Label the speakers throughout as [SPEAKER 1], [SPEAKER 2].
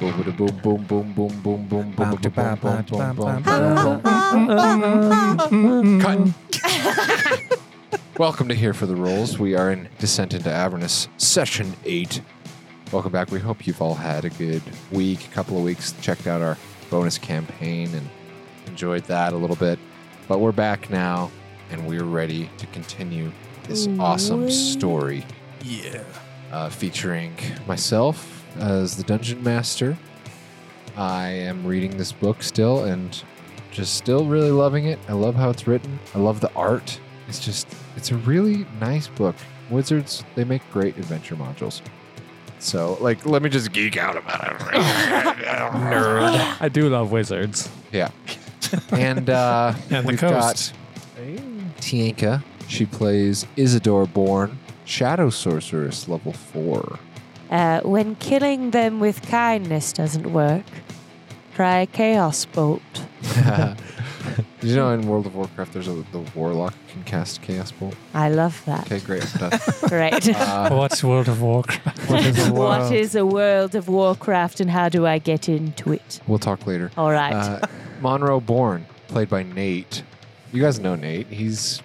[SPEAKER 1] boom, boom, boom, boom, boom, boom, boom, boom, boom, boom, boom, boom, boom. Cut. Welcome to Here for the Rolls. We are in Descent into Avernus, Session 8. Welcome back. We hope you've all had a good week, a couple of weeks, checked out our bonus campaign and enjoyed that a little bit. But we're back now and we're ready to continue this awesome story. Yeah. Uh, featuring myself as the Dungeon Master. I am reading this book still and just still really loving it. I love how it's written. I love the art. It's just, it's a really nice book. Wizards, they make great adventure modules. So, like, let me just geek out about it. Nerd.
[SPEAKER 2] I do love wizards.
[SPEAKER 1] Yeah. And, uh,
[SPEAKER 2] And the
[SPEAKER 1] we've
[SPEAKER 2] coast.
[SPEAKER 1] got Tienka. She plays Isidore Born, Shadow Sorceress, level four.
[SPEAKER 3] Uh, when killing them with kindness doesn't work, try a chaos bolt.
[SPEAKER 1] Did you know in World of Warcraft, there's a, the Warlock can cast Chaos Bolt?
[SPEAKER 3] I love that.
[SPEAKER 1] Okay, great. I'm done.
[SPEAKER 3] Great.
[SPEAKER 1] Uh,
[SPEAKER 2] What's World of Warcraft?
[SPEAKER 3] what is a world of Warcraft and how do I get into it?
[SPEAKER 1] we'll talk later.
[SPEAKER 3] All right.
[SPEAKER 1] Uh, Monroe Bourne, played by Nate. You guys know Nate. He's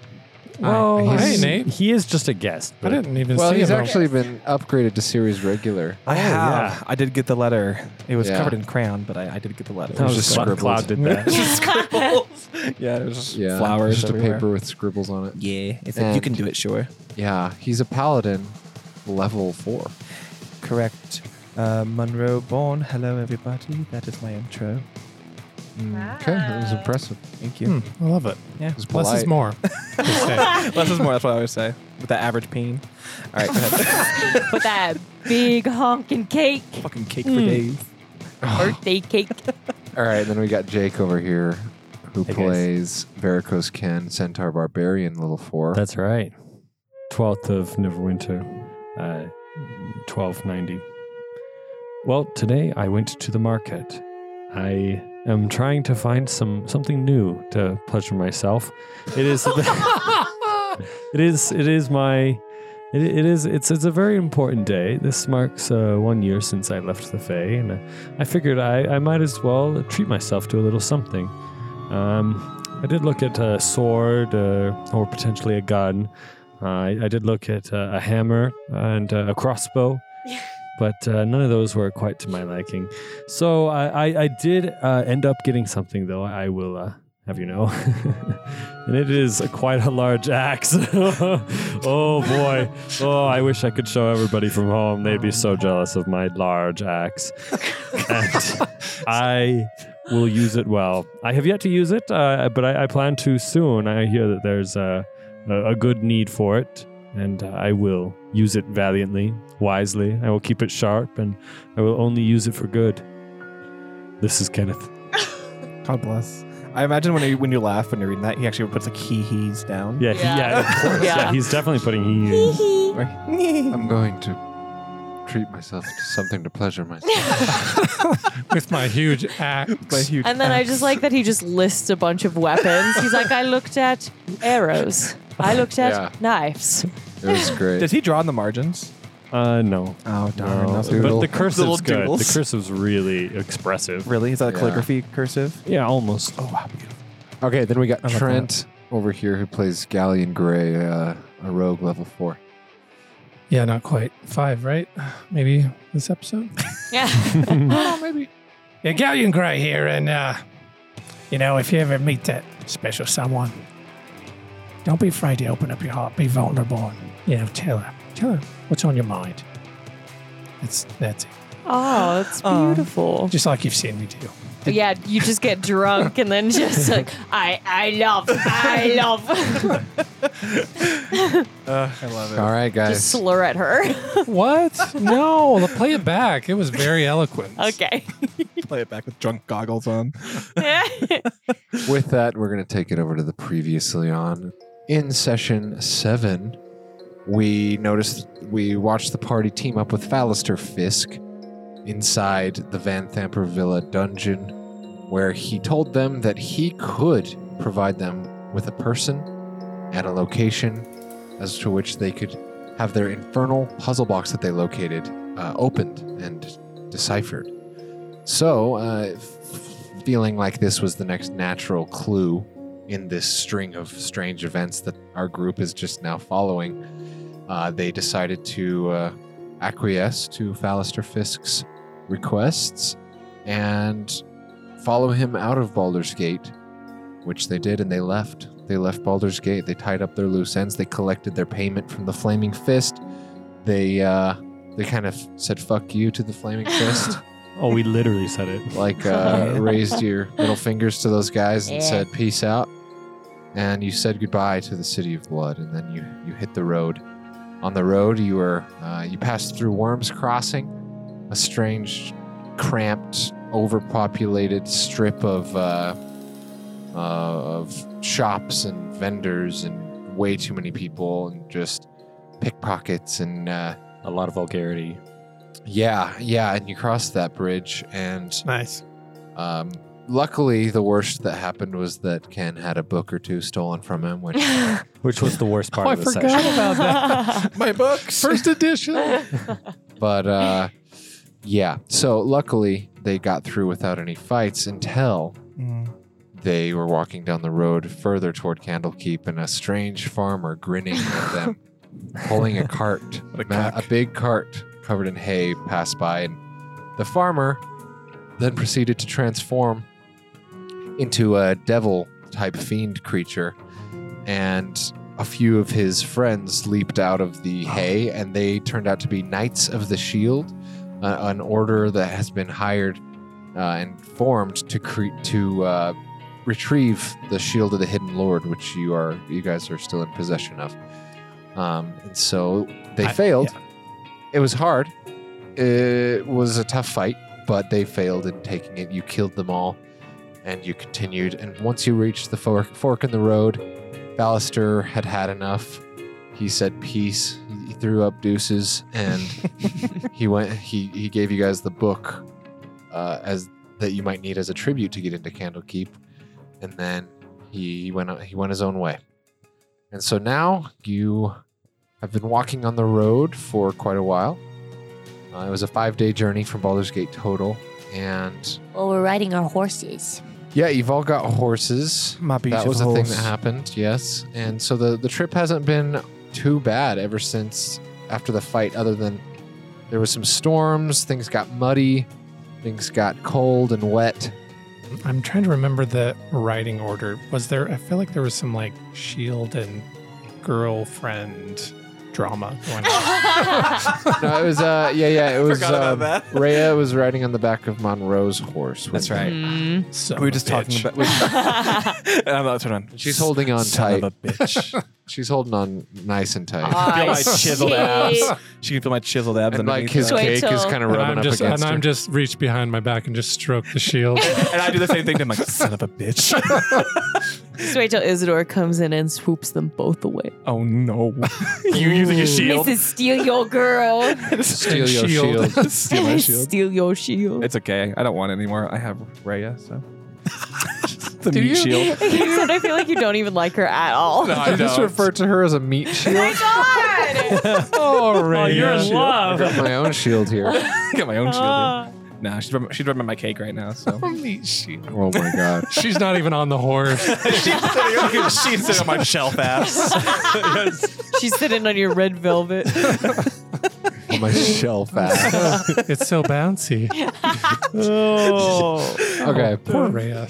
[SPEAKER 2] Well,
[SPEAKER 1] Uh,
[SPEAKER 2] hey
[SPEAKER 1] he's-
[SPEAKER 2] Nate.
[SPEAKER 4] He is just a guest.
[SPEAKER 2] I didn't even
[SPEAKER 1] well,
[SPEAKER 2] see
[SPEAKER 1] he's
[SPEAKER 2] him.
[SPEAKER 1] actually been upgraded to series regular.
[SPEAKER 4] I have.
[SPEAKER 2] yeah.
[SPEAKER 4] Oh, I did get the letter. It was
[SPEAKER 1] Yeah.
[SPEAKER 4] covered in crayon, but I, I did get the letter.
[SPEAKER 2] That was
[SPEAKER 1] just
[SPEAKER 2] just fun.
[SPEAKER 1] scribbles.
[SPEAKER 2] Cloud did that.
[SPEAKER 4] yeah, it was just
[SPEAKER 1] Yeah,
[SPEAKER 4] flowers.
[SPEAKER 1] just a
[SPEAKER 4] everywhere.
[SPEAKER 1] paper with scribbles on it.
[SPEAKER 4] Yeah, it's like you can
[SPEAKER 1] And-
[SPEAKER 4] do it. Sure,
[SPEAKER 1] Yeah, he's a paladin, level four.
[SPEAKER 4] correct. Uh, Monroe Bourne. Hello, everybody. That is my intro.
[SPEAKER 1] Okay, that was impressive.
[SPEAKER 4] Thank you.
[SPEAKER 2] Hmm, I love it.
[SPEAKER 4] Yeah,
[SPEAKER 1] It was
[SPEAKER 2] Less
[SPEAKER 1] polite.
[SPEAKER 2] is more.
[SPEAKER 4] less is more. That's what I always say. With that average peen. All right, go ahead.
[SPEAKER 3] Put that big honking cake,
[SPEAKER 4] Fucking cake for days.
[SPEAKER 1] Oh.
[SPEAKER 3] birthday cake.
[SPEAKER 1] All right, then we got Jake over here, who
[SPEAKER 4] Hey, guys.
[SPEAKER 1] plays Varicose Ken, Centaur Barbarian, level four.
[SPEAKER 5] That's right. 12th of Neverwinter, uh, 1290. Well, today I went to the market. I am trying to find some something new to pleasure myself. It is It is it is my it, it is it's it's a very important day. This marks uh, one year since I left the Fae, and uh, I figured I, I might as well treat myself to a little something. Um, I did look at a sword uh, or potentially a gun. Uh, I, I did look at uh, a hammer and uh, a crossbow, but uh, none of those were quite to my liking. So I, I, I did uh, end up getting something, though, I will uh, have you know. and it is quite a large axe. oh, boy. Oh, I wish I could show everybody from home. They'd be so jealous of my large axe. and I will use it well. I have yet to use it, uh, but I, I plan to soon. I hear that there's a, a, a good need for it, and uh, I will use it valiantly, wisely. I will keep it sharp, and I will only use it for good. This is Kenneth.
[SPEAKER 4] God bless. I imagine when you when you laugh when you're reading that, he actually puts like he he's down.
[SPEAKER 5] Yeah, he- yeah,
[SPEAKER 3] Yeah.
[SPEAKER 5] of course. Yeah.
[SPEAKER 3] Yeah.
[SPEAKER 5] he's definitely putting he. in.
[SPEAKER 1] I'm going to treat myself to something to pleasure myself.
[SPEAKER 2] With my huge axe.
[SPEAKER 4] My huge
[SPEAKER 3] And then I
[SPEAKER 4] axe.
[SPEAKER 3] just like that he just lists a bunch of weapons. He's like, I looked at arrows. I looked at
[SPEAKER 1] Yeah.
[SPEAKER 3] knives.
[SPEAKER 1] It was
[SPEAKER 4] Does
[SPEAKER 1] great.
[SPEAKER 4] he draw on the margins?
[SPEAKER 5] Uh, no.
[SPEAKER 4] Oh
[SPEAKER 5] No.
[SPEAKER 4] that's
[SPEAKER 5] But
[SPEAKER 1] doodle.
[SPEAKER 5] the cursive's
[SPEAKER 4] Little
[SPEAKER 5] good.
[SPEAKER 4] doodles.
[SPEAKER 5] The cursive's really expressive.
[SPEAKER 4] Really? Is that a
[SPEAKER 1] Yeah.
[SPEAKER 4] calligraphy cursive?
[SPEAKER 5] Yeah, almost.
[SPEAKER 4] Oh wow, beautiful.
[SPEAKER 1] Okay, then we got
[SPEAKER 4] like that.
[SPEAKER 1] Trent over here, who plays Galleon Gray, uh, a rogue, level four.
[SPEAKER 2] Yeah, not quite. Five, right? Maybe this episode?
[SPEAKER 3] Yeah.
[SPEAKER 2] Oh, Yeah, Galleon Gray here, and uh, you know, if you ever meet that special someone, don't be afraid to open up your heart. Be vulnerable, and you know, tell her, tell her what's on your mind. That's that's it.
[SPEAKER 3] Oh, it's beautiful.
[SPEAKER 2] Just like you've seen me do.
[SPEAKER 3] Yeah, you just get drunk and then just like I I love I love
[SPEAKER 4] Uh, I love
[SPEAKER 1] All right, guys.
[SPEAKER 3] just slur at her.
[SPEAKER 2] What? No, play it back. It was very eloquent.
[SPEAKER 3] Okay.
[SPEAKER 4] Play it back with drunk goggles on.
[SPEAKER 1] With that, we're going to take it over to the previously on. In session seven, we noticed we watched the party team up with Fallister Fisk inside the Van Thamper Villa dungeon, where he told them that he could provide them with a person and a location as to which they could have their infernal puzzle box that they located uh, opened and deciphered. So, uh, f- feeling like this was the next natural clue in this string of strange events that our group is just now following, uh, they decided to uh, acquiesce to Fallister Fisk's requests and follow him out of Baldur's Gate, which they did, and they left. They left Baldur's Gate. They tied up their loose ends. They collected their payment from the Flaming Fist. They uh, they kind of said "fuck you" to the Flaming Fist
[SPEAKER 5] Oh, we literally said it.
[SPEAKER 1] like uh, raised your middle fingers to those guys and
[SPEAKER 3] Yeah.
[SPEAKER 1] said peace out and you said goodbye to the city of blood and then you, you hit the road on the road you were uh, you passed through worms crossing a strange cramped overpopulated strip of uh, uh, of shops and vendors and way too many people and just pickpockets and uh,
[SPEAKER 5] A lot of vulgarity.
[SPEAKER 1] yeah yeah and you crossed that bridge and
[SPEAKER 2] Nice.
[SPEAKER 1] um, luckily, the worst that happened was that Ken had a book or two stolen from him, which
[SPEAKER 5] Which was the worst part
[SPEAKER 4] Oh, I
[SPEAKER 5] of the
[SPEAKER 4] forgot
[SPEAKER 5] session.
[SPEAKER 4] about that. My books.
[SPEAKER 1] first edition. but uh, yeah, so luckily they got through without any fights until
[SPEAKER 4] Mm,
[SPEAKER 1] they were walking down the road further toward Candlekeep, and a strange farmer grinning at them, pulling a cart,
[SPEAKER 4] What a
[SPEAKER 1] ma-
[SPEAKER 4] cock.
[SPEAKER 1] big cart covered in hay, passed by, and the farmer then proceeded to transform into a devil-type fiend creature, and a few of his friends leaped out of the hay, and they turned out to be Knights of the Shield, uh, an order that has been hired uh, and formed to cre- to uh, retrieve the shield of the hidden lord, which you are you guys are still in possession of. Um, and so they
[SPEAKER 5] I-
[SPEAKER 1] failed. It was hard. It was a tough fight, but they failed in taking it. You killed them all, and you continued. And once you reached the fork, fork in the road, Ballister had had enough. He said peace. He- He threw up deuces, and he went. He he gave you guys the book uh, as that you might need as a tribute to get into Candlekeep, and then he went on- he went his own way. And so now you have been walking on the road for quite a while. Uh, it was a five day journey from Baldur's Gate total, and
[SPEAKER 3] well, we're riding our horses.
[SPEAKER 1] yeah, you've all got horses.
[SPEAKER 4] My
[SPEAKER 1] That was
[SPEAKER 4] beautiful
[SPEAKER 1] a thing
[SPEAKER 4] horse.
[SPEAKER 1] that happened, yes. And so the, the trip hasn't been too bad ever since after the fight, other than there was some storms, things got muddy, things got cold and wet.
[SPEAKER 2] I'm trying to remember the writing order. Was there? I feel like there was some like shield E and girlfriend drama going on.
[SPEAKER 1] No, it was uh yeah, yeah, it was
[SPEAKER 4] Forgot about
[SPEAKER 1] um,
[SPEAKER 4] that.
[SPEAKER 1] Raya was riding on the back of Monroe's horse. with
[SPEAKER 4] That's
[SPEAKER 1] him.
[SPEAKER 4] right.
[SPEAKER 3] Mm.
[SPEAKER 2] Son
[SPEAKER 4] we were
[SPEAKER 2] of a
[SPEAKER 4] just talking
[SPEAKER 2] bitch.
[SPEAKER 4] about. We, I'm not turning on.
[SPEAKER 1] And she's holding on
[SPEAKER 4] Son
[SPEAKER 1] tight.
[SPEAKER 4] of a bitch.
[SPEAKER 1] She's holding on nice and tight.
[SPEAKER 3] Ah.
[SPEAKER 4] feel my
[SPEAKER 3] shit.
[SPEAKER 4] chiseled abs. She can feel my chiseled abs
[SPEAKER 1] and like
[SPEAKER 4] underneath
[SPEAKER 1] his
[SPEAKER 4] her.
[SPEAKER 3] Wait
[SPEAKER 1] cake is
[SPEAKER 3] till-
[SPEAKER 1] kind of
[SPEAKER 2] And
[SPEAKER 1] rubbing
[SPEAKER 2] I'm
[SPEAKER 1] up
[SPEAKER 2] just and
[SPEAKER 1] against
[SPEAKER 2] I'm
[SPEAKER 1] her.
[SPEAKER 2] just reach behind my back and just stroke the shield.
[SPEAKER 4] and I do the same thing. To him, like son of a bitch.
[SPEAKER 3] Just wait till Isidore comes in and swoops them both away.
[SPEAKER 4] oh no! you using your shield?
[SPEAKER 3] Mrs. Steal Your Girl.
[SPEAKER 1] Steal your shield.
[SPEAKER 4] Steal my shield.
[SPEAKER 3] Steal Your Shield.
[SPEAKER 4] It's okay. I don't want it anymore. I have Raya, so. the
[SPEAKER 1] Do
[SPEAKER 4] meat
[SPEAKER 1] you?
[SPEAKER 4] shield.
[SPEAKER 3] Except I feel like you don't even like her at all.
[SPEAKER 4] No, I
[SPEAKER 1] Did you just
[SPEAKER 4] don't.
[SPEAKER 1] refer to her as a meat shield?
[SPEAKER 2] oh, Ray,
[SPEAKER 5] you're
[SPEAKER 1] I
[SPEAKER 5] in love.
[SPEAKER 1] got my own shield here.
[SPEAKER 4] I got my own shield. Dude. Nah, she's rubbing, she's rubbing my cake right now. So
[SPEAKER 1] Oh my god.
[SPEAKER 2] She's not even on the horse.
[SPEAKER 4] she's sitting on my shelf ass.
[SPEAKER 3] She's sitting on your red velvet.
[SPEAKER 1] on my shelf ass.
[SPEAKER 2] it's so bouncy.
[SPEAKER 3] oh.
[SPEAKER 1] okay.
[SPEAKER 2] Poor Rhea.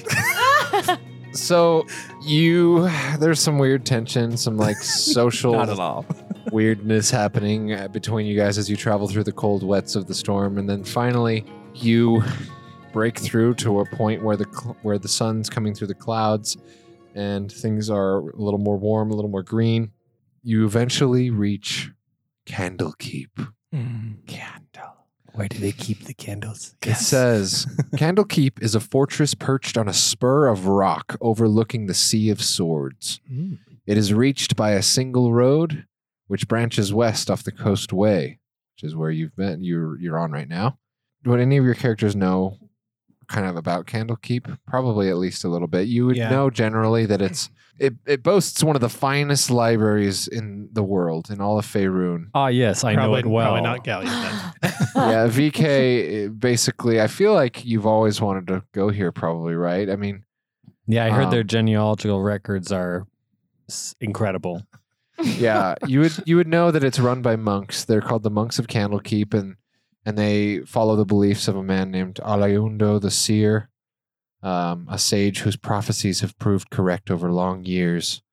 [SPEAKER 1] So you there's some weird tension, some like
[SPEAKER 4] Not at
[SPEAKER 1] social
[SPEAKER 4] all.
[SPEAKER 1] weirdness happening uh, between you guys as you travel through the cold wets of the storm and then finally you break through to a point where the cl- where the sun's coming through the clouds and things are a little more warm, a little more green. You eventually reach Candlekeep.
[SPEAKER 2] Candle.
[SPEAKER 5] Where do they keep the candles?
[SPEAKER 1] It says Candlekeep is a fortress perched on a spur of rock overlooking the Sea of Swords. It is reached by a single road which branches west off the coast way, which is where you've been you're you're on right now. Do any of your characters know kind of about Candlekeep, probably at least a little bit. You would
[SPEAKER 4] Yeah.
[SPEAKER 1] know generally that it's it, it boasts one of the finest libraries in the world in all of Faerun.
[SPEAKER 5] Ah, yes, I know
[SPEAKER 6] probably,
[SPEAKER 5] it well.
[SPEAKER 6] Probably not Galleon then.
[SPEAKER 1] yeah, VK. uh, Basically, I feel like you've always wanted to go here, probably, right? I mean,
[SPEAKER 5] Yeah, I heard
[SPEAKER 1] Um,
[SPEAKER 5] their genealogical records are s- incredible.
[SPEAKER 1] yeah, you would you would know that it's run by monks. They're called the monks of Candlekeep, and and they follow the beliefs of a man named Alayundo the Seer, um, a sage whose prophecies have proved correct over long years.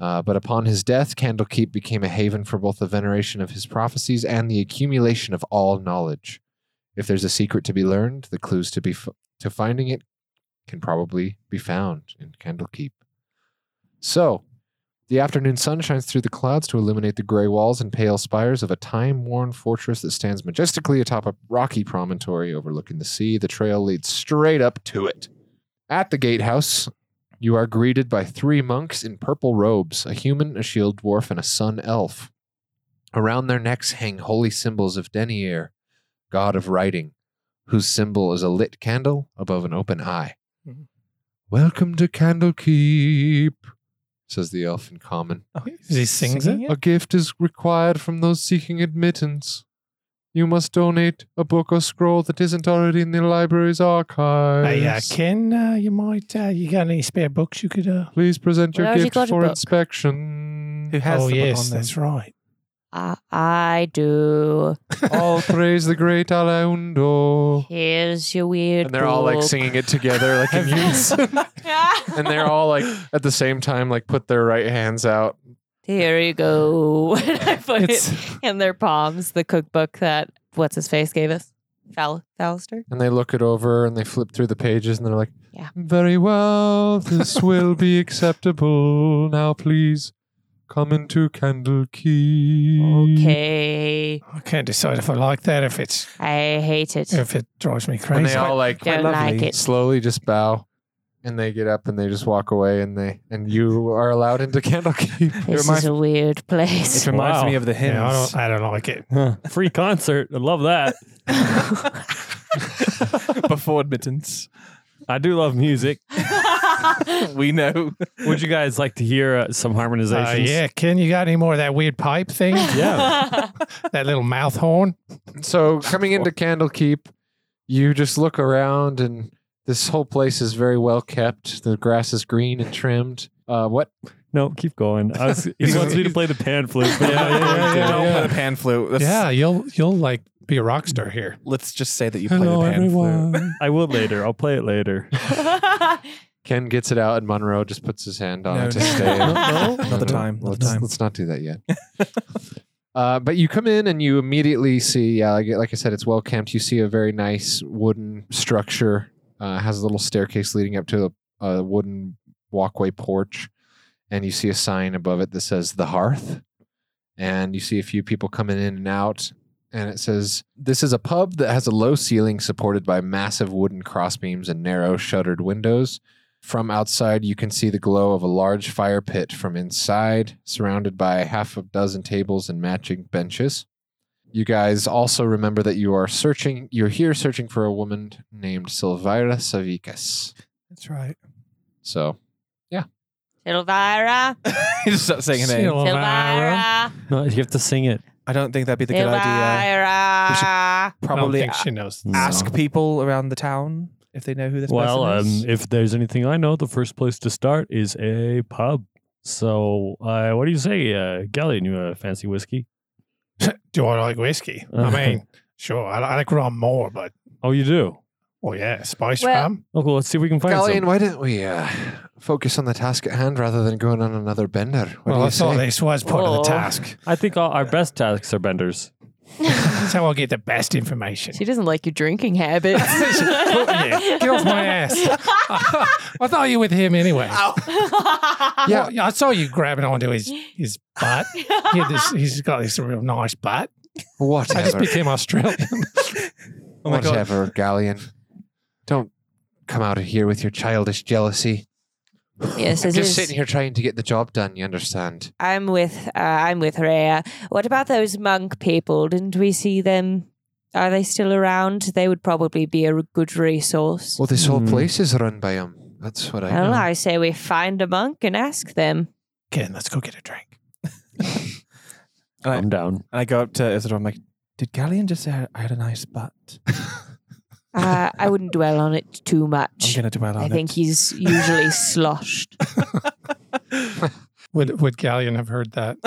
[SPEAKER 1] Uh, but upon his death, Candlekeep became a haven for both the veneration of his prophecies and the accumulation of all knowledge. If there's a secret to be learned, the clues to be f- to finding it can probably be found in Candlekeep. So, the afternoon sun shines through the clouds to illuminate the gray walls and pale spires of a time worn fortress that stands majestically atop a rocky promontory overlooking the sea. The trail leads straight up to it. At the gatehouse, you are greeted by three monks in purple robes a human, a shield dwarf, and a sun elf. Around their necks hang holy symbols of Denier, god of writing, whose symbol is a lit candle above an open eye.
[SPEAKER 4] Mhm.
[SPEAKER 1] Welcome to Candlekeep, says the elf in common.
[SPEAKER 2] He sings it?
[SPEAKER 1] A gift is required from those seeking admittance. You must donate a book or scroll that isn't already in the library's archives.
[SPEAKER 2] Hey, uh, Ken, uh, you might, uh, you got any spare books you could, uh,
[SPEAKER 1] Please present
[SPEAKER 3] Where
[SPEAKER 1] your
[SPEAKER 3] has he
[SPEAKER 1] gift
[SPEAKER 3] got a
[SPEAKER 1] for
[SPEAKER 3] book?
[SPEAKER 4] Who
[SPEAKER 1] inspection.
[SPEAKER 4] has
[SPEAKER 2] oh,
[SPEAKER 4] the book
[SPEAKER 2] yes,
[SPEAKER 4] on them?
[SPEAKER 2] that's right.
[SPEAKER 3] I, I do.
[SPEAKER 1] all praise the great Alaundo.
[SPEAKER 3] Here's your weird.
[SPEAKER 1] And they're all like
[SPEAKER 3] book.
[SPEAKER 1] singing it together, like in unison. and they're all like at the same time, like put their right hands out.
[SPEAKER 3] Here you go. and I put
[SPEAKER 4] It's-
[SPEAKER 3] it in their palms, the cookbook that what's his face gave us? Fal- Fallister?
[SPEAKER 1] And they look it over and they flip through the pages and they're like,
[SPEAKER 3] Yeah.
[SPEAKER 1] Very well, this will be acceptable. Now please come into Candlekeep.
[SPEAKER 3] Okay.
[SPEAKER 2] I can't decide if I like that, if it's,
[SPEAKER 3] I hate it.
[SPEAKER 2] if it drives me crazy.
[SPEAKER 1] And they all like
[SPEAKER 3] Don't like it.
[SPEAKER 1] slowly just bow and they get up and they just walk away and they and you are allowed into Candlekeep.
[SPEAKER 3] This
[SPEAKER 4] reminds-
[SPEAKER 3] is a weird
[SPEAKER 4] It
[SPEAKER 3] place.
[SPEAKER 4] reminds
[SPEAKER 5] Wow.
[SPEAKER 4] me of the hymns.
[SPEAKER 2] yeah, I, don't, I don't like it. Uh,
[SPEAKER 5] Free concert. I love that.
[SPEAKER 4] Before admittance,
[SPEAKER 5] I do love music.
[SPEAKER 4] we know.
[SPEAKER 5] Would you guys like to hear uh, some harmonizations?
[SPEAKER 2] Uh, yeah, Ken, you got any more of that weird pipe thing?
[SPEAKER 5] Yeah.
[SPEAKER 2] that little mouth horn?
[SPEAKER 1] so coming into Candlekeep, you just look around and this whole place is very well kept. The grass is green and trimmed. Uh, what?
[SPEAKER 5] No, keep going. I was, he
[SPEAKER 4] He's-
[SPEAKER 5] wants me to play the pan flute. but I'm not going to.
[SPEAKER 4] don't
[SPEAKER 2] yeah.
[SPEAKER 4] play the pan flute. Let's,
[SPEAKER 2] yeah, you'll, you'll like be a rock star here.
[SPEAKER 4] let's just say that you play the pan flute.
[SPEAKER 5] I will later. I'll play it later.
[SPEAKER 1] Ken gets it out and Monroe just puts his hand on
[SPEAKER 4] No,
[SPEAKER 1] it to
[SPEAKER 4] no,
[SPEAKER 1] stay.
[SPEAKER 4] no, no, another time, another
[SPEAKER 1] Let's,
[SPEAKER 4] time.
[SPEAKER 1] let's not do that yet. Uh, but you come in and you immediately see, yeah, like, like I said, it's well camped. You see a very nice wooden structure. Uh, has a little staircase leading up to a, a wooden walkway porch, and you see a sign above it that says "The Hearth," and you see a few people coming in and out. And it says, "This is a pub that has a low ceiling supported by massive wooden crossbeams and narrow shuttered windows. From outside, you can see the glow of a large fire pit from inside, surrounded by half a dozen tables and matching benches. You guys also remember that you are searching, you're here searching for a woman named Silvira Savicas.
[SPEAKER 4] That's right.
[SPEAKER 1] So,
[SPEAKER 3] Silvira.
[SPEAKER 4] you just start saying her name.
[SPEAKER 2] Still
[SPEAKER 3] Silvira.
[SPEAKER 2] Elvira.
[SPEAKER 5] No, you have to sing it.
[SPEAKER 4] I don't think that'd be the good idea. We
[SPEAKER 3] Silvira.
[SPEAKER 2] I don't
[SPEAKER 4] Probably
[SPEAKER 2] think
[SPEAKER 4] a-
[SPEAKER 2] she knows.
[SPEAKER 5] No.
[SPEAKER 4] ask people around the town if they know who this
[SPEAKER 5] Well, um,
[SPEAKER 4] person is.
[SPEAKER 5] if there's anything I know, the first place to start is a pub. So, uh, what do you say, uh, Galleon? You uh, fancy whiskey?
[SPEAKER 2] Do I like whiskey? I
[SPEAKER 1] Uh-huh.
[SPEAKER 2] mean, sure, I, li- I like rum more, but
[SPEAKER 5] Oh, you do.
[SPEAKER 2] oh yeah, spice
[SPEAKER 3] Well-
[SPEAKER 2] rum.
[SPEAKER 5] Oh, cool. Let's see if we can find
[SPEAKER 1] Galleon,
[SPEAKER 5] some.
[SPEAKER 1] why don't we uh, focus on the task at hand rather than going on another bender? What
[SPEAKER 2] well,
[SPEAKER 1] do
[SPEAKER 2] I
[SPEAKER 1] you
[SPEAKER 2] thought
[SPEAKER 1] say?
[SPEAKER 2] this was part of the
[SPEAKER 3] Oh.
[SPEAKER 2] task.
[SPEAKER 5] I think all our best tasks are benders.
[SPEAKER 2] That's how I'll get the best information.
[SPEAKER 3] She doesn't like your drinking habits.
[SPEAKER 2] Yeah, Get off my ass. I thought you were with him anyway.
[SPEAKER 1] Yeah.
[SPEAKER 2] I saw you grabbing onto his his butt. He had this, he's got this real nice butt. I just
[SPEAKER 1] Whatever.
[SPEAKER 2] became Australian.
[SPEAKER 4] oh my god.
[SPEAKER 1] Whatever, Galleon. Don't come out of here with your childish jealousy.
[SPEAKER 3] yes,
[SPEAKER 1] I'm
[SPEAKER 3] it
[SPEAKER 1] just
[SPEAKER 3] is.
[SPEAKER 1] sitting here trying to get the job done, you understand?
[SPEAKER 3] I'm with uh, I'm with Rhea. What about those monk people? Didn't we see them Are they still around? They would probably be a good resource.
[SPEAKER 1] Well, this whole
[SPEAKER 5] Hmm.
[SPEAKER 1] place is run by him. That's what I
[SPEAKER 3] Well,
[SPEAKER 1] know.
[SPEAKER 3] I say we find a monk and ask them.
[SPEAKER 2] Ken, let's go get a drink.
[SPEAKER 4] Right.
[SPEAKER 5] I'm down.
[SPEAKER 4] And I go up to Isidore. I'm like, did Galleon just say I- I had a nice butt?
[SPEAKER 3] Uh, I wouldn't dwell on it too
[SPEAKER 4] I'm
[SPEAKER 3] much.
[SPEAKER 4] going to dwell on
[SPEAKER 3] I think
[SPEAKER 4] it.
[SPEAKER 3] he's usually sloshed.
[SPEAKER 2] Would would Galleon have heard that?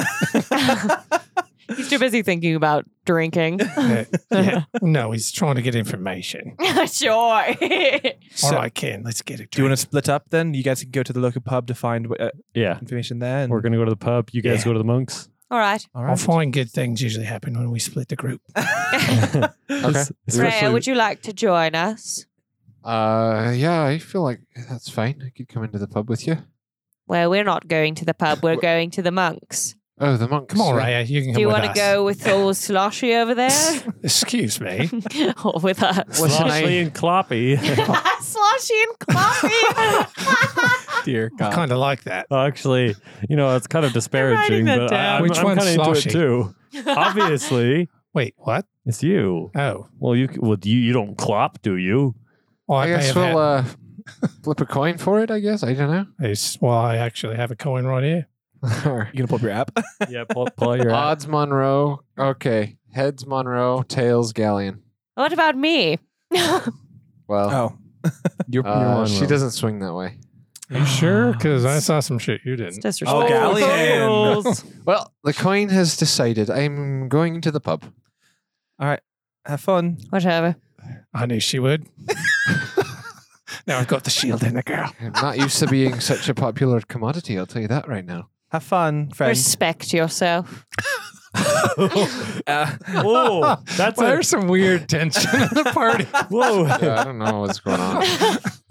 [SPEAKER 3] He's too busy thinking about drinking.
[SPEAKER 2] Uh, yeah. No, he's trying to get information.
[SPEAKER 3] sure.
[SPEAKER 2] All
[SPEAKER 4] So-
[SPEAKER 2] right, Ken, let's get a drink.
[SPEAKER 4] Do you want to split up then? You guys can go to the local pub to find uh,
[SPEAKER 5] Yeah.
[SPEAKER 4] information there. and-
[SPEAKER 5] We're going to go to the pub. You guys
[SPEAKER 2] Yeah.
[SPEAKER 5] go to the monks.
[SPEAKER 3] All right.
[SPEAKER 4] All
[SPEAKER 2] I find good things usually happen when we split the group.
[SPEAKER 5] okay.
[SPEAKER 3] Raya, would you like to join us?
[SPEAKER 1] Uh, yeah, I feel like that's fine. I could come into the pub with you.
[SPEAKER 3] Well, we're not going to the pub. We're going to the monks.
[SPEAKER 1] Oh, the monk.
[SPEAKER 2] Come on, Raya, you can come
[SPEAKER 3] Do you
[SPEAKER 2] want
[SPEAKER 3] want to go with all sloshy over there?
[SPEAKER 2] Excuse me.
[SPEAKER 3] or Oh, with us?
[SPEAKER 1] Listen, I-
[SPEAKER 5] and Cloppy.
[SPEAKER 3] sloshy and cloppy.
[SPEAKER 5] Dear
[SPEAKER 2] I kind of like that.
[SPEAKER 5] Well, actually, you know, it's kind of disparaging,
[SPEAKER 3] that
[SPEAKER 5] but
[SPEAKER 3] down.
[SPEAKER 5] I, am
[SPEAKER 2] Which one's
[SPEAKER 5] kind of into
[SPEAKER 2] sloshy?
[SPEAKER 5] it too. Obviously,
[SPEAKER 2] Wait, what?
[SPEAKER 5] it's you.
[SPEAKER 2] Oh,
[SPEAKER 5] Well, you c- well, you, you don't clop, do you?
[SPEAKER 2] well, I,
[SPEAKER 1] I
[SPEAKER 2] may
[SPEAKER 1] guess
[SPEAKER 2] have
[SPEAKER 1] we'll
[SPEAKER 2] had-
[SPEAKER 1] uh, flip a coin for it. I guess I don't know.
[SPEAKER 2] it's- well, I actually have a coin right here.
[SPEAKER 1] Or-
[SPEAKER 4] You gonna pull up your app?
[SPEAKER 5] Yeah, pull, pull out your app.
[SPEAKER 1] Odds Monroe. Okay, heads Monroe, tails Galleon.
[SPEAKER 3] what about me?
[SPEAKER 1] Well,
[SPEAKER 4] oh,
[SPEAKER 5] You're, you're
[SPEAKER 1] uh,
[SPEAKER 5] on
[SPEAKER 1] she
[SPEAKER 5] roll.
[SPEAKER 1] doesn't swing that way.
[SPEAKER 2] Are you sure? Because I saw some shit you
[SPEAKER 3] It's
[SPEAKER 2] didn't.
[SPEAKER 3] disrespectful.
[SPEAKER 4] Oh,
[SPEAKER 5] Oh,
[SPEAKER 4] Galleon.
[SPEAKER 1] Well, the coin has decided. I'm going into the pub.
[SPEAKER 4] have fun.
[SPEAKER 3] Whatever.
[SPEAKER 2] I knew she would. now I've got the shield in the girl.
[SPEAKER 1] I'm not used to being such a popular commodity. I'll tell you that right now.
[SPEAKER 4] Have fun, friends.
[SPEAKER 3] Respect yourself.
[SPEAKER 4] Uh,
[SPEAKER 5] oh, that's
[SPEAKER 2] Well,
[SPEAKER 5] a,
[SPEAKER 2] there's some weird tension in the party.
[SPEAKER 5] whoa.
[SPEAKER 1] Yeah, I don't know what's going on.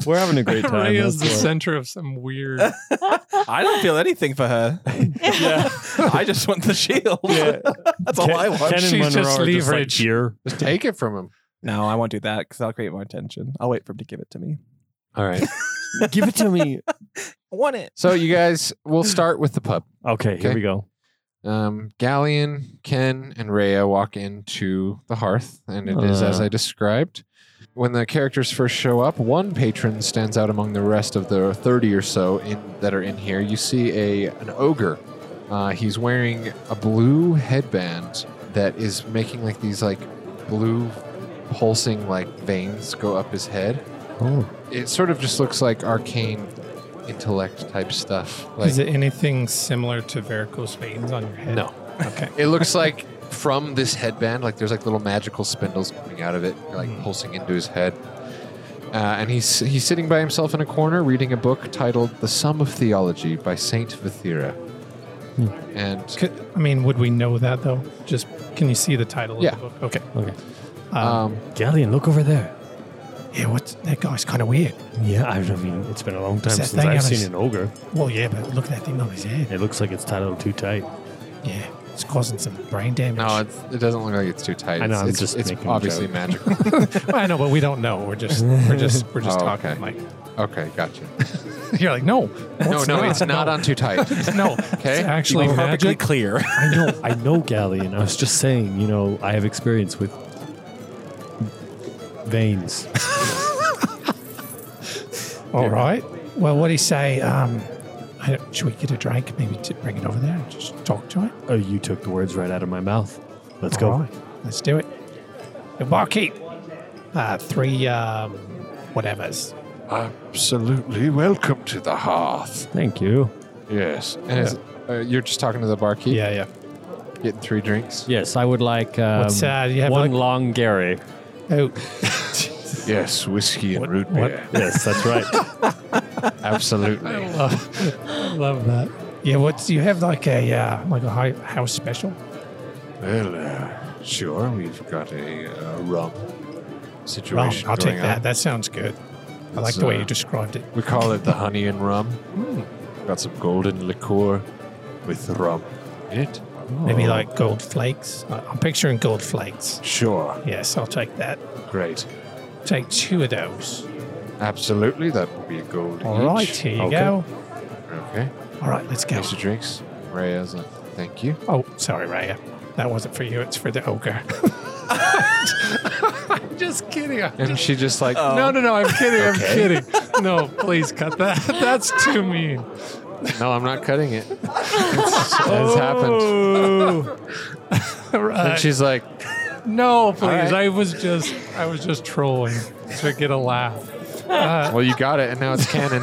[SPEAKER 5] We're having a great time.
[SPEAKER 2] Raya's the
[SPEAKER 5] that's what-
[SPEAKER 2] center of some weird.
[SPEAKER 4] I don't feel anything for her.
[SPEAKER 5] yeah,
[SPEAKER 4] I just want the shield.
[SPEAKER 5] yeah.
[SPEAKER 4] That's all I want.
[SPEAKER 5] Ken and
[SPEAKER 2] She's
[SPEAKER 5] Monroe
[SPEAKER 2] just
[SPEAKER 5] are just like
[SPEAKER 2] leverage.
[SPEAKER 5] here.
[SPEAKER 1] Just take it from him.
[SPEAKER 4] No, I won't do that because I'll create more tension. I'll wait for him to give it to me.
[SPEAKER 1] All right.
[SPEAKER 5] Give it to me.
[SPEAKER 4] I want it.
[SPEAKER 1] So you guys, we'll start with the pub.
[SPEAKER 5] Okay, here
[SPEAKER 1] Okay.
[SPEAKER 5] we go.
[SPEAKER 1] Um, Galleon, Ken, and Rhea walk into the hearth, and it is as
[SPEAKER 5] Uh.
[SPEAKER 1] I described. When the characters first show up, one patron stands out among the rest of the 30 or so in, that are in here. You see a an ogre. Uh, he's wearing a blue headband that is making like these like blue pulsing like veins go up his head.
[SPEAKER 5] Oh,
[SPEAKER 1] It sort of just looks like arcane intellect type stuff. Like,
[SPEAKER 2] Is it anything similar to varicose veins on your head?
[SPEAKER 1] No.
[SPEAKER 2] Okay.
[SPEAKER 1] It looks like from this headband, like there's like little magical spindles coming out of it, like pulsing into his head. Uh, and he's he's sitting by himself in a corner reading a book titled "The Sum of Theology" by Saint Vithira. And
[SPEAKER 2] Could, I mean, would we know that though? Just can you see the title
[SPEAKER 1] Yeah.
[SPEAKER 2] of the book? Okay.
[SPEAKER 5] okay.
[SPEAKER 2] Um,
[SPEAKER 1] um,
[SPEAKER 5] Galleon, look over there.
[SPEAKER 2] yeah, what's that guy's kind of weird.
[SPEAKER 5] Yeah, I mean, it's been a long time
[SPEAKER 2] Is that
[SPEAKER 5] since
[SPEAKER 2] thing
[SPEAKER 5] I've
[SPEAKER 2] on
[SPEAKER 5] seen
[SPEAKER 2] his-
[SPEAKER 5] an ogre.
[SPEAKER 2] Well, yeah, but look at that thing on his head.
[SPEAKER 5] It looks like it's tied a little too tight.
[SPEAKER 2] Yeah, it's causing some brain damage.
[SPEAKER 1] no, it's, it doesn't look like it's too tight.
[SPEAKER 5] I
[SPEAKER 1] It's-
[SPEAKER 5] know, I'm
[SPEAKER 1] it's,
[SPEAKER 5] just
[SPEAKER 1] it's
[SPEAKER 5] making a
[SPEAKER 1] obviously
[SPEAKER 5] joke.
[SPEAKER 1] magical.
[SPEAKER 2] Well, I know, but we don't know. We're just, we're just, we're just
[SPEAKER 1] Oh,
[SPEAKER 2] talking.
[SPEAKER 1] okay.
[SPEAKER 2] Like,
[SPEAKER 1] okay, gotcha.
[SPEAKER 2] you're like, no,
[SPEAKER 1] No,
[SPEAKER 2] what's
[SPEAKER 1] no, it's not on too tight.
[SPEAKER 2] No,
[SPEAKER 1] Okay.
[SPEAKER 2] it's actually
[SPEAKER 4] Perfectly
[SPEAKER 2] magic.
[SPEAKER 4] clear.
[SPEAKER 5] I know, I know, Galleon. I was just saying, you know, I have experience with veins.
[SPEAKER 2] All right. Well, what do you say? Um, I don't- should we get a drink? Maybe to bring it over there and just talk to it.
[SPEAKER 5] Oh, you took the words right out of my mouth. Let's go.
[SPEAKER 2] All right, let's do it. The barkeep, uh, three um, whatever's.
[SPEAKER 1] Absolutely welcome to the hearth.
[SPEAKER 5] Thank you.
[SPEAKER 1] Yes, and it's, uh, you're just talking to the barkeep,
[SPEAKER 2] Yeah, yeah.
[SPEAKER 1] getting three drinks.
[SPEAKER 5] Yes, I would like um,
[SPEAKER 2] What's, uh, do you have
[SPEAKER 5] one
[SPEAKER 2] like-
[SPEAKER 5] long Gary.
[SPEAKER 2] Oh,
[SPEAKER 1] Yes, whiskey and root
[SPEAKER 5] What?
[SPEAKER 1] beer.
[SPEAKER 5] Yes, that's right.
[SPEAKER 1] Absolutely.
[SPEAKER 2] love that. Uh, Yeah, what do you have like a uh, like a high, house special?
[SPEAKER 1] Well, uh, sure, we've got a uh, rum
[SPEAKER 2] Rum.
[SPEAKER 1] situation.
[SPEAKER 2] I'll take
[SPEAKER 1] going
[SPEAKER 2] that.
[SPEAKER 1] on.
[SPEAKER 2] That sounds good. I like
[SPEAKER 1] It's,
[SPEAKER 2] the way
[SPEAKER 1] uh,
[SPEAKER 2] you described it.
[SPEAKER 1] We call it the honey and rum.
[SPEAKER 2] Hmm.
[SPEAKER 1] Got some golden liqueur with rum in it.
[SPEAKER 2] Maybe like gold flakes. I- I'm picturing gold flakes.
[SPEAKER 1] Sure,
[SPEAKER 2] Yes, I'll take that.
[SPEAKER 1] great.
[SPEAKER 2] Take two of those.
[SPEAKER 1] Absolutely, that will be a gold
[SPEAKER 2] All
[SPEAKER 1] each.
[SPEAKER 2] right, here you
[SPEAKER 5] Okay.
[SPEAKER 2] go.
[SPEAKER 1] Okay.
[SPEAKER 2] All right, let's go.
[SPEAKER 1] Extra drinks. Raya's like, uh, thank you.
[SPEAKER 2] Oh, sorry, Raya. That wasn't for you. It's for the ogre. I'm just kidding. I'm
[SPEAKER 5] And she just like,
[SPEAKER 2] No, no, no. I'm kidding. I'm kidding. No, please cut that. That's too mean.
[SPEAKER 1] No, I'm not cutting it. It's, it's happened. And
[SPEAKER 2] Right.
[SPEAKER 1] she's like,
[SPEAKER 2] no, please.
[SPEAKER 1] right.
[SPEAKER 2] I was just, I was just trolling to get a laugh.
[SPEAKER 1] well, you got it, and now it's canon.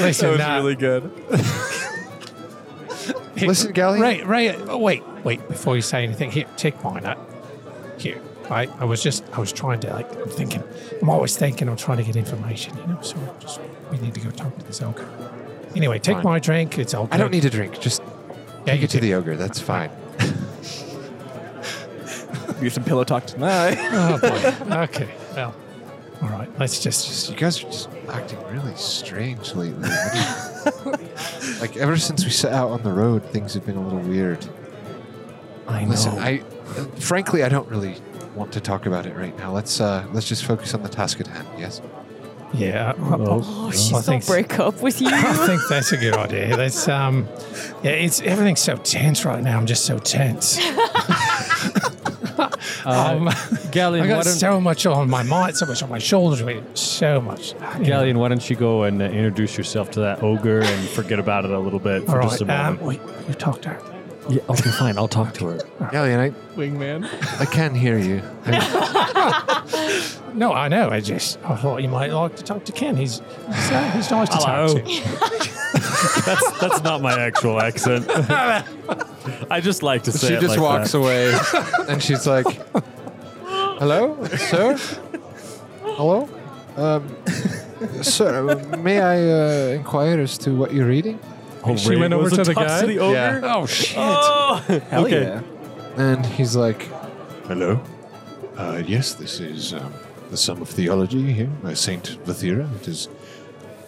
[SPEAKER 2] Listen, nah.
[SPEAKER 4] good.
[SPEAKER 1] Listen, Gally.
[SPEAKER 2] Right, right. Oh, wait, wait. Before you say anything, here, take mine. I, here, I, I was just, I was trying to like, I'm thinking, I'm always thinking, I'm trying to get information, you know. So just, we need to go talk to this ogre. Anyway, take
[SPEAKER 1] Fine.
[SPEAKER 2] my drink. It's all. Good.
[SPEAKER 1] I don't need a drink. Just
[SPEAKER 2] Yeah,
[SPEAKER 1] take
[SPEAKER 2] you
[SPEAKER 1] it to
[SPEAKER 2] do.
[SPEAKER 1] the ogre. That's fine.
[SPEAKER 4] Do some pillow talk tonight.
[SPEAKER 2] Oh boy. okay. Well. All right. Let's just, just
[SPEAKER 1] You guys are just acting really strange lately. What do you- like ever since we set out on the road, things have been a little weird.
[SPEAKER 5] I know.
[SPEAKER 1] Listen, I frankly I don't really want to talk about it right now. Let's uh let's just focus on the task at hand. Yes.
[SPEAKER 2] yeah.
[SPEAKER 3] Oh,
[SPEAKER 2] I
[SPEAKER 3] she's
[SPEAKER 2] think
[SPEAKER 3] don't
[SPEAKER 2] s-
[SPEAKER 3] break up with you.
[SPEAKER 2] I think that's a good idea. That's um, yeah. It's everything's so tense right now. I'm just so tense. um,
[SPEAKER 5] Galleon,
[SPEAKER 2] I
[SPEAKER 5] Uh, why
[SPEAKER 2] got
[SPEAKER 5] don't,
[SPEAKER 2] so much on my mind, so much on my shoulders, wait, so much.
[SPEAKER 5] Galleon, why don't you go and uh, introduce yourself to that ogre and forget about it a little bit for
[SPEAKER 2] All
[SPEAKER 5] just
[SPEAKER 2] right.
[SPEAKER 5] a
[SPEAKER 2] Um,
[SPEAKER 5] moment?
[SPEAKER 2] wait, you talked to her.
[SPEAKER 5] yeah, okay, fine. I'll talk to her.
[SPEAKER 1] Galleon, I
[SPEAKER 4] Wingman.
[SPEAKER 1] I can hear you. I,
[SPEAKER 2] No, I know. I just I thought you might like to talk to Ken. He's he's, uh, he's nice to
[SPEAKER 5] Hello.
[SPEAKER 2] talk to. um,
[SPEAKER 5] That's that's not my actual accent. I just like to say
[SPEAKER 1] she
[SPEAKER 5] it
[SPEAKER 1] just
[SPEAKER 5] like
[SPEAKER 1] walks
[SPEAKER 5] that.
[SPEAKER 1] away and she's like Hello, sir? Hello? Um Sir, uh, may I uh, inquire as to what you're reading?
[SPEAKER 5] Oh,
[SPEAKER 2] She
[SPEAKER 5] Ray
[SPEAKER 2] went over
[SPEAKER 5] was
[SPEAKER 2] to the
[SPEAKER 5] talks
[SPEAKER 2] guy?
[SPEAKER 5] To the ogre?
[SPEAKER 1] Yeah.
[SPEAKER 2] Oh shit!
[SPEAKER 5] Oh,
[SPEAKER 4] Hell
[SPEAKER 5] okay.
[SPEAKER 4] yeah.
[SPEAKER 1] And he's like,
[SPEAKER 6] Hello. Uh, yes, this is um, the Sum of Theology here, uh, Saint Vathira. It is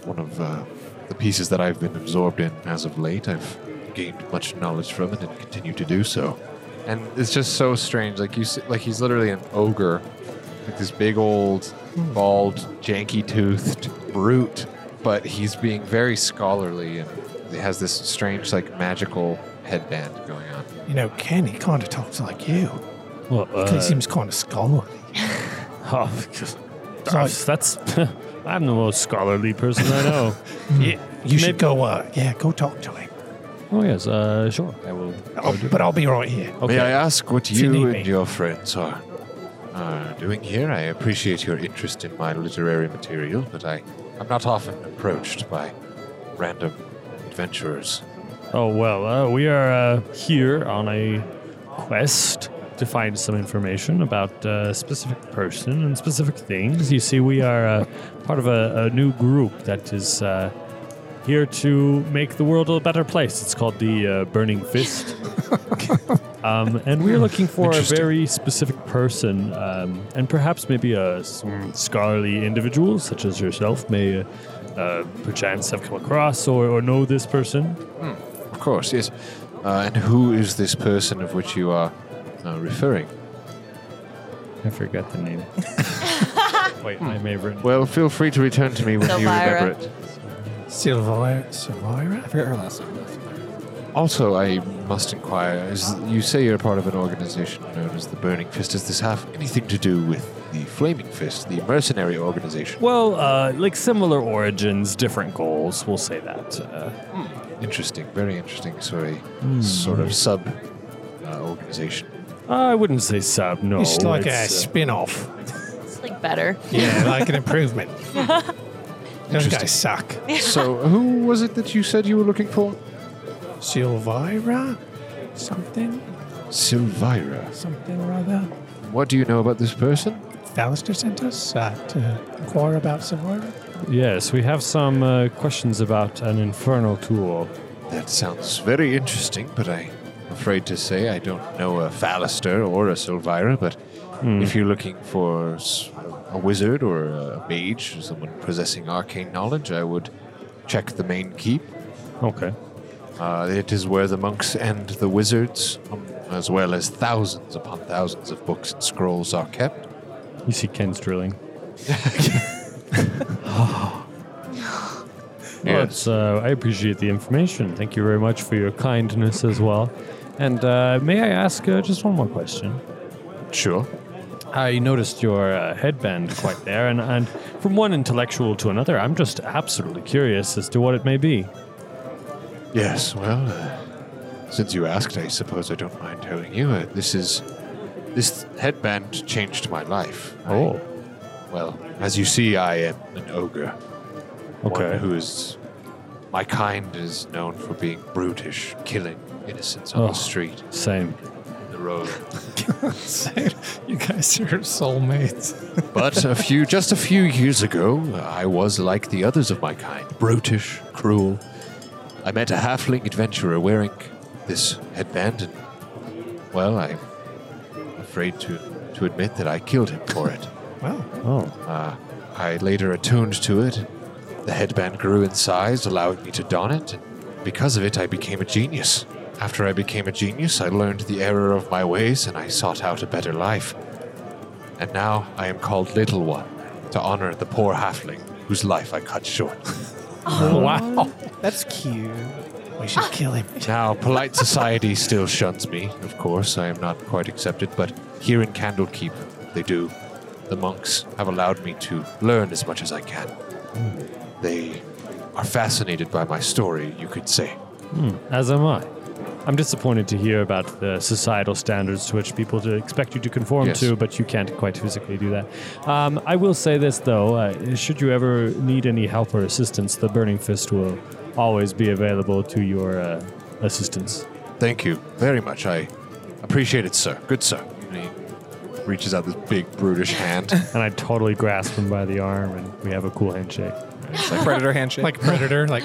[SPEAKER 6] one of uh, the pieces that I've been absorbed in as of late. I've gained much knowledge from it and continue to do so.
[SPEAKER 1] and it's just so strange. Like you, see, like he's literally an ogre, like this big old, bald, janky-toothed brute, but he's being very scholarly and he has this strange, like magical headband going on.
[SPEAKER 2] You know, Ken, he kind of talks like you.
[SPEAKER 5] Well, uh,
[SPEAKER 2] he seems kind of scholarly.
[SPEAKER 5] oh, just-
[SPEAKER 2] It's like,
[SPEAKER 5] that's. I'm the most scholarly person I know.
[SPEAKER 2] yeah, you should go. Uh, yeah, go talk to him.
[SPEAKER 5] oh yes, uh, sure. I will.
[SPEAKER 2] I'll- but I'll be right here.
[SPEAKER 5] Okay.
[SPEAKER 6] May I ask what
[SPEAKER 2] If you
[SPEAKER 6] you,
[SPEAKER 2] need
[SPEAKER 6] and
[SPEAKER 2] me.
[SPEAKER 6] your friends are, are doing here? I appreciate your interest in my literary material, but I, I'm not often approached by random adventurers.
[SPEAKER 5] Oh well, uh, we are uh, here on a quest to find some information about uh, a specific person and specific things. You see, we are uh, part of a, a new group that is uh, here to make the world a better place. It's called the uh, Burning Fist. Um, and we're looking for a very specific person, um, and perhaps maybe a some scholarly individual such as yourself may, uh, uh, perchance, have come across or, or know this person.
[SPEAKER 1] Of course, yes. Uh, and who is this person of which you are uh, referring?
[SPEAKER 5] I forgot the name. Wait, I may have written.
[SPEAKER 1] Well, feel free to return to me when you
[SPEAKER 3] Elvira.
[SPEAKER 1] remember it.
[SPEAKER 2] Silvira, Silvira.
[SPEAKER 4] I forgot her last name.
[SPEAKER 1] Also, I must inquire: is you say you're part of an organization known as the Burning Fist? Does this have anything to do with the Flaming Fist, the mercenary organization?
[SPEAKER 5] Well, uh, like similar origins, different goals. We'll say that. Uh,
[SPEAKER 1] Interesting, very interesting. Sorry, sort of sub uh, organization.
[SPEAKER 5] I wouldn't say sub. No,
[SPEAKER 2] It's like a
[SPEAKER 5] it's, uh,
[SPEAKER 2] spin off.
[SPEAKER 3] It's like better.
[SPEAKER 2] Yeah, like an improvement. Those
[SPEAKER 1] Interesting.
[SPEAKER 2] guys suck.
[SPEAKER 1] so, who was it that you said you were looking for?
[SPEAKER 2] Silvira? Something?
[SPEAKER 1] Silvira.
[SPEAKER 2] Something or other?
[SPEAKER 1] What do you know about this person?
[SPEAKER 2] Ballister sent us uh, to inquire about Silvira?
[SPEAKER 5] yes, we have some uh, questions about an infernal tool.
[SPEAKER 1] That sounds very interesting, but I'm afraid to say I don't know a Fallister or a Silvira. But if you're looking for s- a wizard or a mage, or someone possessing arcane knowledge, I would check the main keep.
[SPEAKER 5] Okay.
[SPEAKER 1] Uh, it is where the monks and the wizards, um, as well as thousands upon thousands of books and scrolls, are kept.
[SPEAKER 5] You see Ken's drilling. Well, it's, uh, I appreciate the information. Thank you very much for your kindness as well. And uh, may I ask uh, just one more question?
[SPEAKER 1] Sure.
[SPEAKER 5] I noticed your uh, headband quite there, and, and from one intellectual to another, I'm just absolutely curious as to what it may be.
[SPEAKER 1] Yes, well, uh, since you asked, I suppose I don't mind telling you. Uh, this is. This headband changed my life. I-
[SPEAKER 5] Oh,
[SPEAKER 1] well, as you see, I am an ogre.
[SPEAKER 5] Okay.
[SPEAKER 1] One who is. My kind is known for being brutish, killing innocents on
[SPEAKER 5] Oh.
[SPEAKER 1] the street,
[SPEAKER 5] same.
[SPEAKER 1] in the road.
[SPEAKER 2] you guys are soulmates.
[SPEAKER 1] But a few, just a few years ago, I was like the others of my kind, brutish, cruel. I met a halfling adventurer wearing this headband, and well, I'm afraid to to admit that I killed him for it.
[SPEAKER 5] Oh,
[SPEAKER 1] Uh, I later attuned to it. The headband grew in size, allowing me to don it, and because of it, I became a genius. After I became a genius, I learned the error of my ways and I sought out a better life. And now I am called Little One to honor the poor halfling whose life I cut short.
[SPEAKER 2] Wow.
[SPEAKER 4] That's cute.
[SPEAKER 2] We should kill him.
[SPEAKER 1] Now, polite society still shuns me, of course. I am not quite accepted, but here in Candlekeep, they do. The monks have allowed me to learn as much as I can. They are fascinated by my story, you could say.
[SPEAKER 5] as am I. I'm disappointed to hear about the societal standards to which people to expect you to conform
[SPEAKER 1] Yes.
[SPEAKER 5] to, but you can't quite physically do that. Um, I will say this, though. Uh, should you ever need any help or assistance, the Burning Fist will always be available to your uh, assistance.
[SPEAKER 1] Thank you very much. I appreciate it, sir. Good, sir. And he reaches out this big, brutish hand.
[SPEAKER 5] And I totally grasp him by the arm, and we have a cool handshake.
[SPEAKER 4] It's like predator handshake.
[SPEAKER 2] Like Predator. Like,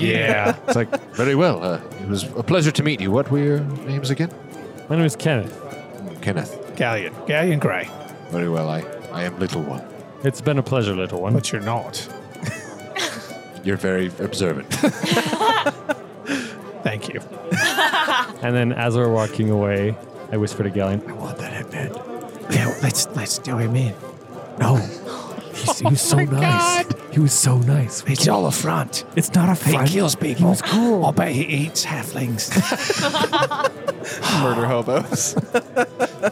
[SPEAKER 5] Yeah.
[SPEAKER 1] it's like, very well. Uh, it was a pleasure to meet you. What were your names again?
[SPEAKER 5] My name is Kenneth.
[SPEAKER 1] Kenneth.
[SPEAKER 2] Galleon. Galleon Grey.
[SPEAKER 1] Very well. I, I am Little One.
[SPEAKER 5] It's been a pleasure, little one.
[SPEAKER 2] But you're not.
[SPEAKER 1] You're very observant.
[SPEAKER 2] Thank you.
[SPEAKER 5] And then as we're walking away, I whisper to Galleon, I want that headband.
[SPEAKER 2] Yeah, let's let's do him in. No.
[SPEAKER 5] He's- He was
[SPEAKER 2] Oh
[SPEAKER 5] so nice. He was so nice.
[SPEAKER 2] It's all a front.
[SPEAKER 5] It's not a
[SPEAKER 2] He
[SPEAKER 5] front.
[SPEAKER 2] kills people. Oh. He's cool. I'll bet he eats halflings.
[SPEAKER 4] murder hobos.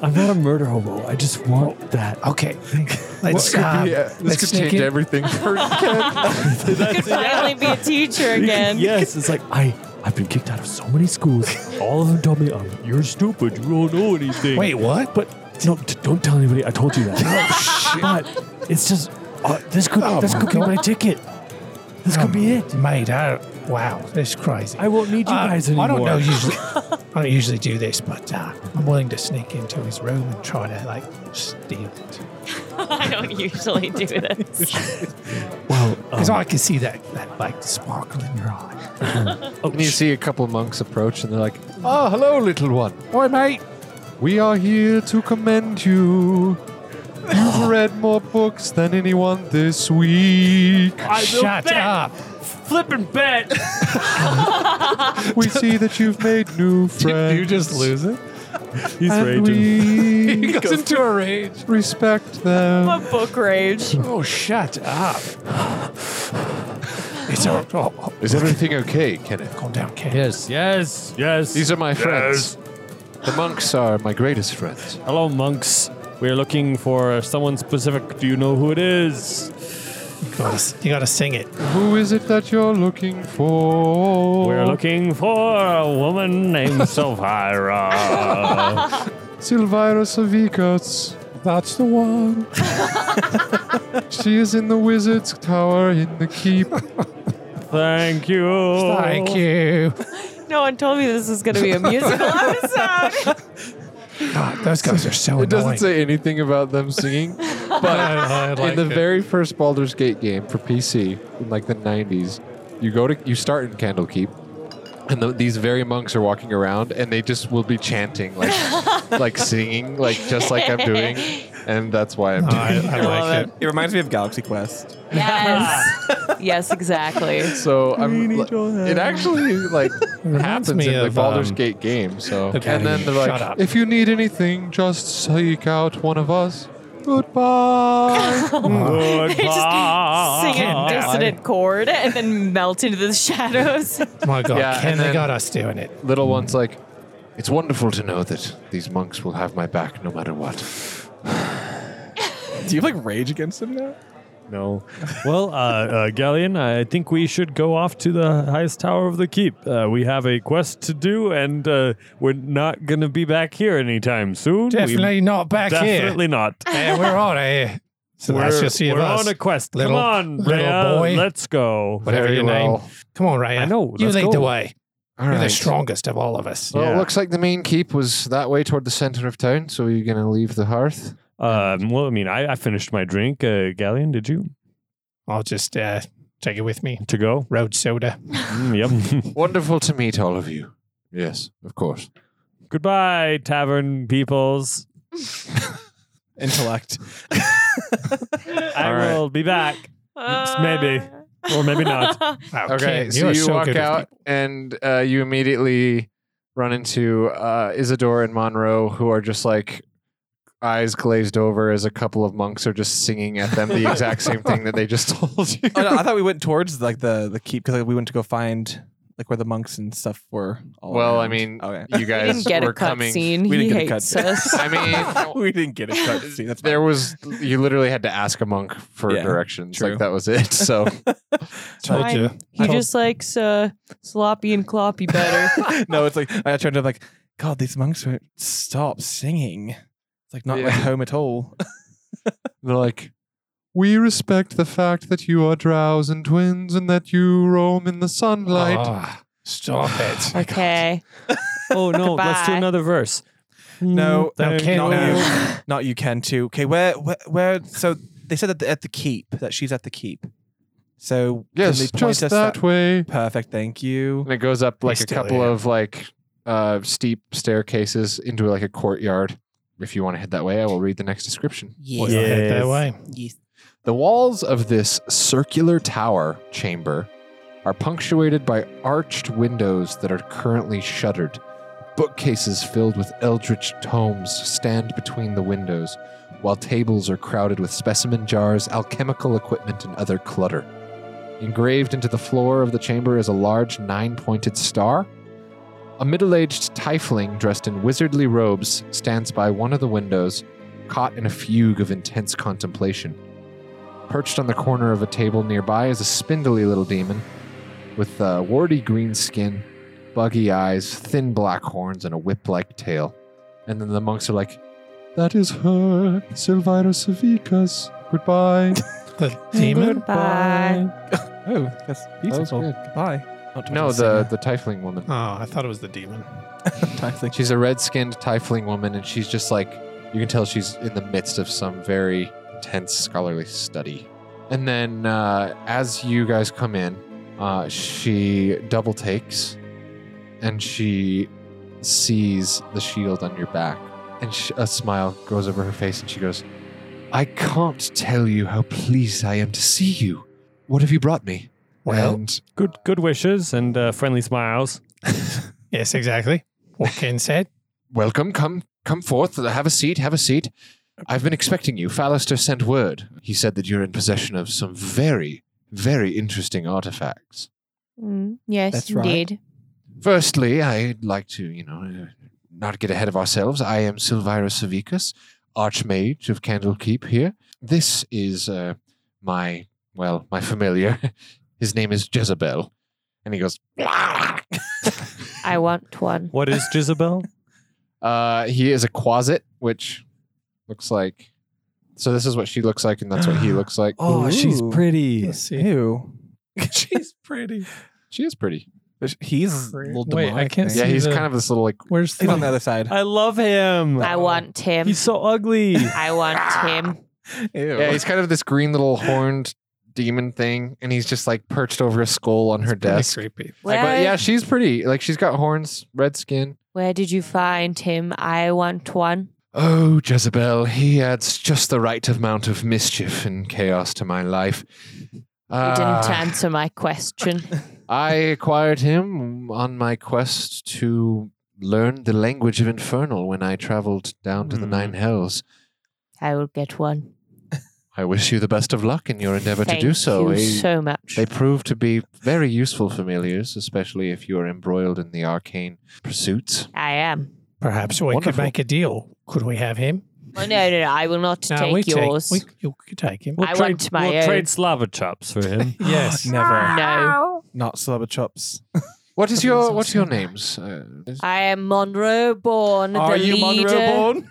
[SPEAKER 5] I'm not a murder hobo. I just want that.
[SPEAKER 2] okay. Let's
[SPEAKER 5] uh,
[SPEAKER 2] um, let's sneak in.
[SPEAKER 1] everything.
[SPEAKER 3] could finally be a teacher again.
[SPEAKER 5] Yes, it's like I. I've been kicked out of so many schools. All of them told me, um, "You're stupid. You don't know anything."
[SPEAKER 2] Wait, what? oh,
[SPEAKER 5] but no, t- don't tell anybody. I told you that. but it's just uh, this could this could be my ticket. This
[SPEAKER 2] Oh,
[SPEAKER 5] could be it.
[SPEAKER 2] Mate, I don't- wow, this is crazy.
[SPEAKER 5] I won't need you
[SPEAKER 2] Uh,
[SPEAKER 5] guys anymore.
[SPEAKER 2] I don't know usually. I don't usually do this, but uh, I'm willing to sneak into his room and try to like steal it
[SPEAKER 3] I don't usually do this.
[SPEAKER 5] Well, um,
[SPEAKER 7] Oh.
[SPEAKER 2] because I can see that that like sparkle in your eye.
[SPEAKER 5] oh,
[SPEAKER 7] And you
[SPEAKER 5] sh-
[SPEAKER 7] see a couple monks approach, and they're like, "Ah, hello, little one. Oi, mate. We are here to commend you.
[SPEAKER 1] Oh.
[SPEAKER 7] You've read more books than anyone this week.
[SPEAKER 2] Shut up!
[SPEAKER 5] flipping bet.
[SPEAKER 7] We see that you've made new friends.
[SPEAKER 2] it?
[SPEAKER 5] He's
[SPEAKER 2] Uh,
[SPEAKER 7] and
[SPEAKER 5] raging.
[SPEAKER 7] we
[SPEAKER 2] goes into a rage.
[SPEAKER 7] respect them.
[SPEAKER 3] I'm a book rage.
[SPEAKER 2] Oh, shut up! it's all. Oh, oh,
[SPEAKER 1] Is everything okay, Kenneth?
[SPEAKER 2] calm down, kid.
[SPEAKER 5] Yes, yes, yes.
[SPEAKER 1] These are my friends. The monks are my greatest friends.
[SPEAKER 5] Hello, monks. We're looking for someone specific. Do you know who it is?
[SPEAKER 2] You, gotta, you gotta sing it.
[SPEAKER 7] Who is it that you're looking for?
[SPEAKER 5] We're looking for a woman named Silvira.
[SPEAKER 7] Silvira Savicas. That's the one. she is in the wizard's tower in the keep.
[SPEAKER 5] Thank you.
[SPEAKER 2] Thank you.
[SPEAKER 3] No one told me this was going to be a musical episode.
[SPEAKER 2] God, those guys are so
[SPEAKER 7] It doesn't
[SPEAKER 2] annoying.
[SPEAKER 7] say anything about them singing, but in
[SPEAKER 2] uh,
[SPEAKER 7] the very first Baldur's Gate game for PC in like the 90s, you go to you start in Candlekeep, and the, these very monks are walking around, and they just will be chanting like like singing like just like I'm doing, and that's why I'm.
[SPEAKER 2] Oh, I, I like it.
[SPEAKER 4] it. reminds me of Galaxy Quest.
[SPEAKER 3] yes. yes, exactly.
[SPEAKER 7] So I'm. li- it actually like
[SPEAKER 2] Reminds
[SPEAKER 7] happens in
[SPEAKER 2] me
[SPEAKER 7] the
[SPEAKER 2] of,
[SPEAKER 7] Baldur's
[SPEAKER 2] um,
[SPEAKER 7] Gate game. So
[SPEAKER 2] okay,
[SPEAKER 7] and then they're
[SPEAKER 2] shut
[SPEAKER 7] like,
[SPEAKER 2] up.
[SPEAKER 7] if you need anything, just seek out one of us. Goodbye.
[SPEAKER 5] Goodbye.
[SPEAKER 3] Sing a
[SPEAKER 2] Can't die.
[SPEAKER 3] dissonant chord and then melt into the shadows.
[SPEAKER 2] My God,
[SPEAKER 7] Yeah,
[SPEAKER 2] Ken,
[SPEAKER 7] and
[SPEAKER 2] they
[SPEAKER 7] then-
[SPEAKER 2] got us doing it.
[SPEAKER 7] Little one's like,
[SPEAKER 6] It's wonderful to know that these monks will have my back no matter what.
[SPEAKER 4] Do you like rage against him now?
[SPEAKER 5] No. Well, uh, uh, Galleon, I think we should go off to the highest tower of the keep. Uh, we have a quest to do, and uh, we're not going to be back here anytime soon. We-
[SPEAKER 2] Definitely not back
[SPEAKER 5] definitely not.
[SPEAKER 2] here. Yeah, we're out of here. So that's
[SPEAKER 5] we're
[SPEAKER 2] just you
[SPEAKER 5] we're
[SPEAKER 2] of us.
[SPEAKER 5] on a quest.
[SPEAKER 2] Little-
[SPEAKER 5] Come on,
[SPEAKER 2] little
[SPEAKER 5] Rhea,
[SPEAKER 2] boy.
[SPEAKER 5] Let's go.
[SPEAKER 2] Whatever
[SPEAKER 1] Very
[SPEAKER 2] your name.
[SPEAKER 1] well.
[SPEAKER 2] Come on, Raya.
[SPEAKER 5] I know,
[SPEAKER 2] You
[SPEAKER 5] let's
[SPEAKER 2] lead
[SPEAKER 5] go.
[SPEAKER 2] the way.
[SPEAKER 1] All
[SPEAKER 2] You're the
[SPEAKER 1] right.
[SPEAKER 2] strongest of all of us.
[SPEAKER 1] Well,
[SPEAKER 5] Yeah.
[SPEAKER 1] it looks like the main keep was that way toward the center of town. So are you going to leave the hearth?
[SPEAKER 5] Um, well, I mean, I, I finished my drink. Uh, Galleon, did you?
[SPEAKER 2] I'll just uh, take it with me.
[SPEAKER 5] To go?
[SPEAKER 2] Road soda.
[SPEAKER 5] Mm, yep.
[SPEAKER 1] Wonderful to meet all of you. Yes, of course.
[SPEAKER 5] Goodbye, tavern peoples.
[SPEAKER 4] Intellect.
[SPEAKER 5] I
[SPEAKER 1] All right.
[SPEAKER 5] will be back. Oops, maybe.
[SPEAKER 3] Uh,
[SPEAKER 5] Or maybe not.
[SPEAKER 2] Wow,
[SPEAKER 1] Okay,
[SPEAKER 2] Keaton,
[SPEAKER 1] so
[SPEAKER 2] are
[SPEAKER 1] you walk
[SPEAKER 2] good with
[SPEAKER 1] out
[SPEAKER 2] people.
[SPEAKER 1] and uh, you immediately run into uh, Isidore and Monroe, who are just like eyes glazed over as a couple of monks are just singing at them the exact same thing that they just told you.
[SPEAKER 4] oh, no, I thought we went towards like the the keep because like, we went to go find like where the monks and stuff were. All
[SPEAKER 1] Well, I
[SPEAKER 4] around.
[SPEAKER 1] mean,
[SPEAKER 4] okay.
[SPEAKER 1] you
[SPEAKER 3] We
[SPEAKER 1] guys
[SPEAKER 3] didn't get
[SPEAKER 1] were
[SPEAKER 3] a
[SPEAKER 1] coming.
[SPEAKER 3] cutscene.
[SPEAKER 4] We
[SPEAKER 3] He
[SPEAKER 4] didn't get a
[SPEAKER 3] hates
[SPEAKER 4] cutscene.
[SPEAKER 3] us.
[SPEAKER 1] I mean,
[SPEAKER 4] we didn't get a cut. See, that's
[SPEAKER 1] there was you literally had to ask a monk for
[SPEAKER 4] Yeah,
[SPEAKER 1] directions.
[SPEAKER 4] true.
[SPEAKER 1] Like that was it. So
[SPEAKER 2] Told
[SPEAKER 3] Fine.
[SPEAKER 2] you.
[SPEAKER 3] He just likes uh, sloppy and cloppy better.
[SPEAKER 1] Oh
[SPEAKER 4] fine. no, it's like I tried to like, God, these monks won't stop singing. It's like not like
[SPEAKER 1] Yeah.
[SPEAKER 4] home at all.
[SPEAKER 1] they're like. We respect the fact that you are drows and twins and that you roam in the sunlight.
[SPEAKER 4] Ah.
[SPEAKER 2] Oh, stop it.
[SPEAKER 3] okay.
[SPEAKER 5] Oh, no. Let's do
[SPEAKER 3] Goodbye.
[SPEAKER 5] another verse.
[SPEAKER 4] No,
[SPEAKER 5] Mm,
[SPEAKER 2] okay,
[SPEAKER 5] thank
[SPEAKER 4] not
[SPEAKER 5] you.
[SPEAKER 2] well.
[SPEAKER 4] you. Not you can too. Okay, where, where, where? So they said that the- at the keep that she's at the keep. So
[SPEAKER 1] Yes,
[SPEAKER 4] can they point
[SPEAKER 1] just
[SPEAKER 4] us
[SPEAKER 1] that way.
[SPEAKER 4] Perfect. Thank you.
[SPEAKER 1] And it goes up like
[SPEAKER 2] He's
[SPEAKER 1] a
[SPEAKER 2] still
[SPEAKER 1] couple
[SPEAKER 2] here.
[SPEAKER 1] of like uh, steep staircases into like a courtyard. If you want to head that way, I will read the next description.
[SPEAKER 2] Well, head
[SPEAKER 5] Yes.
[SPEAKER 2] that way.
[SPEAKER 1] The walls of this circular tower chamber are punctuated by arched windows that are currently shuttered. Bookcases filled with eldritch tomes stand between the windows, while tables are crowded with specimen jars, alchemical equipment, and other clutter. Engraved into the floor of the chamber is a large nine pointed star. A middle aged tiefling dressed in wizardly robes stands by one of the windows, caught in a fugue of intense contemplation. Perched on the corner of a table nearby is a spindly little demon with uh, warty green skin, buggy eyes, thin black horns, and a whip like tail. And then the monks are like, That is her, Silvira Savicas. Goodbye.
[SPEAKER 2] The demon.
[SPEAKER 3] Bye.
[SPEAKER 4] Oh, that's beautiful.
[SPEAKER 1] good.
[SPEAKER 4] Goodbye. Not to
[SPEAKER 1] no,
[SPEAKER 4] want to
[SPEAKER 1] the,
[SPEAKER 4] sing
[SPEAKER 1] the tiefling woman.
[SPEAKER 2] Oh, I thought it was the demon.
[SPEAKER 4] that type thing.
[SPEAKER 1] She's a red skinned tiefling woman, and she's just like, you can tell she's in the midst of some very intense scholarly study. And then uh, as you guys come in, uh, she double takes and she sees the shield on your back. And sh a smile goes over her face, and she goes, I can't tell you how pleased I am to see you. What have you brought me?
[SPEAKER 2] Well,
[SPEAKER 1] and
[SPEAKER 5] Good, good wishes and uh, friendly smiles.
[SPEAKER 2] yes, exactly. What Ken said.
[SPEAKER 1] Welcome, come come forth. Have a seat, have a seat. I've been expecting you. Fallister sent word. He said that you're in possession of some very, very interesting artifacts.
[SPEAKER 3] Mm, yes,
[SPEAKER 4] That's right.
[SPEAKER 3] indeed.
[SPEAKER 1] Firstly, I'd like to, you know, uh, not get ahead of ourselves. I am Silvira Savicus, Archmage of Candlekeep here. This is uh, my, well, my familiar. His name is Jezebel. And he goes,
[SPEAKER 3] I want one.
[SPEAKER 5] What is Jezebel?
[SPEAKER 1] Uh, he is a closet, which looks like. So this is what she looks like, and that's what he looks like.
[SPEAKER 4] Oh, she's
[SPEAKER 5] pretty.
[SPEAKER 2] Let's see.
[SPEAKER 4] Ew.
[SPEAKER 2] She's pretty.
[SPEAKER 1] She is pretty.
[SPEAKER 4] But He's a little
[SPEAKER 2] Wait, I
[SPEAKER 4] demonic,
[SPEAKER 2] can't
[SPEAKER 4] think.
[SPEAKER 1] Yeah,
[SPEAKER 2] see
[SPEAKER 1] he's
[SPEAKER 2] the-
[SPEAKER 1] kind of this little like.
[SPEAKER 2] Where's
[SPEAKER 4] He's on the
[SPEAKER 2] the
[SPEAKER 4] other side.
[SPEAKER 5] I love him.
[SPEAKER 3] I want him.
[SPEAKER 5] He's so ugly.
[SPEAKER 3] I want him.
[SPEAKER 4] Ew.
[SPEAKER 1] Yeah, he's kind of this green little horned demon thing, and he's just like perched over a skull on her
[SPEAKER 2] pretty
[SPEAKER 1] desk.
[SPEAKER 2] creepy?
[SPEAKER 1] Like,
[SPEAKER 3] Where,
[SPEAKER 1] but yeah, she's pretty. Like she's got horns, red skin.
[SPEAKER 3] where did you find him? I want one.
[SPEAKER 1] Oh, Jezebel, he adds just the right amount of mischief and chaos to my life.
[SPEAKER 3] You didn't
[SPEAKER 1] Ah.
[SPEAKER 3] answer my question.
[SPEAKER 1] I acquired him on my quest to learn the language of Infernal when I traveled down to the
[SPEAKER 5] Hmm.
[SPEAKER 1] Nine Hells.
[SPEAKER 3] I will get one.
[SPEAKER 1] I wish you the best of luck in your endeavor
[SPEAKER 3] Thank
[SPEAKER 1] to do so.
[SPEAKER 3] you
[SPEAKER 1] Eh,
[SPEAKER 3] so much.
[SPEAKER 1] They prove to be very useful familiars, especially if you are embroiled in the arcane pursuits.
[SPEAKER 3] I am.
[SPEAKER 2] Perhaps we could
[SPEAKER 1] Wonderful.
[SPEAKER 2] make a deal. Could we have him?
[SPEAKER 3] Oh, no, no, no. I will not
[SPEAKER 2] No, we
[SPEAKER 3] take yours.
[SPEAKER 2] Take, we, you could take him.
[SPEAKER 3] We'll I trade- want my we'll own. trade
[SPEAKER 5] slava chops for him.
[SPEAKER 2] yes.
[SPEAKER 4] Never.
[SPEAKER 3] no.
[SPEAKER 4] Not slobber chops.
[SPEAKER 1] What is
[SPEAKER 2] Something is
[SPEAKER 1] your What's
[SPEAKER 2] also
[SPEAKER 1] your
[SPEAKER 2] nice.
[SPEAKER 1] names? Uh, is-
[SPEAKER 3] I am Monroe Born,
[SPEAKER 4] Are
[SPEAKER 3] the
[SPEAKER 4] you
[SPEAKER 3] leader.
[SPEAKER 4] Monroe born?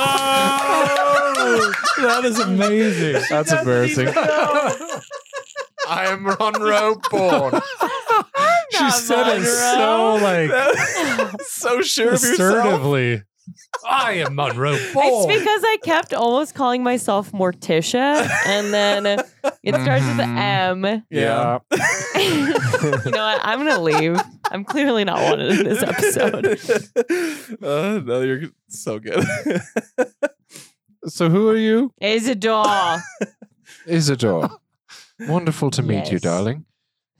[SPEAKER 5] Oh. that is amazing.
[SPEAKER 4] That's embarrassing.
[SPEAKER 1] I am Monroe Bourne.
[SPEAKER 5] she said it so like
[SPEAKER 4] so sure of yourself.
[SPEAKER 5] assertively. I am Monroe.
[SPEAKER 3] It's because I kept almost calling myself Morticia, and then it starts with M.
[SPEAKER 4] Yeah.
[SPEAKER 3] you know what? I'm gonna leave. I'm clearly not wanted in this episode.
[SPEAKER 4] Uh, no, you're so good.
[SPEAKER 1] So who are you?
[SPEAKER 3] Isidore.
[SPEAKER 1] Isidore. Wonderful to meet you,
[SPEAKER 3] Yes.
[SPEAKER 1] darling.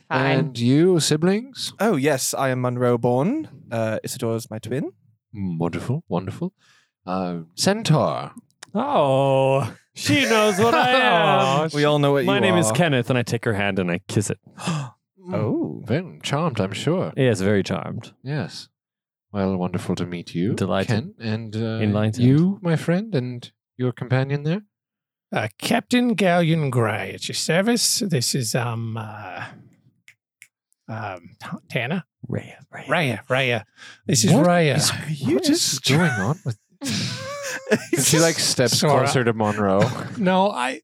[SPEAKER 3] Fine.
[SPEAKER 1] And you, siblings?
[SPEAKER 4] oh yes, I am Monroe born. Uh, Isidore is my twin.
[SPEAKER 1] Mm, Wonderful, wonderful. Uh, centaur.
[SPEAKER 5] Oh, she knows what I am.
[SPEAKER 4] We all know Oh, what
[SPEAKER 5] My
[SPEAKER 4] you
[SPEAKER 5] name is
[SPEAKER 4] are.
[SPEAKER 5] Kenneth, and I take her hand and I kiss it.
[SPEAKER 4] Oh,
[SPEAKER 1] Very charmed, I'm sure.
[SPEAKER 5] Yes, very charmed.
[SPEAKER 1] Yes. Well, wonderful to meet you.
[SPEAKER 5] Delighted.
[SPEAKER 1] Ken, and uh,
[SPEAKER 5] Enlightened.
[SPEAKER 1] you, my friend, and your companion there.
[SPEAKER 2] Uh, Captain Galleon Gray at your service. This is um, uh, um, T- Tanner
[SPEAKER 5] Raya, Raya.
[SPEAKER 2] Raya Raya. This is
[SPEAKER 1] What
[SPEAKER 2] Raya.
[SPEAKER 1] is-
[SPEAKER 4] you
[SPEAKER 1] what is
[SPEAKER 4] just
[SPEAKER 1] going on with And she like steps
[SPEAKER 2] Sora.
[SPEAKER 1] closer to Monroe.
[SPEAKER 2] no, I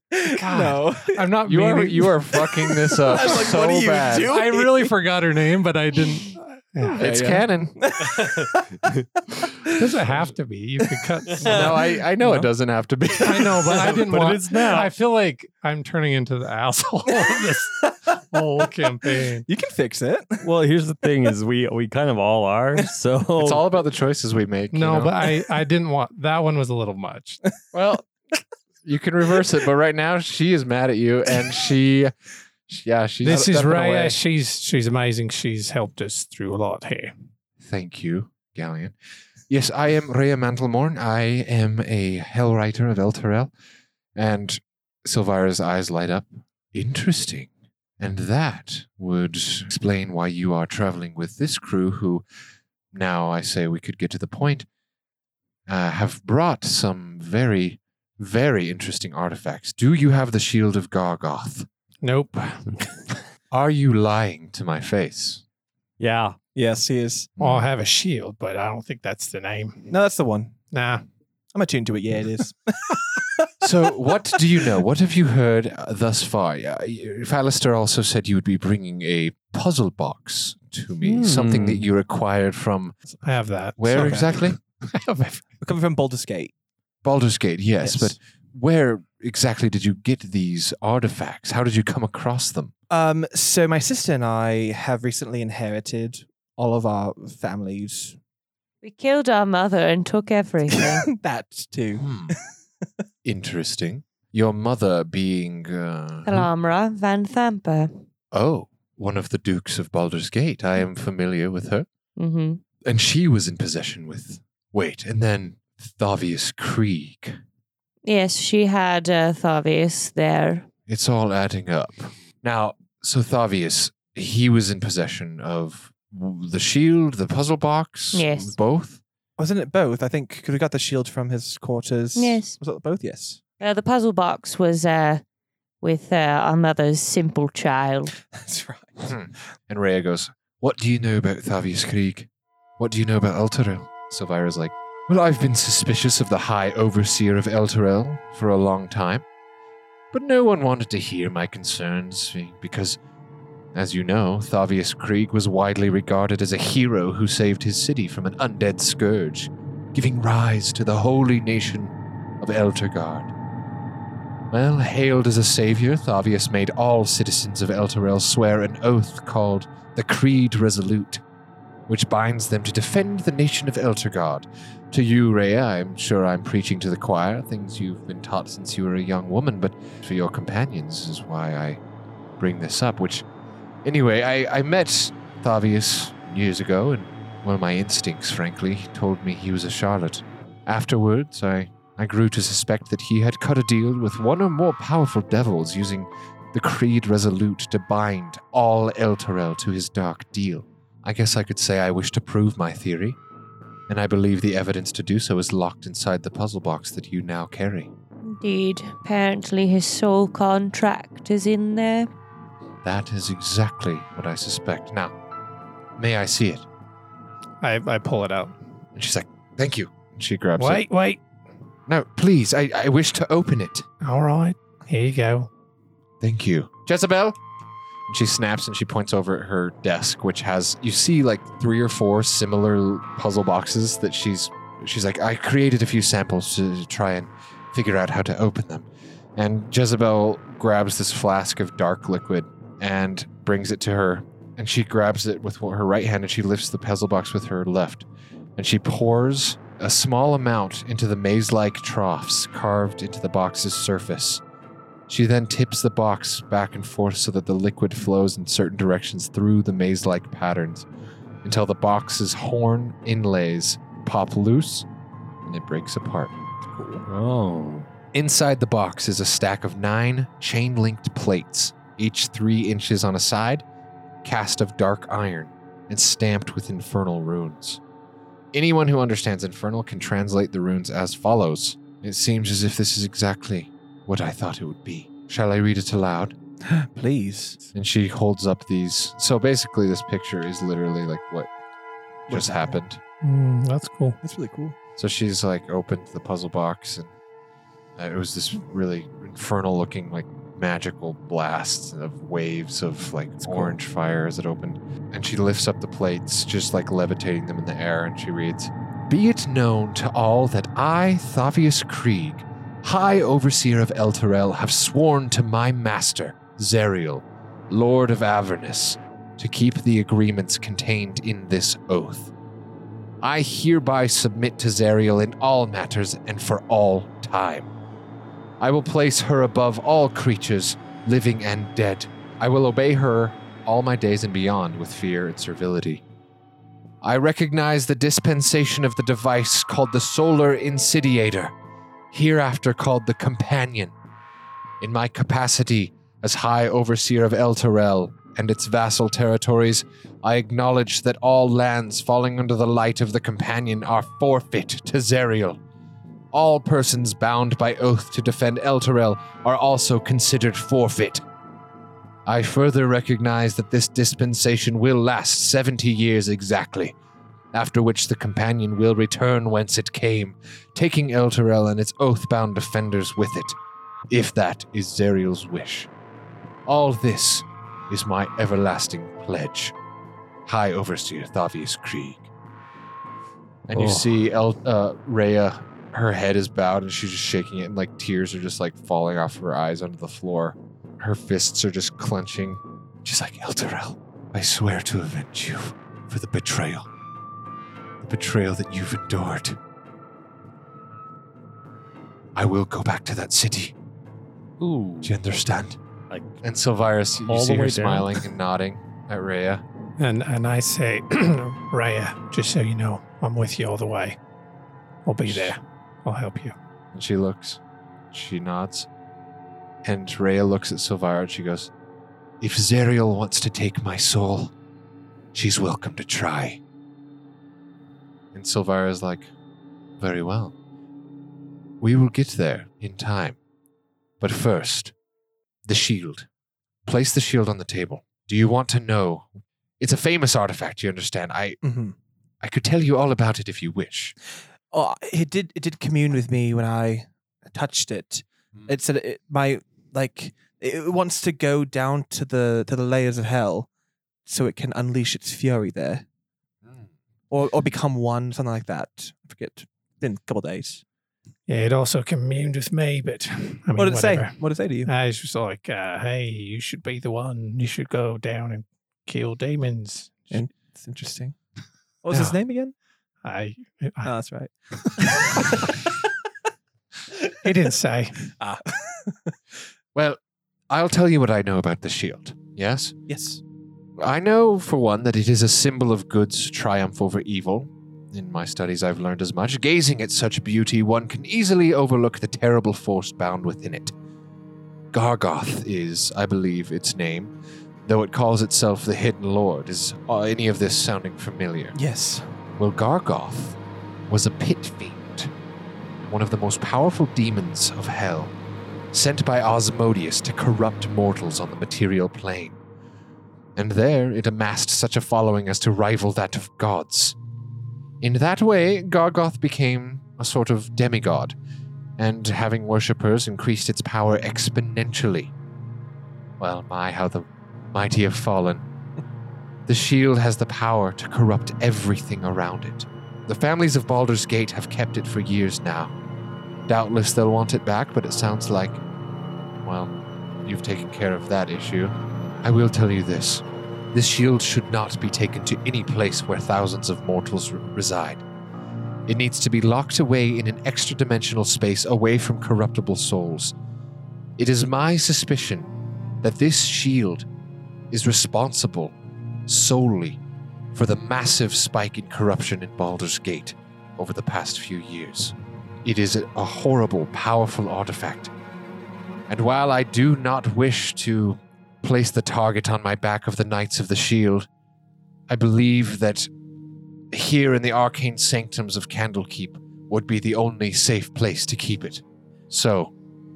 [SPEAKER 2] God.
[SPEAKER 4] no.
[SPEAKER 2] I'm not.
[SPEAKER 1] You are
[SPEAKER 2] meaning-
[SPEAKER 1] you are fucking this up
[SPEAKER 4] I was like,
[SPEAKER 1] so
[SPEAKER 4] what are you
[SPEAKER 1] bad.
[SPEAKER 4] doing?
[SPEAKER 2] I really forgot her name, but I didn't. Yeah.
[SPEAKER 1] It's canon.
[SPEAKER 2] It doesn't have to be. You could cut.
[SPEAKER 1] No, I, I know
[SPEAKER 2] No.
[SPEAKER 1] it doesn't have to be.
[SPEAKER 2] I know, but I didn't
[SPEAKER 5] But it
[SPEAKER 2] want.
[SPEAKER 5] is now.
[SPEAKER 2] I feel like I'm turning into the asshole of this whole campaign.
[SPEAKER 4] You can fix it.
[SPEAKER 5] Well, here's the thing: is we we kind of all are. So
[SPEAKER 1] It's all about the choices we make. you
[SPEAKER 2] oh. No,
[SPEAKER 1] know?
[SPEAKER 2] but I, I didn't want that one was a little much.
[SPEAKER 1] well, you can reverse it. But right now, she is mad at you, and she, yeah, she's
[SPEAKER 2] This is
[SPEAKER 1] stepping
[SPEAKER 2] Raya.
[SPEAKER 1] away.
[SPEAKER 2] She's she's amazing. She's helped us through a lot here.
[SPEAKER 1] Thank you, Galleon. Yes, I am Rhea Mantelmorn. I am a Hell Writer of El Terrell. And Silvira's eyes light up. Interesting. And that would explain why you are traveling with this crew, who now I say we could get to the point, uh, have brought some very, very interesting artifacts. Do you have the Shield of Gargoth?
[SPEAKER 2] Nope.
[SPEAKER 1] Are you lying to my face?
[SPEAKER 5] yeah.
[SPEAKER 4] Yes, he is.
[SPEAKER 2] Well, I have a shield, but I don't think that's the name.
[SPEAKER 4] Mm. No, that's the one.
[SPEAKER 2] Nah.
[SPEAKER 4] I'm attuned to it. Yeah, it is.
[SPEAKER 1] So, what do you know? What have you heard uh, thus far? Uh, Fallister also said you would be bringing a puzzle box to me, something that
[SPEAKER 5] Hmm.
[SPEAKER 1] you acquired from
[SPEAKER 2] I have that.
[SPEAKER 1] where
[SPEAKER 4] Okay.
[SPEAKER 1] exactly?
[SPEAKER 4] We're coming from Baldur's Gate.
[SPEAKER 1] Baldur's Gate, yes, but where exactly did you get these artifacts? How did you come across them?
[SPEAKER 4] Um, so my sister and I have recently inherited all of our families.
[SPEAKER 3] we killed our mother and took everything.
[SPEAKER 4] that too.
[SPEAKER 1] Hmm. Interesting. Your mother being. Uh,
[SPEAKER 3] Alamra Van Thamper.
[SPEAKER 1] oh, one of the Dukes of Baldur's Gate. I am familiar with her.
[SPEAKER 3] hmm
[SPEAKER 1] And she was in possession with. Wait, and then Thavius Krieg.
[SPEAKER 3] Yes, she had uh, Thavius there.
[SPEAKER 1] It's all adding up. Now, so Thavius, he was in possession of w- the shield, the puzzle box,
[SPEAKER 3] Yes.
[SPEAKER 1] both.
[SPEAKER 4] Wasn't it both? I think because we got the shield from his quarters.
[SPEAKER 3] Yes.
[SPEAKER 4] Was it both? Yes.
[SPEAKER 3] Uh, the puzzle box was uh, with uh, our mother's simple child.
[SPEAKER 4] That's right.
[SPEAKER 1] Hmm. And Rhea goes, "What do you know about Thavius Krieg? What do you know about Elturel?" Silvira's like, "Well, I've been suspicious of the High Overseer of Elturel for a long time, but no one wanted to hear my concerns because." As you know, Thavius Krieg was widely regarded as a hero who saved his city from an undead scourge, giving rise to the holy nation of Eltergard. Well, hailed as a savior, Thavius made all citizens of Elturel swear an oath called the Creed Resolute, which binds them to defend the nation of Eltergard. To you, Rhea, I'm sure I'm preaching to the choir, things you've been taught since you were a young woman, but for your companions is why I bring this up, which, anyway, I, I met Thavius years ago, and, well, my instincts, frankly, told me he was a charlatan. Afterwards, I I grew to suspect that he had cut a deal with one or more powerful devils using the Creed Resolute to bind all Elturel to his dark deal. I guess I could say I wish to prove my theory, and I believe the evidence to do so is locked inside the puzzle box that you now carry.
[SPEAKER 3] Indeed. Apparently, his soul contract is in there.
[SPEAKER 1] That is exactly what I suspect. Now, may I see it?
[SPEAKER 4] I, I pull it out.
[SPEAKER 1] And she's like, Thank you. And she grabs it.
[SPEAKER 2] Wait, wait.
[SPEAKER 1] No, please, I, I wish to open it.
[SPEAKER 2] All right. Here you go.
[SPEAKER 1] Thank you. Jezebel! And she snaps and she points over at her desk, which has you see like three or four similar puzzle boxes that she's she's like, I created a few samples to try and figure out how to open them. And Jezebel grabs this flask of dark liquid and brings it to her. And she grabs it with her right hand and she lifts the puzzle box with her left. And she pours a small amount into the maze like troughs carved into the box's surface. She then tips the box back and forth so that the liquid flows in certain directions through the maze like patterns until the box's horn inlays pop loose and it breaks apart.
[SPEAKER 5] Oh.
[SPEAKER 1] Inside the box is a stack of nine chain linked plates, each three inches on a side, cast of dark iron and stamped with infernal runes. Anyone who understands infernal can translate the runes as follows. It seems as if this is exactly what I thought it would be. Shall I read it aloud?
[SPEAKER 4] Please.
[SPEAKER 1] And she holds up these. So basically, this picture is literally like what
[SPEAKER 4] What
[SPEAKER 1] just
[SPEAKER 4] happened?
[SPEAKER 1] happened.
[SPEAKER 2] Mm, that's cool.
[SPEAKER 4] That's really cool.
[SPEAKER 1] So she's like opened the puzzle box, and uh, it was this really infernal looking, like magical blasts of waves of like
[SPEAKER 4] That's cool.
[SPEAKER 1] orange fire as it opened. And she lifts up the plates, just like levitating them in the air, and she reads Be it known to all that I, Thavius Krieg, High Overseer of Elturel, have sworn to my master, Zeriel, Lord of Avernus, to keep the agreements contained in this oath. I hereby submit to Zeriel in all matters and for all time. I will place her above all creatures, living and dead. I will obey her all my days and beyond with fear and servility. I recognize the dispensation of the device called the Solar Insidiator, hereafter called the Companion. In my capacity as High Overseer of Elturel and its vassal territories, I acknowledge that all lands falling under the light of the Companion are forfeit to Zeriel. All persons bound by oath to defend Elturel are also considered forfeit. I further recognize that this dispensation will last 70 years exactly, after which the Companion will return whence it came, taking Elturel and its oath bound defenders with it, if that is Zeriel's wish. All this is my everlasting pledge. High Overseer Thavius Krieg. And you
[SPEAKER 5] Oh.
[SPEAKER 1] see El- uh, Rhea, her head is bowed and she's just shaking it, and like tears are just like falling off her eyes onto the floor. Her fists are just clenching. She's like, Elturel, I swear to avenge you for the betrayal. The betrayal that you've endured. I will go back to that city.
[SPEAKER 5] Ooh.
[SPEAKER 1] Do you understand?
[SPEAKER 5] Like,
[SPEAKER 1] And Silvirus, you
[SPEAKER 5] All the
[SPEAKER 1] see her
[SPEAKER 5] way down.
[SPEAKER 1] smiling and nodding at Rhea.
[SPEAKER 2] And and I say, Raya, just so you know, I'm with you all the way. I'll be there. I'll help you.
[SPEAKER 1] And she looks, she nods, and Rhea looks at Silvira and she goes, If Zeriel wants to take my soul, she's welcome to try. And Silvira's like, Very well. We will get there in time. But first, the shield. Place the shield on the table. Do you want to know? It's a famous artifact, you understand. I,
[SPEAKER 4] Mm-hmm.
[SPEAKER 1] I could tell you all about it if you wish.
[SPEAKER 4] Oh, it did. It did commune with me when I touched it.
[SPEAKER 1] Mm.
[SPEAKER 4] It said it, my like it wants to go down to the to the layers of hell, so it can unleash its fury there, or or become one, something like that. I forget. In a couple days.
[SPEAKER 2] Yeah, it also communed with me, but I mean,
[SPEAKER 4] what did it
[SPEAKER 2] whatever.
[SPEAKER 4] say? What did it say to you?
[SPEAKER 2] I was just like, uh, hey, you should be the one. You should go down and kill demons.
[SPEAKER 4] And- It's interesting. What was his
[SPEAKER 2] Yeah.
[SPEAKER 4] name again?
[SPEAKER 2] I,
[SPEAKER 4] Oh,
[SPEAKER 2] I
[SPEAKER 4] that's right.
[SPEAKER 2] he didn't say.
[SPEAKER 4] Ah.
[SPEAKER 1] Well, I'll tell you what I know about the shield. Yes?
[SPEAKER 4] yes.
[SPEAKER 1] I know, for one, that it is a symbol of good's triumph over evil. In my studies, I've learned as much. Gazing at such beauty, one can easily overlook the terrible force bound within it. Gargoth is, I believe, its name, though it calls itself the Hidden Lord. Is uh, any of this sounding familiar?
[SPEAKER 4] Yes.
[SPEAKER 1] Well, Gargoth was a pit fiend, one of the most powerful demons of hell, sent by Osmodius to corrupt mortals on the material plane. And there it amassed such a following as to rival that of gods. In that way, Gargoth became a sort of demigod, and having worshippers increased its power exponentially. Well, my, how the mighty have fallen. The shield has the power to corrupt everything around it. The families of Baldur's Gate have kept it for years now. Doubtless they'll want it back, but it sounds like, well, you've taken care of that issue. I will tell you this this shield should not be taken to any place where thousands of mortals r- reside. It needs to be locked away in an extra dimensional space away from corruptible souls. It is my suspicion that this shield is responsible solely for the massive spike in corruption in Baldur's Gate over the past few years. It is a horrible, powerful artifact. And while I do not wish to place the target on my back of the Knights of the Shield, I believe that here in the arcane sanctums of Candlekeep would be the only safe place to keep it. So,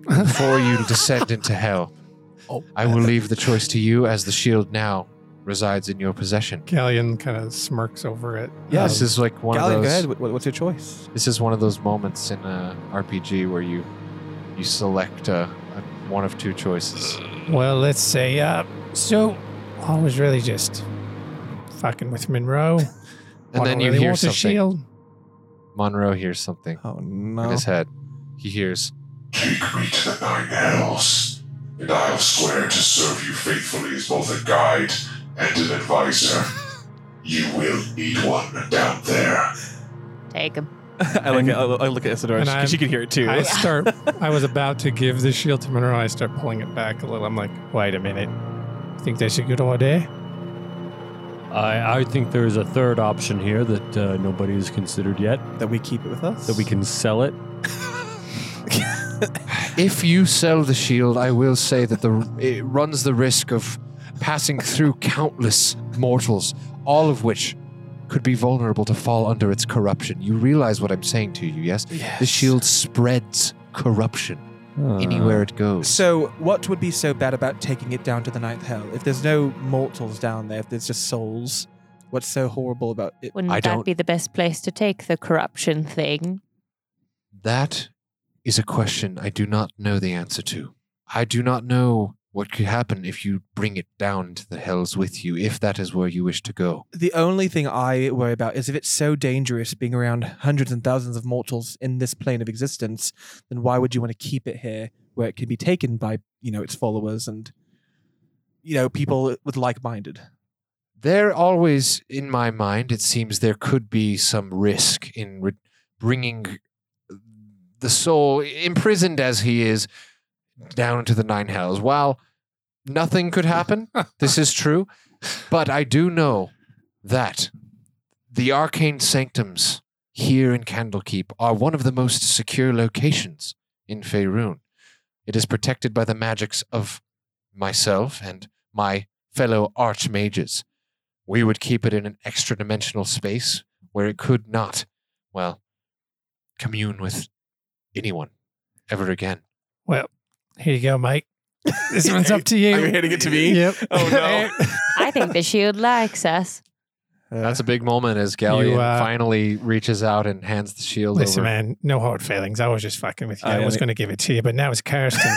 [SPEAKER 1] before you descend into hell, I will leave the choice to you as the shield now resides in your possession.
[SPEAKER 7] Galleon kind of smirks over it.
[SPEAKER 2] Um,
[SPEAKER 4] Yeah,
[SPEAKER 1] This is like one
[SPEAKER 4] Galleon,
[SPEAKER 1] of
[SPEAKER 4] go
[SPEAKER 1] those.
[SPEAKER 4] ahead. What, what's your choice?
[SPEAKER 1] This is one of those moments in a RPG where you you select uh a one of two choices.
[SPEAKER 2] Um, Well, let's say, uh, so I was really just fucking with Monroe.
[SPEAKER 1] And then
[SPEAKER 2] I don't
[SPEAKER 1] you
[SPEAKER 2] really
[SPEAKER 1] hear
[SPEAKER 2] want the
[SPEAKER 1] something.
[SPEAKER 2] shield.
[SPEAKER 1] Monroe hears something
[SPEAKER 4] Oh
[SPEAKER 1] in
[SPEAKER 4] no.
[SPEAKER 1] his head. He hears,
[SPEAKER 8] Treat me to thine hells, and I'll swear to serve you faithfully as both a guide and an advisor. You will need one down there.
[SPEAKER 3] Take him.
[SPEAKER 4] I look at I look- I look at Isidore.
[SPEAKER 7] and I'm-
[SPEAKER 4] She, she can hear it too.
[SPEAKER 7] I start. I was about to give the shield to Monroe. I start pulling it back a little. I'm like, wait a minute.
[SPEAKER 2] Think that's a good idea?
[SPEAKER 5] I, I think there is a third option here that uh, nobody has considered yet
[SPEAKER 4] that we keep it with us.
[SPEAKER 5] that we can sell it.
[SPEAKER 1] "If you sell the shield, I will say that the it runs the risk of passing through countless mortals, all of which could be vulnerable to fall under its corruption. You realize what I'm saying to you, yes? The shield spreads corruption anywhere it goes.
[SPEAKER 4] So, what would be so bad about taking it down to the ninth hell? If there's no mortals down there, if there's just souls, what's so horrible about it?
[SPEAKER 3] Wouldn't
[SPEAKER 1] I
[SPEAKER 3] that
[SPEAKER 1] don't-
[SPEAKER 3] be the best place to take the corruption thing?
[SPEAKER 1] That is a question I do not know the answer to. I do not know what could happen if you bring it down to the hells with you, if that is where you wish to go.
[SPEAKER 4] The only thing I worry about is if it's so dangerous being around hundreds and thousands of mortals in this plane of existence, then why would you want to keep it here where it can be taken by, you know, its followers and you know, people with like-minded.
[SPEAKER 1] There always, in my mind, it seems there could be some risk in re- bringing the soul, imprisoned as he is, down into the nine hells. While nothing could happen, this is true, but I do know that the arcane sanctums here in Candlekeep are one of the most secure locations in Faerun. It is protected by the magics of myself and my fellow archmages we would keep it in an extra dimensional space where it could not, well, commune with anyone ever again.
[SPEAKER 2] Here you go, mate. This one's up to you.
[SPEAKER 4] Are you handing it to me?
[SPEAKER 2] Yep.
[SPEAKER 4] Oh, no.
[SPEAKER 3] I think the shield likes us.
[SPEAKER 1] That's a big moment as Galleon
[SPEAKER 2] Uh, You, uh,
[SPEAKER 1] finally reaches out and hands the shield
[SPEAKER 2] Listen,
[SPEAKER 1] over.
[SPEAKER 2] man, no hard feelings. I was just fucking with you.
[SPEAKER 4] I
[SPEAKER 2] I, was
[SPEAKER 4] only-
[SPEAKER 2] going to give it to you, but now it's Kirsten.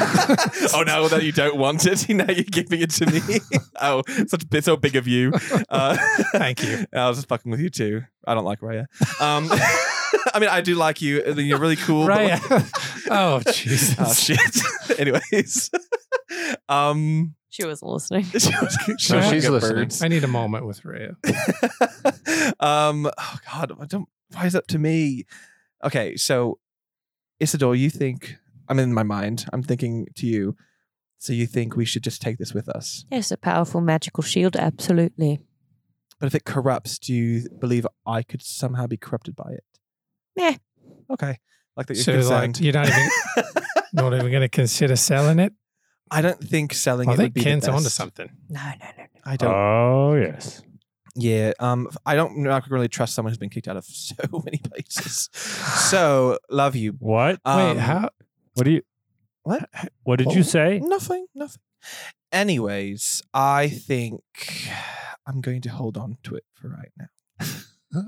[SPEAKER 4] oh, now that you don't want it, now you're giving it to me. oh, such it's so big of you. Uh,
[SPEAKER 2] Thank you.
[SPEAKER 4] I was just fucking with you too. I don't like Raya. Um, I mean, I do like you. and You're really cool. but-
[SPEAKER 2] Raya. oh, Jesus.
[SPEAKER 4] oh shit. Anyways, um,
[SPEAKER 3] She wasn't listening.
[SPEAKER 4] she was- she was
[SPEAKER 1] No, she's
[SPEAKER 4] like a
[SPEAKER 1] listening.
[SPEAKER 4] bird.
[SPEAKER 7] I need a moment with Rhea.
[SPEAKER 4] um, oh god, I don't. Why is it up to me? Okay, so Isidore, you think I'm in my mind. I'm thinking to you. So you think we should just take this with us?
[SPEAKER 3] Yes, a powerful magical shield, absolutely.
[SPEAKER 4] But if it corrupts, do you believe I could somehow be corrupted by it?
[SPEAKER 3] Meh.
[SPEAKER 4] Okay. Like that you're
[SPEAKER 7] So
[SPEAKER 4] concerned.
[SPEAKER 7] like you're not even not even going to consider selling it.
[SPEAKER 4] I don't think selling
[SPEAKER 7] I
[SPEAKER 4] it would
[SPEAKER 7] think
[SPEAKER 4] be
[SPEAKER 7] Ken's
[SPEAKER 4] the best.
[SPEAKER 7] onto something.
[SPEAKER 3] No, no, no, no.
[SPEAKER 4] I don't.
[SPEAKER 5] Oh yes.
[SPEAKER 4] yeah. Um. I don't. I'm not really trust someone who's been kicked out of so many places. so love you.
[SPEAKER 5] What?
[SPEAKER 4] Um,
[SPEAKER 7] Wait, how?
[SPEAKER 5] What do you?
[SPEAKER 4] What?
[SPEAKER 5] What did you
[SPEAKER 4] Oh.
[SPEAKER 5] say?
[SPEAKER 4] Nothing. Nothing. Anyways, I think I'm going to hold on to it for right now.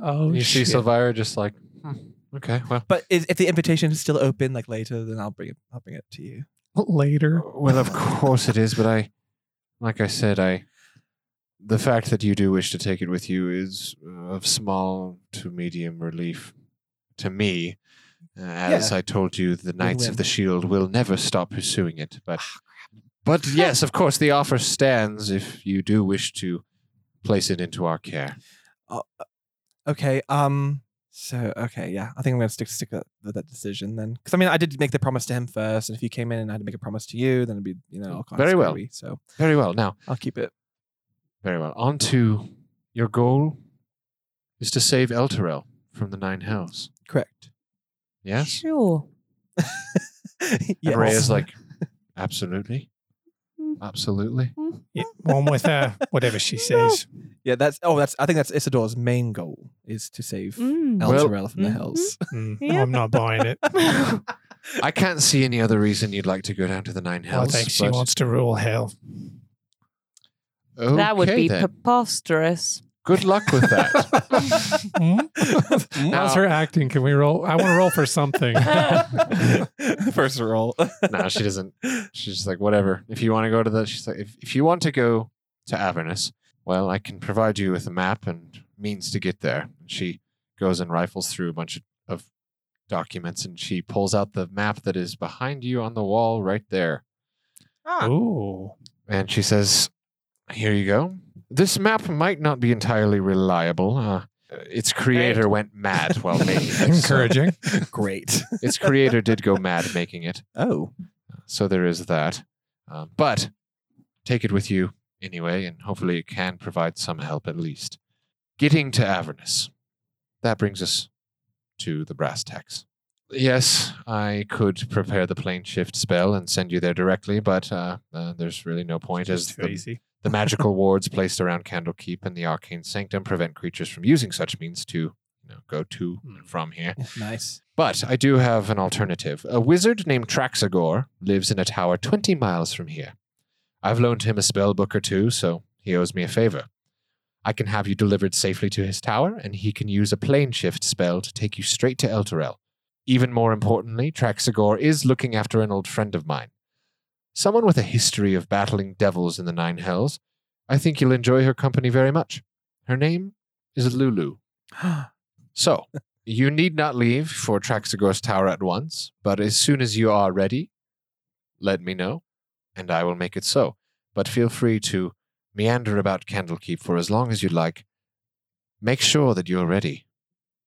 [SPEAKER 7] Oh,
[SPEAKER 1] you see Silvira just like, hmm, okay, well,
[SPEAKER 4] But if, if the invitation is still open, like later, then I'll bring it. I'll bring it to you.
[SPEAKER 7] later.
[SPEAKER 1] well, of course it is. But I, like I said, I, the fact that you do wish to take it with you is uh, of small to medium relief to me. Uh, as I told you, the Knights of
[SPEAKER 4] Win-win.
[SPEAKER 1] the Shield will Ah, never stop pursuing it. But, but yes, of course, the offer stands if you do wish to place it into our care.
[SPEAKER 4] Okay. Um. So okay, yeah. I think I'm gonna stick stick with that, with that decision then, because I mean, I did make the promise to him first, and if you came in and I had to make a promise to you, then it'd be you know all kinds
[SPEAKER 1] Very well.
[SPEAKER 4] screwy, So
[SPEAKER 1] Very well. Now,
[SPEAKER 4] I'll keep it.
[SPEAKER 1] Very well. On to your goal is to save Elturel from the Nine Hells.
[SPEAKER 4] Correct.
[SPEAKER 1] Yes?
[SPEAKER 3] Sure.
[SPEAKER 1] And Ray is
[SPEAKER 4] Yes.
[SPEAKER 1] like, absolutely.
[SPEAKER 3] Mm.
[SPEAKER 1] Absolutely.
[SPEAKER 7] Yeah, one with uh, whatever she says.
[SPEAKER 4] Yeah, that's oh, that's I think that's Isadora's main goal is to save
[SPEAKER 3] Mm.
[SPEAKER 4] El
[SPEAKER 1] Well-
[SPEAKER 4] Terrell from the
[SPEAKER 3] Mhm.
[SPEAKER 4] hells.
[SPEAKER 7] Mm,
[SPEAKER 3] Yeah.
[SPEAKER 7] I'm not buying it.
[SPEAKER 1] I can't see any other reason you'd like to go down to the Nine
[SPEAKER 7] I
[SPEAKER 1] Hells.
[SPEAKER 7] think she
[SPEAKER 1] but-
[SPEAKER 7] wants to rule hell.
[SPEAKER 3] that would
[SPEAKER 1] Okay
[SPEAKER 3] be
[SPEAKER 1] then.
[SPEAKER 3] preposterous.
[SPEAKER 1] Good luck with that.
[SPEAKER 4] Hmm?
[SPEAKER 7] How's her acting? Can we roll? I want to roll for something.
[SPEAKER 4] Ah. First roll.
[SPEAKER 1] no, she doesn't. She's just like, whatever. If you want to go to the, she's like, if, if you want to go to Avernus, well, I can provide you with a map and means to get there. And she goes and rifles through a bunch of, of documents and she pulls out the map that is behind you on the wall right there.
[SPEAKER 7] Ooh,
[SPEAKER 1] And she says, Here you go. This map might not be entirely reliable. Uh, its creator went mad while making it. so-
[SPEAKER 7] encouraging.
[SPEAKER 4] Great.
[SPEAKER 1] its creator did go mad making it.
[SPEAKER 4] Oh,
[SPEAKER 1] So there is that. Uh, but take it with you anyway, and hopefully it can provide some help at least. Getting to Avernus. That brings us to the brass tacks. Yes, I could prepare the plane shift spell and send you there directly, but uh, uh, there's really no point as
[SPEAKER 7] It's too
[SPEAKER 1] the,
[SPEAKER 7] easy.
[SPEAKER 1] the magical wards placed around Candlekeep and the Arcane Sanctum prevent creatures from using such means to you know, go to and from here.
[SPEAKER 4] nice.
[SPEAKER 1] But I do have an alternative. A wizard named Traxagor lives in a tower 20 miles from here. I've loaned him a spell book or two, so he owes me a favor. I can have you delivered safely to his tower, and he can use a plane shift spell to take you straight to Elturel. Even more importantly, Traxagor is looking after an old friend of mine. Someone with a history of battling devils in the Nine Hells. I think you'll enjoy her company very much. Her name is Lulu. So, you need not leave for Traxagor's tower at once, but as soon as you are ready, let me know, and I will make it so. But feel free to meander about Candlekeep for as long as you like. Make sure that you're ready,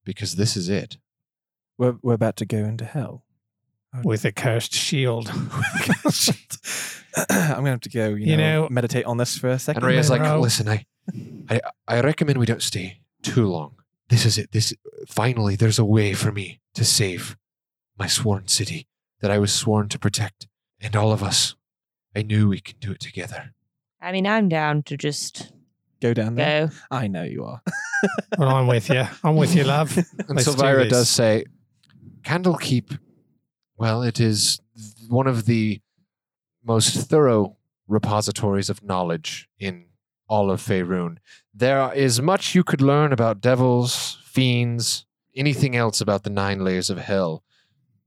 [SPEAKER 1] because this is it.
[SPEAKER 4] We're we're about to go into hell.
[SPEAKER 7] With a cursed shield.
[SPEAKER 4] I'm gonna have to go. You,
[SPEAKER 7] You
[SPEAKER 4] know,
[SPEAKER 7] know-
[SPEAKER 4] meditate on this for a second.
[SPEAKER 1] And Ray is like,
[SPEAKER 7] Monroe.
[SPEAKER 1] listen, I, I, I recommend we don't stay too long. This is it. This finally, there's a way for me to save my sworn city that I was sworn to protect, and all of us. I knew we can do it together.
[SPEAKER 3] I mean, I'm down to just
[SPEAKER 4] go down there.
[SPEAKER 3] go.
[SPEAKER 4] I know you are.
[SPEAKER 7] Well, I'm with you. I'm with you, love.
[SPEAKER 1] And
[SPEAKER 7] Let's do
[SPEAKER 1] Silvira
[SPEAKER 7] this.
[SPEAKER 1] does say, Candlekeep, well, it is th- one of the most thorough repositories of knowledge in all of Faerun. There is much you could learn about devils, fiends, anything else about the nine layers of hell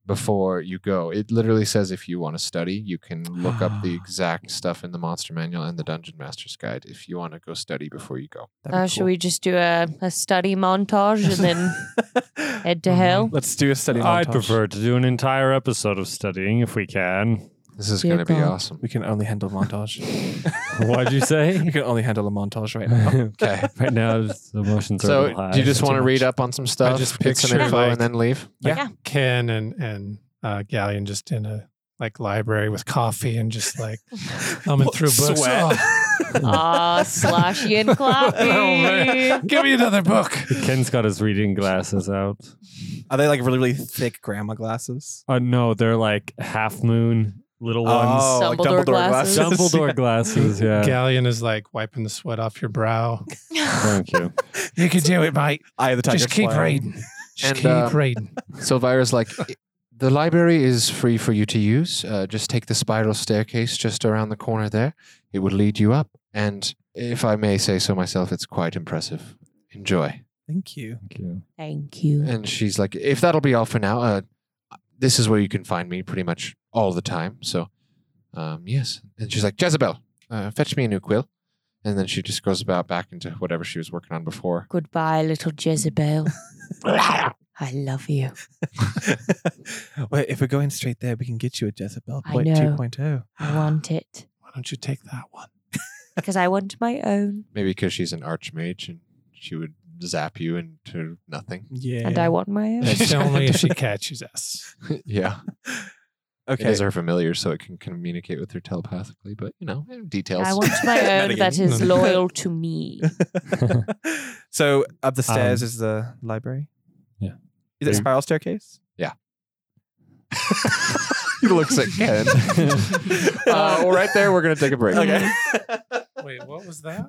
[SPEAKER 1] before you go. It literally says if you want to study, you can look up the exact stuff in the Monster Manual and the Dungeon Master's Guide if you want to go study before you go.
[SPEAKER 4] That'd be
[SPEAKER 3] Uh,
[SPEAKER 4] cool.
[SPEAKER 3] Should we just do a, a study montage and then head to hell?
[SPEAKER 4] Mm-hmm. Let's do a study.
[SPEAKER 5] I'd
[SPEAKER 4] montage.
[SPEAKER 5] prefer to do an entire episode of studying if we can.
[SPEAKER 1] This is
[SPEAKER 3] Dear
[SPEAKER 1] going to be
[SPEAKER 3] God.
[SPEAKER 1] awesome.
[SPEAKER 4] We can only handle montage.
[SPEAKER 5] What'd you
[SPEAKER 4] we
[SPEAKER 5] say?
[SPEAKER 4] can only handle a montage right now.
[SPEAKER 1] Okay.
[SPEAKER 5] right now, the emotions are a little
[SPEAKER 1] So,
[SPEAKER 5] high.
[SPEAKER 1] do you just
[SPEAKER 5] Too
[SPEAKER 1] want to read
[SPEAKER 5] much.
[SPEAKER 1] up on some stuff,
[SPEAKER 7] just
[SPEAKER 1] get some
[SPEAKER 7] picture,
[SPEAKER 1] info,
[SPEAKER 7] like-
[SPEAKER 1] and then leave?
[SPEAKER 7] Ken and and uh, Galleon just in a like library with coffee and just like thumbing through books.
[SPEAKER 4] Sweat.
[SPEAKER 7] Oh,
[SPEAKER 3] Ah, slashy and
[SPEAKER 1] Oh,
[SPEAKER 3] clappy.
[SPEAKER 2] Give me another book.
[SPEAKER 5] Ken's got his reading glasses out.
[SPEAKER 4] Are they like really, really thick grandma glasses?
[SPEAKER 5] Uh, no, they're like half moon little ones.
[SPEAKER 4] Oh, like
[SPEAKER 3] Dumbledore
[SPEAKER 4] Dumbledore
[SPEAKER 3] glasses.
[SPEAKER 4] glasses.
[SPEAKER 5] Dumbledore glasses. Yeah.
[SPEAKER 7] Galleon is like wiping the sweat off your brow.
[SPEAKER 5] Thank you.
[SPEAKER 2] You can do it, mate.
[SPEAKER 4] Eye of the tiger.
[SPEAKER 2] Just keep
[SPEAKER 4] smile.
[SPEAKER 2] reading. Just
[SPEAKER 1] And,
[SPEAKER 2] keep
[SPEAKER 1] um,
[SPEAKER 2] reading.
[SPEAKER 1] Sylvira's like, the library is free for you to use. Uh, just take the spiral staircase just around the corner there. It would lead you up. And if I may say so myself, it's quite impressive. Enjoy.
[SPEAKER 4] Thank you.
[SPEAKER 5] Thank you.
[SPEAKER 3] Thank you.
[SPEAKER 1] And she's like, if that'll be all for now, uh, this is where you can find me pretty much all the time. So, um, yes. And she's like, Jezebel, uh, fetch me a new quill. And then she just goes about back into whatever she was working on before.
[SPEAKER 3] Goodbye, little Jezebel. I love you.
[SPEAKER 4] Wait, if we're going straight there, we can get you a Jezebel
[SPEAKER 3] I
[SPEAKER 4] point oh.
[SPEAKER 3] know.
[SPEAKER 4] 2.0.
[SPEAKER 3] I want it
[SPEAKER 7] Why don't you take that one?
[SPEAKER 3] because I want my own,
[SPEAKER 1] Maybe because she's an archmage and she would zap you into nothing.
[SPEAKER 4] Yeah.
[SPEAKER 3] and I want my own.
[SPEAKER 7] It's only if she catches us.
[SPEAKER 1] yeah. It
[SPEAKER 4] okay.
[SPEAKER 1] is her familiar, so it can communicate with her telepathically, but you know, details.
[SPEAKER 3] I want my own
[SPEAKER 4] Metagame.
[SPEAKER 3] that is loyal to me.
[SPEAKER 4] so up the stairs is the library.
[SPEAKER 5] yeah.
[SPEAKER 4] Is it spiral staircase?
[SPEAKER 1] he looks at Ken. uh, well, right there, we're going to take a
[SPEAKER 3] Uh,
[SPEAKER 1] break.
[SPEAKER 4] Okay.
[SPEAKER 3] mm-hmm.
[SPEAKER 7] Wait, what was that?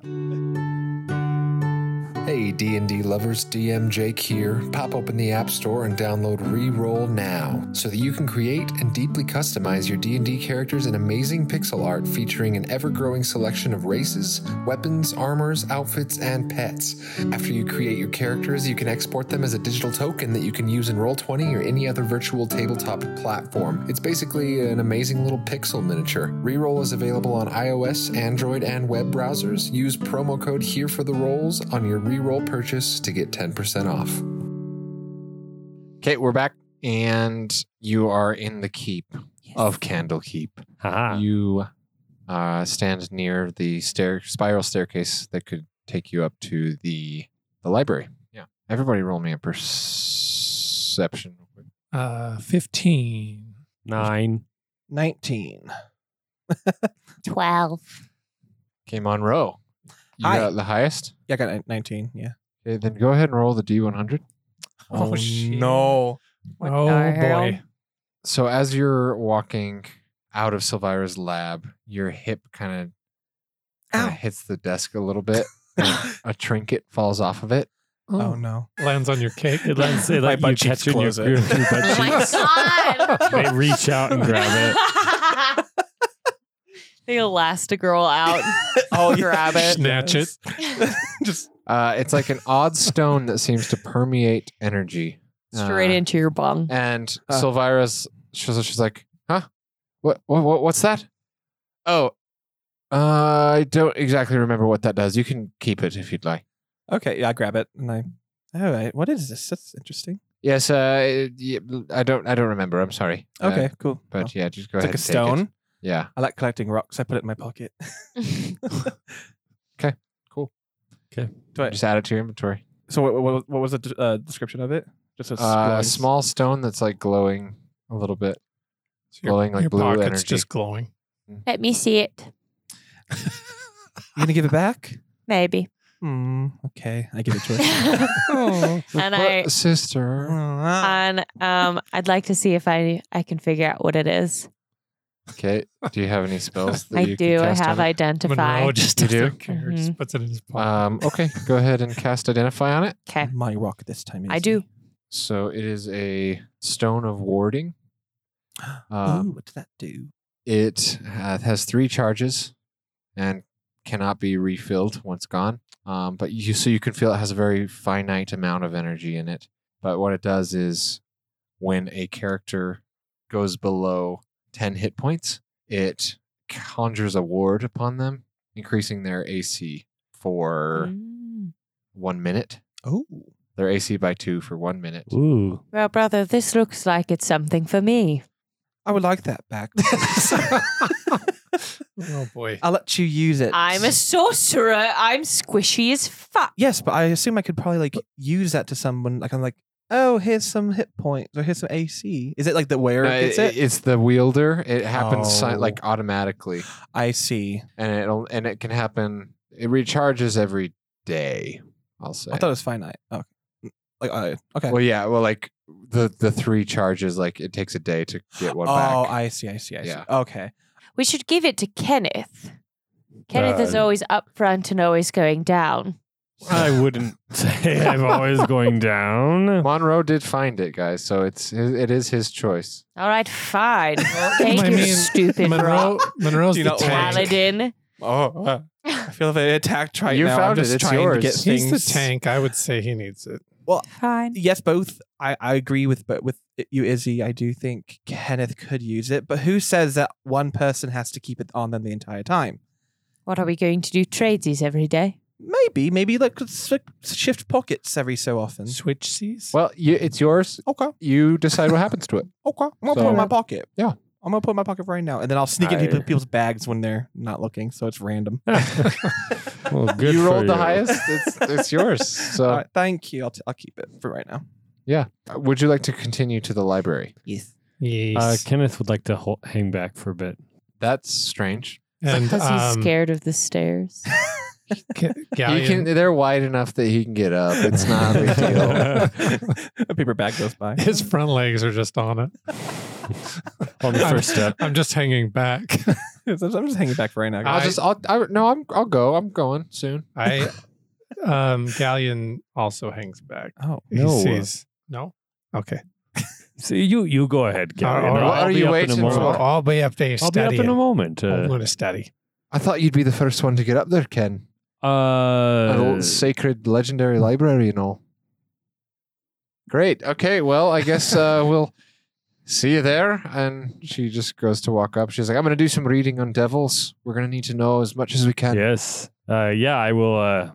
[SPEAKER 9] Hey D&D lovers, DM Jake here. Pop open the App Store and download Reroll now so that you can create and deeply customize your D&D characters in amazing pixel art featuring an ever-growing selection of races, weapons, armors, outfits, and pets. After you create your characters, you can export them as a digital token that you can use in Roll20 or any other virtual tabletop platform. It's basically an amazing little pixel miniature. Reroll is available on iOS, Android, and web browsers. Use promo code here for the rolls on your reroll purchase to get 10% off.
[SPEAKER 1] Okay, we're back, and you are in the keep of Candlekeep.
[SPEAKER 5] Haha.
[SPEAKER 1] You uh, stand near the stair spiral staircase that could take you up to the the library. Yeah. Everybody, roll me a perception. real quick.
[SPEAKER 7] Uh, 15.
[SPEAKER 5] Nine.
[SPEAKER 4] 19.
[SPEAKER 3] 12.
[SPEAKER 1] Okay, Monroe. You
[SPEAKER 4] Hi.
[SPEAKER 1] got the highest.
[SPEAKER 4] Yeah, I got a 19. Yeah.
[SPEAKER 1] Okay, then go ahead and roll the d100.
[SPEAKER 7] Oh, shit.
[SPEAKER 4] no.
[SPEAKER 3] What
[SPEAKER 7] oh,
[SPEAKER 3] the hell?
[SPEAKER 7] boy.
[SPEAKER 1] So as you're walking out of Silvira's lab, your hip kind
[SPEAKER 4] Ow.
[SPEAKER 1] of hits the desk a little bit. and a trinket falls off of it.
[SPEAKER 4] Oh, no.
[SPEAKER 7] Lands on your cake.
[SPEAKER 5] It lets it
[SPEAKER 4] My
[SPEAKER 5] let you
[SPEAKER 4] butt cheeks
[SPEAKER 5] catch in your,
[SPEAKER 4] close
[SPEAKER 5] your,
[SPEAKER 4] it.
[SPEAKER 5] your
[SPEAKER 3] Oh
[SPEAKER 5] butt
[SPEAKER 3] my
[SPEAKER 5] cheeks.
[SPEAKER 3] god.
[SPEAKER 5] they reach out and grab it.
[SPEAKER 3] they elastigirl out.
[SPEAKER 4] Oh,
[SPEAKER 3] Grab it.
[SPEAKER 7] Snatch it.
[SPEAKER 4] Just
[SPEAKER 1] Uh, it's like an odd stone that seems to permeate energy.
[SPEAKER 3] Straight
[SPEAKER 1] Uh,
[SPEAKER 3] into your bung.
[SPEAKER 1] And
[SPEAKER 4] Uh.
[SPEAKER 1] Silvira's she's, she's like, huh? What, what what what's that? Oh, uh, I don't exactly remember what that does. You can keep it if you'd like.
[SPEAKER 4] okay. Yeah, I grab it and I. All right. What is this? That's interesting.
[SPEAKER 1] Yes, uh, it- yeah, I don't I don't remember. I'm sorry. Uh,
[SPEAKER 4] Okay, cool.
[SPEAKER 1] but
[SPEAKER 4] Well,
[SPEAKER 1] yeah, just go
[SPEAKER 4] it's
[SPEAKER 1] ahead.
[SPEAKER 4] like a
[SPEAKER 1] and take it.
[SPEAKER 4] stone.
[SPEAKER 1] Yeah.
[SPEAKER 4] I like collecting rocks. I put it in my pocket. Do I,
[SPEAKER 1] Just add it to your inventory.
[SPEAKER 4] so what, what, what was the d- uh, description of it? Just a
[SPEAKER 1] Uh, a
[SPEAKER 4] slice.
[SPEAKER 1] small stone that's like glowing a little bit.
[SPEAKER 7] So your-
[SPEAKER 1] Glowing like
[SPEAKER 7] your
[SPEAKER 1] blue
[SPEAKER 7] pocket's
[SPEAKER 1] energy.
[SPEAKER 7] just glowing.
[SPEAKER 3] Let me see it.
[SPEAKER 4] You gonna give it back?
[SPEAKER 3] Maybe.
[SPEAKER 4] Hmm. Okay. I give it to her. Oh.
[SPEAKER 3] and I
[SPEAKER 1] But, sister.
[SPEAKER 4] Uh.
[SPEAKER 3] and um I'd like to see if I I can figure out what it is.
[SPEAKER 1] Okay. Do you have any spells? That
[SPEAKER 3] I
[SPEAKER 1] you can
[SPEAKER 3] do. I
[SPEAKER 1] cast
[SPEAKER 3] have
[SPEAKER 1] on it?
[SPEAKER 7] Monroe
[SPEAKER 3] identified.
[SPEAKER 7] just
[SPEAKER 1] You do?
[SPEAKER 7] doesn't care.
[SPEAKER 3] Mm-hmm.
[SPEAKER 7] Just puts it in his pocket.
[SPEAKER 1] Um, okay. Go ahead and cast identify on it.
[SPEAKER 3] Okay.
[SPEAKER 4] my rock this time. Is
[SPEAKER 3] I do.
[SPEAKER 1] So it is a stone of warding.
[SPEAKER 4] Oh,
[SPEAKER 1] Um,
[SPEAKER 4] what did that do?
[SPEAKER 1] it ha- has three charges, and cannot be refilled once gone. Um, but you so you can feel it has a very finite amount of energy in it. But what it does is, when a character goes below ten hit points, it conjures a ward upon them, increasing their AC for
[SPEAKER 3] Mm.
[SPEAKER 1] one minute.
[SPEAKER 4] Oh,
[SPEAKER 1] Their AC by two for one minute.
[SPEAKER 5] Ooh.
[SPEAKER 3] Well, brother, this looks like it's something for me.
[SPEAKER 4] I would like that back.
[SPEAKER 7] oh, boy.
[SPEAKER 4] I'll let you use it.
[SPEAKER 3] I'm a sorcerer. I'm squishy as fuck.
[SPEAKER 4] yes, but I assume I could probably like use that to someone. Like I'm like oh, here's some hit points or here's some AC. Is it like the wearer
[SPEAKER 1] No,
[SPEAKER 4] gets
[SPEAKER 1] it-
[SPEAKER 4] it?
[SPEAKER 1] It's the wielder. It happens si-
[SPEAKER 4] Oh.
[SPEAKER 1] like automatically,
[SPEAKER 4] I see.
[SPEAKER 1] and it'll and it can happen. It recharges every day. I'll say.
[SPEAKER 4] I thought it was finite. Oh, like uh, okay.
[SPEAKER 1] well, yeah. Well, like the the three charges, like it takes a day to get one
[SPEAKER 4] oh,
[SPEAKER 1] back.
[SPEAKER 4] I see. I see. I see.
[SPEAKER 1] Yeah.
[SPEAKER 4] Okay.
[SPEAKER 3] We should give it to Kenneth. Kenneth is
[SPEAKER 5] Uh,
[SPEAKER 3] always up front and always going down.
[SPEAKER 5] I wouldn't say I'm always going down.
[SPEAKER 1] Monroe did find it, guys. So it's it is his choice.
[SPEAKER 3] All right, fine. Take
[SPEAKER 2] I
[SPEAKER 3] your
[SPEAKER 2] mean,
[SPEAKER 3] stupid
[SPEAKER 2] Monroe,
[SPEAKER 3] rock,
[SPEAKER 2] Monroe's
[SPEAKER 4] Do you
[SPEAKER 2] the
[SPEAKER 4] not want
[SPEAKER 2] tank.
[SPEAKER 3] paladin.
[SPEAKER 4] Oh,
[SPEAKER 1] uh,
[SPEAKER 4] I feel very attacked right
[SPEAKER 1] You
[SPEAKER 4] now.
[SPEAKER 1] found it,
[SPEAKER 4] I'm just
[SPEAKER 1] it's
[SPEAKER 4] trying
[SPEAKER 1] yours.
[SPEAKER 4] to get
[SPEAKER 2] He's
[SPEAKER 4] things.
[SPEAKER 2] the tank. I would say he needs it.
[SPEAKER 3] Fine.
[SPEAKER 4] Yes, both. I, I agree with but with you, Izzy. I do think Kenneth could use it, but who says that one person has to keep it on them the entire time?
[SPEAKER 3] What are we going to do? Tradesies every day?
[SPEAKER 4] Maybe, maybe like let's like, shift pockets every so often.
[SPEAKER 2] Switch sees.
[SPEAKER 1] Well, you, it's yours.
[SPEAKER 4] Okay,
[SPEAKER 1] You decide what happens to it.
[SPEAKER 4] okay. I'm gonna put it in
[SPEAKER 1] So- uh,
[SPEAKER 4] my pocket.
[SPEAKER 1] Yeah.
[SPEAKER 4] I'm gonna put it in my pocket right now, and then I'll sneak into
[SPEAKER 1] I-
[SPEAKER 4] pe- people's bags when they're not looking, so it's random.
[SPEAKER 5] well, good
[SPEAKER 1] you
[SPEAKER 5] for
[SPEAKER 1] rolled the
[SPEAKER 5] you.
[SPEAKER 1] highest. It's it's yours. So
[SPEAKER 4] All right, thank you. I'll, t- I'll keep it for right now.
[SPEAKER 1] Uh, would you like to continue to the library?
[SPEAKER 4] Yes.
[SPEAKER 5] Uh,
[SPEAKER 2] Yes.
[SPEAKER 5] Kenneth would like to ho- hang back for a bit.
[SPEAKER 1] That's strange.
[SPEAKER 2] and
[SPEAKER 3] Because he's
[SPEAKER 2] um,
[SPEAKER 3] scared of the stairs.
[SPEAKER 2] Ga-
[SPEAKER 1] You can.
[SPEAKER 2] Galleon,
[SPEAKER 1] They're wide enough that he can get up. It's not a big deal.
[SPEAKER 4] a paper bag goes by.
[SPEAKER 2] his front legs are just on it.
[SPEAKER 5] On the
[SPEAKER 2] I'm-
[SPEAKER 5] first step.
[SPEAKER 2] I'm just hanging back.
[SPEAKER 4] I'm just hanging back for right now.
[SPEAKER 1] I'll
[SPEAKER 2] I-
[SPEAKER 1] just. I'll. I, no. I'm. I'll go. I'm going soon.
[SPEAKER 2] I um Galleon also hangs back.
[SPEAKER 4] Oh,
[SPEAKER 5] No.
[SPEAKER 2] He sees. No? Okay.
[SPEAKER 5] See, you you go ahead, Gary.
[SPEAKER 2] All
[SPEAKER 5] and
[SPEAKER 2] right.
[SPEAKER 5] I'll
[SPEAKER 2] What
[SPEAKER 5] I'll
[SPEAKER 1] are
[SPEAKER 5] be
[SPEAKER 1] you
[SPEAKER 5] up in a
[SPEAKER 1] waiting
[SPEAKER 5] moment.
[SPEAKER 1] for?
[SPEAKER 2] Well, I'll be up there
[SPEAKER 5] I'll be up in a
[SPEAKER 2] studying.
[SPEAKER 5] moment.
[SPEAKER 2] I'm
[SPEAKER 5] Uh,
[SPEAKER 2] going to study.
[SPEAKER 1] I thought you'd be the first one to get up there, Ken. An
[SPEAKER 5] uh,
[SPEAKER 1] old sacred, legendary library and all. Great. Okay. Well, I guess uh, we'll see you there. And she just goes to walk up. She's like, "I'm going to do some reading on devils. We're going to need to know as much as we can."
[SPEAKER 5] yes. Uh, yeah, I will. Uh,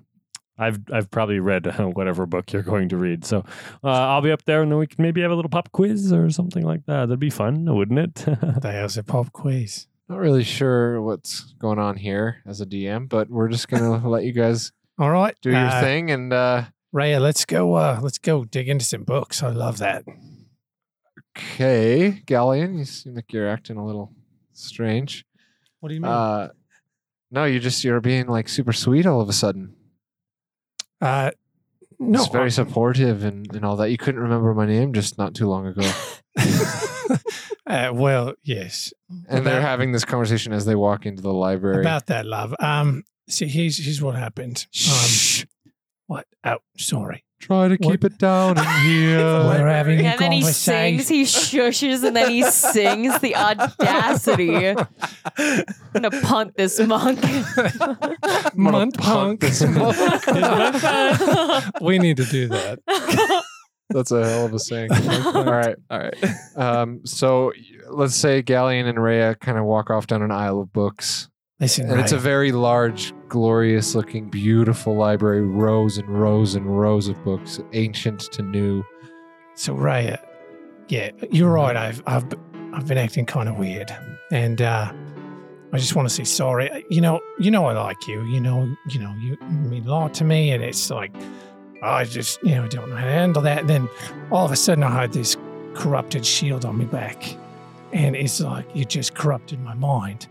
[SPEAKER 5] I've I've probably read uh, whatever book you're going to read, so uh, I'll be up there, and then we can maybe have a little pop quiz or something like that. That'd be fun, wouldn't it?
[SPEAKER 2] There's a pop quiz.
[SPEAKER 1] Not really sure what's going on here as a DM, but we're just going to let you guys
[SPEAKER 2] All right.
[SPEAKER 1] do your
[SPEAKER 2] uh,
[SPEAKER 1] thing. And uh,
[SPEAKER 2] Raya, let's go uh let's go dig into some books. I love that.
[SPEAKER 1] okay, Galleon, you seem like you're acting a little strange.
[SPEAKER 2] What do you
[SPEAKER 1] Uh, no, you just you're being like super sweet all of a sudden.
[SPEAKER 2] Uh no.
[SPEAKER 1] it's very supportive and, and all that. You couldn't remember my name just not too long ago.
[SPEAKER 2] uh, well, yes.
[SPEAKER 1] and they're
[SPEAKER 2] About-
[SPEAKER 1] having this conversation as they walk into the library.
[SPEAKER 2] About that, love. Um, see, here's here's what happened. Um, what? Oh, sorry.
[SPEAKER 1] Try to
[SPEAKER 2] What-
[SPEAKER 1] keep it down in
[SPEAKER 3] Uh,
[SPEAKER 1] here.
[SPEAKER 2] We're having a
[SPEAKER 3] and then he sings,
[SPEAKER 2] conversation.
[SPEAKER 3] he shushes, and then he sings the audacity. I'm gonna punt this monk.
[SPEAKER 2] Munt punk.
[SPEAKER 3] All
[SPEAKER 2] we need to do that.
[SPEAKER 1] That's a hell of a saying. all right.
[SPEAKER 4] All right.
[SPEAKER 1] Um, so let's say Galleon and Rhea kind of walk off down an aisle of books.
[SPEAKER 2] Listen,
[SPEAKER 1] And it's a
[SPEAKER 2] Raya,
[SPEAKER 1] very large, glorious looking, beautiful library, rows and rows and rows of books, ancient to new.
[SPEAKER 2] so Raya, yeah, you're right. I've I've I've been acting kind of weird, and uh, I just want to say sorry. Uh, You know, you know, I like you. You know, you know, you, you mean a lot to me, and it's like I just you know don't know how to handle that. And then all of a sudden, I had this corrupted shield on my back, and it's like it just corrupted my mind,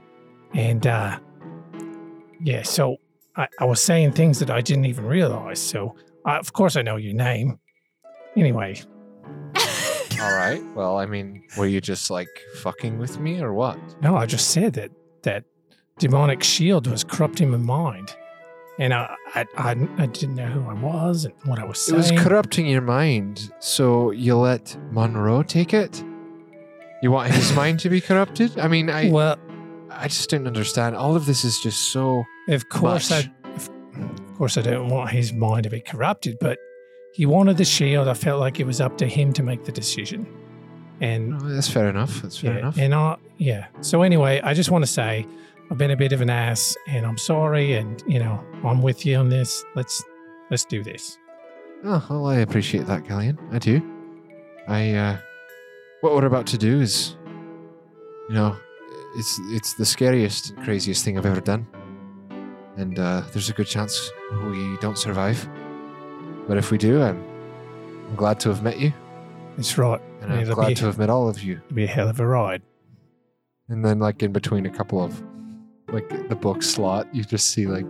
[SPEAKER 2] and uh, yeah, so. I, I was saying things that I didn't even realize. So, I, of course, I know your name. Anyway,
[SPEAKER 1] All right. Well, I mean, were you just like fucking with me or what?
[SPEAKER 2] No, I just said that that demonic shield was corrupting my mind, and I I, I, I didn't know who I was and what I was
[SPEAKER 1] It
[SPEAKER 2] saying.
[SPEAKER 1] was corrupting your mind, so you let Monroe take it? You want his mind to be corrupted? I mean, I
[SPEAKER 2] well,
[SPEAKER 1] I just didn't understand. All of this is just so
[SPEAKER 2] of course
[SPEAKER 1] much.
[SPEAKER 2] I of, of course I don't want his mind to be corrupted, but he wanted the shield. I felt like it was up to him to make the decision, and
[SPEAKER 1] No, that's fair enough. That's Oh, fair
[SPEAKER 2] yeah,
[SPEAKER 1] enough.
[SPEAKER 2] and I yeah. So anyway, I just want to say. I've been a bit of an ass, and I'm sorry. And you know, I'm with you on this. Let's let's do this.
[SPEAKER 1] Oh, well, I appreciate that, Galleon. I do. I, uh, what we're about to do is, you know, it's it's the scariest and craziest thing I've ever done, and uh, there's a good chance we don't survive. But if we do, I'm, I'm I'm glad to have met you,
[SPEAKER 7] It's right.
[SPEAKER 1] and
[SPEAKER 7] Yeah,
[SPEAKER 1] I'm
[SPEAKER 7] that'd
[SPEAKER 1] glad
[SPEAKER 7] be-
[SPEAKER 1] to have met all of you.
[SPEAKER 7] It'll be a hell of a ride.
[SPEAKER 1] And then, like in between a couple of like the book slot, you just see like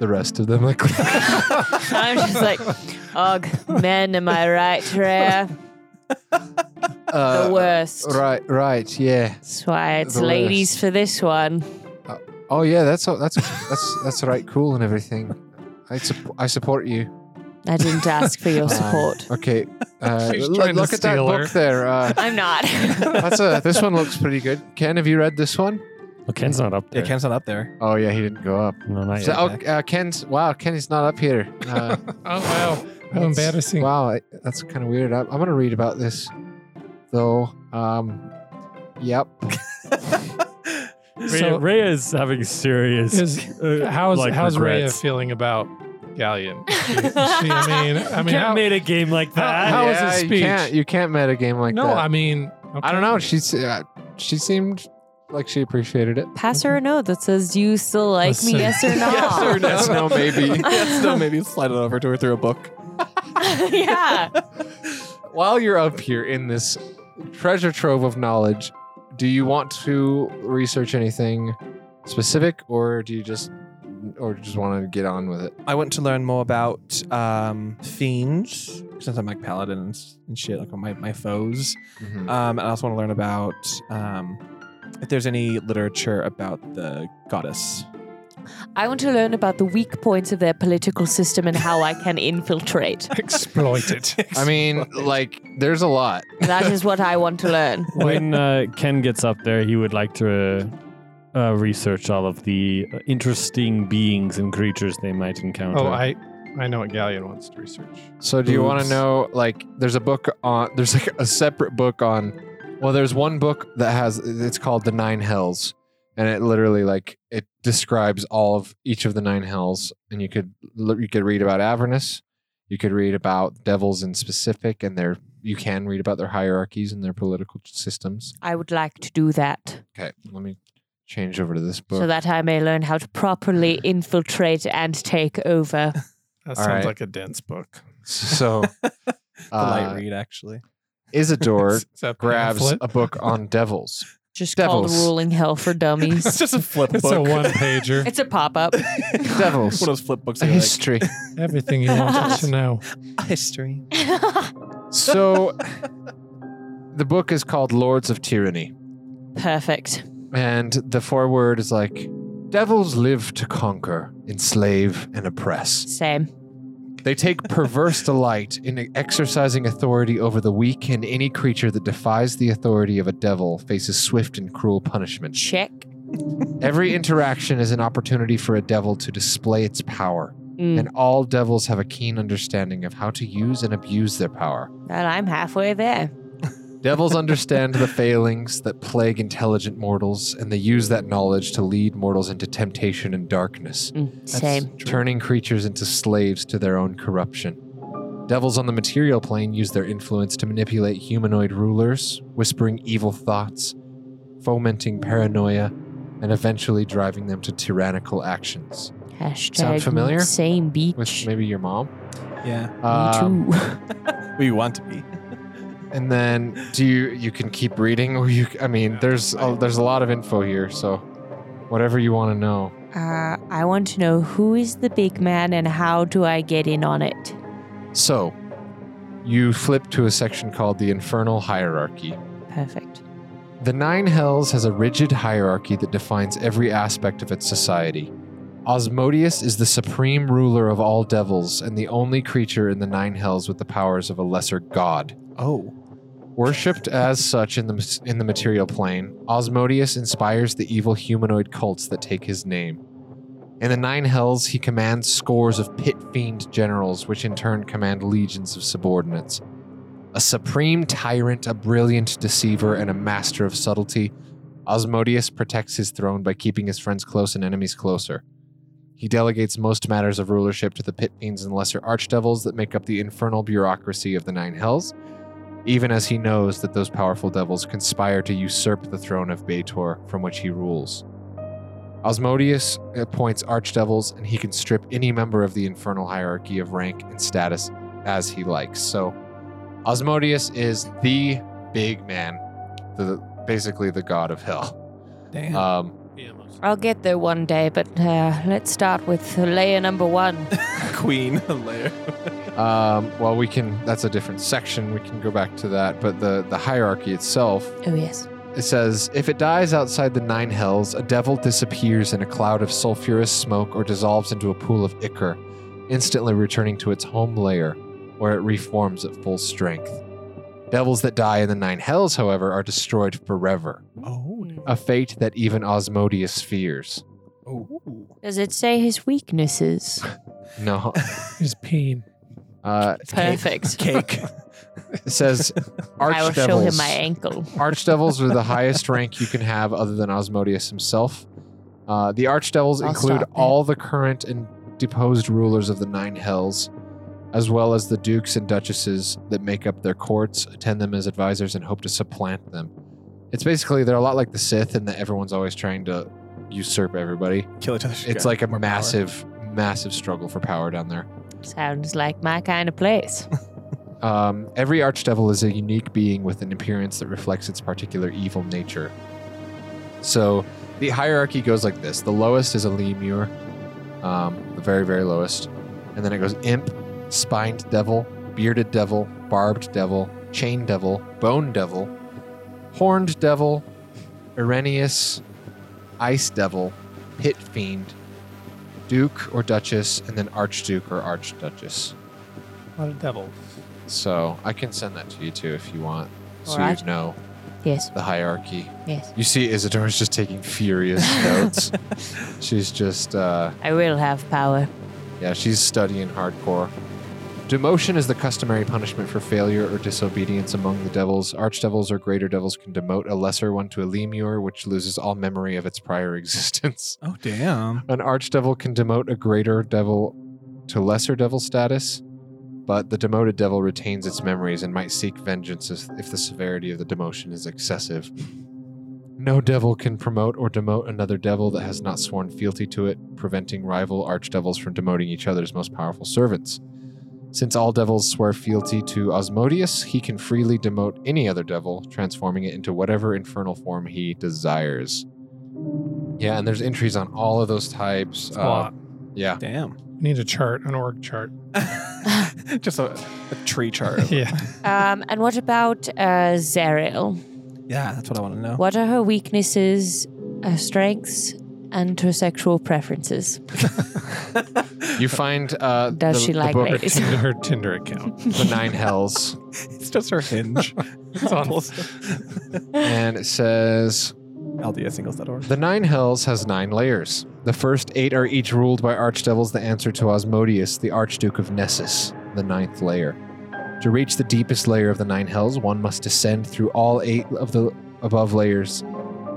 [SPEAKER 1] the rest of them. Like
[SPEAKER 3] I'm just like, ugh, men, am I right, Treya?
[SPEAKER 1] uh,
[SPEAKER 3] the worst.
[SPEAKER 1] Right, right, yeah.
[SPEAKER 3] That's why it's
[SPEAKER 1] the
[SPEAKER 3] ladies for this one.
[SPEAKER 1] Oh yeah, that's all, that's that's that's right, cool and everything. I sup- I support you.
[SPEAKER 3] I didn't ask for your
[SPEAKER 1] Um,
[SPEAKER 3] support.
[SPEAKER 1] Okay, uh,
[SPEAKER 10] She's
[SPEAKER 1] l-
[SPEAKER 10] trying to
[SPEAKER 1] look at that
[SPEAKER 10] steal her.
[SPEAKER 1] book there. Uh,
[SPEAKER 3] I'm not.
[SPEAKER 1] that's a this one looks pretty good. Ken, have you read this one?
[SPEAKER 5] Well, Ken's not up
[SPEAKER 4] Yeah,
[SPEAKER 5] there.
[SPEAKER 4] Ken's not up there.
[SPEAKER 1] Oh yeah, he didn't go up.
[SPEAKER 5] No, not
[SPEAKER 1] So,
[SPEAKER 5] yet.
[SPEAKER 1] oh, uh, Ken's wow, Kenny's not up here. Uh,
[SPEAKER 10] Oh wow, how
[SPEAKER 1] That's-
[SPEAKER 10] embarrassing!
[SPEAKER 1] Wow, I- that's kind of weird. I, I'm gonna read about this, though. Um, yep.
[SPEAKER 5] Rhea,
[SPEAKER 10] So-
[SPEAKER 5] Rhea is having serious.
[SPEAKER 10] Is-
[SPEAKER 5] uh,
[SPEAKER 10] how's
[SPEAKER 5] like,
[SPEAKER 10] how's Raya
[SPEAKER 5] regrets.
[SPEAKER 10] feeling about Galleon? She, she- I mean, I mean,
[SPEAKER 5] Ken
[SPEAKER 10] how,
[SPEAKER 5] made a game like that.
[SPEAKER 10] how is his
[SPEAKER 1] You
[SPEAKER 10] speech?
[SPEAKER 1] can't, you can't met a game like
[SPEAKER 10] no,
[SPEAKER 1] that.
[SPEAKER 10] I mean, okay.
[SPEAKER 1] I don't know. She's uh, she seemed like she appreciated it.
[SPEAKER 3] Pass her a note that says, "Do you still like
[SPEAKER 10] Let's
[SPEAKER 3] me?
[SPEAKER 10] see.
[SPEAKER 3] Yes or no?"
[SPEAKER 4] Yes or no?
[SPEAKER 1] Yes, no, maybe.
[SPEAKER 4] yes, no, maybe slide it over to her through a book.
[SPEAKER 3] yeah.
[SPEAKER 1] While you're up here in this treasure trove of knowledge, do you want to research anything specific, or do you just, or just want to get on with it?
[SPEAKER 4] I want to learn more about um, fiends, since I'm like paladin and s- and shit, like my, my foes.
[SPEAKER 1] Mhm.
[SPEAKER 4] Um, and I also want to learn about um, if there's any literature about the goddess.
[SPEAKER 3] I want to learn about the weak points of their political system and how I can infiltrate.
[SPEAKER 7] Exploit it.
[SPEAKER 1] I mean, like, there's a lot.
[SPEAKER 3] That is what I want to learn.
[SPEAKER 5] when uh, Ken gets up there, he would like to uh, uh, research all of the uh, interesting beings and creatures they might encounter.
[SPEAKER 10] Oh, I I know what Galleon wants to research.
[SPEAKER 1] So do you want to
[SPEAKER 5] Boobs.
[SPEAKER 1] know like there's a book on there's like a separate book on well there's one book that has it's called The Nine Hells and it literally like it describes all of each of the nine hells and you could l- you could read about Avernus you could read about devils in specific and their you can read about their hierarchies and their political systems.
[SPEAKER 3] I would like to do that
[SPEAKER 1] Okay, let me change over to this book.
[SPEAKER 3] so that I may learn how to properly infiltrate and take over.
[SPEAKER 10] That
[SPEAKER 1] All
[SPEAKER 10] sounds
[SPEAKER 1] right.
[SPEAKER 10] like a dense book.
[SPEAKER 1] so
[SPEAKER 4] The light
[SPEAKER 1] uh,
[SPEAKER 4] read, actually.
[SPEAKER 1] Isidore
[SPEAKER 10] It's a
[SPEAKER 1] grabs
[SPEAKER 10] pamphlet.
[SPEAKER 1] a book on devils.
[SPEAKER 3] Just called
[SPEAKER 1] Devils.
[SPEAKER 3] Ruling Hell for Dummies.
[SPEAKER 4] It's just a flip
[SPEAKER 10] It's a
[SPEAKER 4] book.
[SPEAKER 10] one pager.
[SPEAKER 3] it's a pop up.
[SPEAKER 1] Devils.
[SPEAKER 4] One of those flip books. that you're like,
[SPEAKER 1] History.
[SPEAKER 10] Everything he wants to know.
[SPEAKER 4] History.
[SPEAKER 1] So the book is called Lords of Tyranny,
[SPEAKER 3] Perfect.
[SPEAKER 1] and the foreword is like Devils live to conquer, enslave, and oppress.
[SPEAKER 3] Same.
[SPEAKER 1] They take perverse delight in exercising authority over the weak, and any creature that defies the authority of a devil faces swift and cruel punishment.
[SPEAKER 3] Check.
[SPEAKER 1] Every interaction is an opportunity for a devil to display its power,
[SPEAKER 3] Mm.
[SPEAKER 1] and all devils have a keen understanding of how to use and abuse their power.
[SPEAKER 3] Well, I'm halfway there.
[SPEAKER 1] Devils understand the failings that plague intelligent mortals, and they use that knowledge to lead mortals into temptation and darkness,
[SPEAKER 3] Mm, Same.
[SPEAKER 1] turning creatures into slaves to their own corruption. Devils on the material plane use their influence to manipulate humanoid rulers, whispering evil thoughts, fomenting paranoia, and eventually driving them to tyrannical actions.
[SPEAKER 3] Hashtag
[SPEAKER 1] familiar?
[SPEAKER 3] Same beach.
[SPEAKER 1] With maybe your mom?
[SPEAKER 4] Yeah.
[SPEAKER 1] Um,
[SPEAKER 3] Me too.
[SPEAKER 4] We want to be.
[SPEAKER 1] And then do you you can keep reading or you I mean there's a, there's a lot of info here so whatever you want to know.
[SPEAKER 3] Uh, I want to know who is the big man and how do I get in on it?
[SPEAKER 1] So you flip to a section called the infernal hierarchy.
[SPEAKER 3] Perfect.
[SPEAKER 1] The Nine Hells has a rigid hierarchy that defines every aspect of its society. Osmodius is the supreme ruler of all devils and the only creature in the Nine Hells with the powers of a lesser god.
[SPEAKER 4] Oh.
[SPEAKER 1] Worshipped as such in the in the material plane, Osmodius inspires the evil humanoid cults that take his name. In the Nine Hells, he commands scores of pit fiend generals, which in turn command legions of subordinates. A supreme tyrant, a brilliant deceiver, and a master of subtlety, Osmodius protects his throne by keeping his friends close and enemies closer. He delegates most matters of rulership to the pit fiends and lesser archdevils that make up the infernal bureaucracy of the Nine Hells even as he knows that those powerful devils conspire to usurp the throne of Beator from which he rules. Osmodius appoints archdevils, and he can strip any member of the infernal hierarchy of rank and status as he likes. So, Osmodius is the big man, the basically the god of hell.
[SPEAKER 2] Damn.
[SPEAKER 1] Um,
[SPEAKER 11] I'll get there one day, but uh, let's start with layer number one.
[SPEAKER 4] Queen layer.
[SPEAKER 1] um, well, we can. That's a different section. We can go back to that. But the the hierarchy itself
[SPEAKER 11] Oh, yes.
[SPEAKER 1] It says, if it dies outside the nine hells, a devil disappears in a cloud of sulfurous smoke or dissolves into a pool of ichor, instantly returning to its home lair, where it reforms at full strength. Devils that die in the nine hells, however, are destroyed forever,
[SPEAKER 4] Oh.
[SPEAKER 1] a fate that even Osmodius fears.
[SPEAKER 4] Oh.
[SPEAKER 11] Does it say his weaknesses?
[SPEAKER 1] No.
[SPEAKER 2] His peen.
[SPEAKER 1] Uh,
[SPEAKER 3] Perfect.
[SPEAKER 4] Cake.
[SPEAKER 1] it says,
[SPEAKER 11] I will show him
[SPEAKER 1] archdevils.
[SPEAKER 11] my ankle.
[SPEAKER 1] Archdevils are the highest rank you can have other than Osmodius himself. Uh, the Archdevils
[SPEAKER 11] I'll
[SPEAKER 1] include
[SPEAKER 11] stop it.
[SPEAKER 1] all the current and deposed rulers of the Nine Hells, as well as the dukes and duchesses that make up their courts, attend them as advisors, and hope to supplant them. It's basically, they're a lot like the Sith in that everyone's always trying to usurp everybody.
[SPEAKER 4] Kill each other.
[SPEAKER 1] It's like a massive, massive struggle for power down there.
[SPEAKER 11] Sounds like my kind of place.
[SPEAKER 1] Um, every archdevil is a unique being with an appearance that reflects its particular evil nature. So the hierarchy goes like this: the lowest is a lemur, um, the very very lowest, and then it goes imp, spined devil, bearded devil, barbed devil, chain devil, bone devil, horned devil, Irenaeus, ice devil, pit fiend, duke or duchess, and then archduke or archduchess.
[SPEAKER 7] A lot of devils.
[SPEAKER 1] So I can send that to you too if you want. So
[SPEAKER 11] Alright.
[SPEAKER 1] you know
[SPEAKER 11] Yes,
[SPEAKER 1] the hierarchy.
[SPEAKER 11] yes.
[SPEAKER 1] You see Isidore's just taking furious notes. she's just uh
[SPEAKER 11] I will have power.
[SPEAKER 1] yeah, she's studying hardcore. Demotion is the customary punishment for failure or disobedience among the devils. Archdevils or greater devils can demote a lesser one to a lemur, which loses all memory of its prior existence.
[SPEAKER 4] Oh damn.
[SPEAKER 1] An archdevil can demote a greater devil to lesser devil status, but the demoted devil retains its memories and might seek vengeance if- if the severity of the demotion is excessive. No devil can promote or demote another devil that has not sworn fealty to it, preventing rival archdevils from demoting each other's most powerful servants. Since all devils swear fealty to Osmodius, he can freely demote any other devil, transforming it into whatever infernal form he desires. Yeah, and there's entries on all of those types.
[SPEAKER 7] It's a
[SPEAKER 1] Uh,
[SPEAKER 7] lot.
[SPEAKER 1] yeah.
[SPEAKER 4] Damn.
[SPEAKER 7] We need a chart, an org chart.
[SPEAKER 4] Just a, a tree chart.
[SPEAKER 7] yeah.
[SPEAKER 11] Um, and what about uh, Zeriel?
[SPEAKER 4] yeah, that's what I want to know.
[SPEAKER 11] What are her weaknesses, her strengths, and her sexual preferences?
[SPEAKER 1] You find uh,
[SPEAKER 11] Does
[SPEAKER 1] the,
[SPEAKER 11] she
[SPEAKER 1] the
[SPEAKER 11] like
[SPEAKER 1] book,
[SPEAKER 11] ladies?
[SPEAKER 7] Her Tinder account.
[SPEAKER 1] The Nine Hells,
[SPEAKER 4] It's just her hinge. it's on
[SPEAKER 1] and it says
[SPEAKER 4] ldsingles.org.
[SPEAKER 1] The Nine Hells has nine layers. The first eight are each ruled by archdevils that answer to Osmodius, the Archduke of Nessus, the ninth layer. To reach the deepest layer of the Nine Hells, one must descend through all eight of the above layers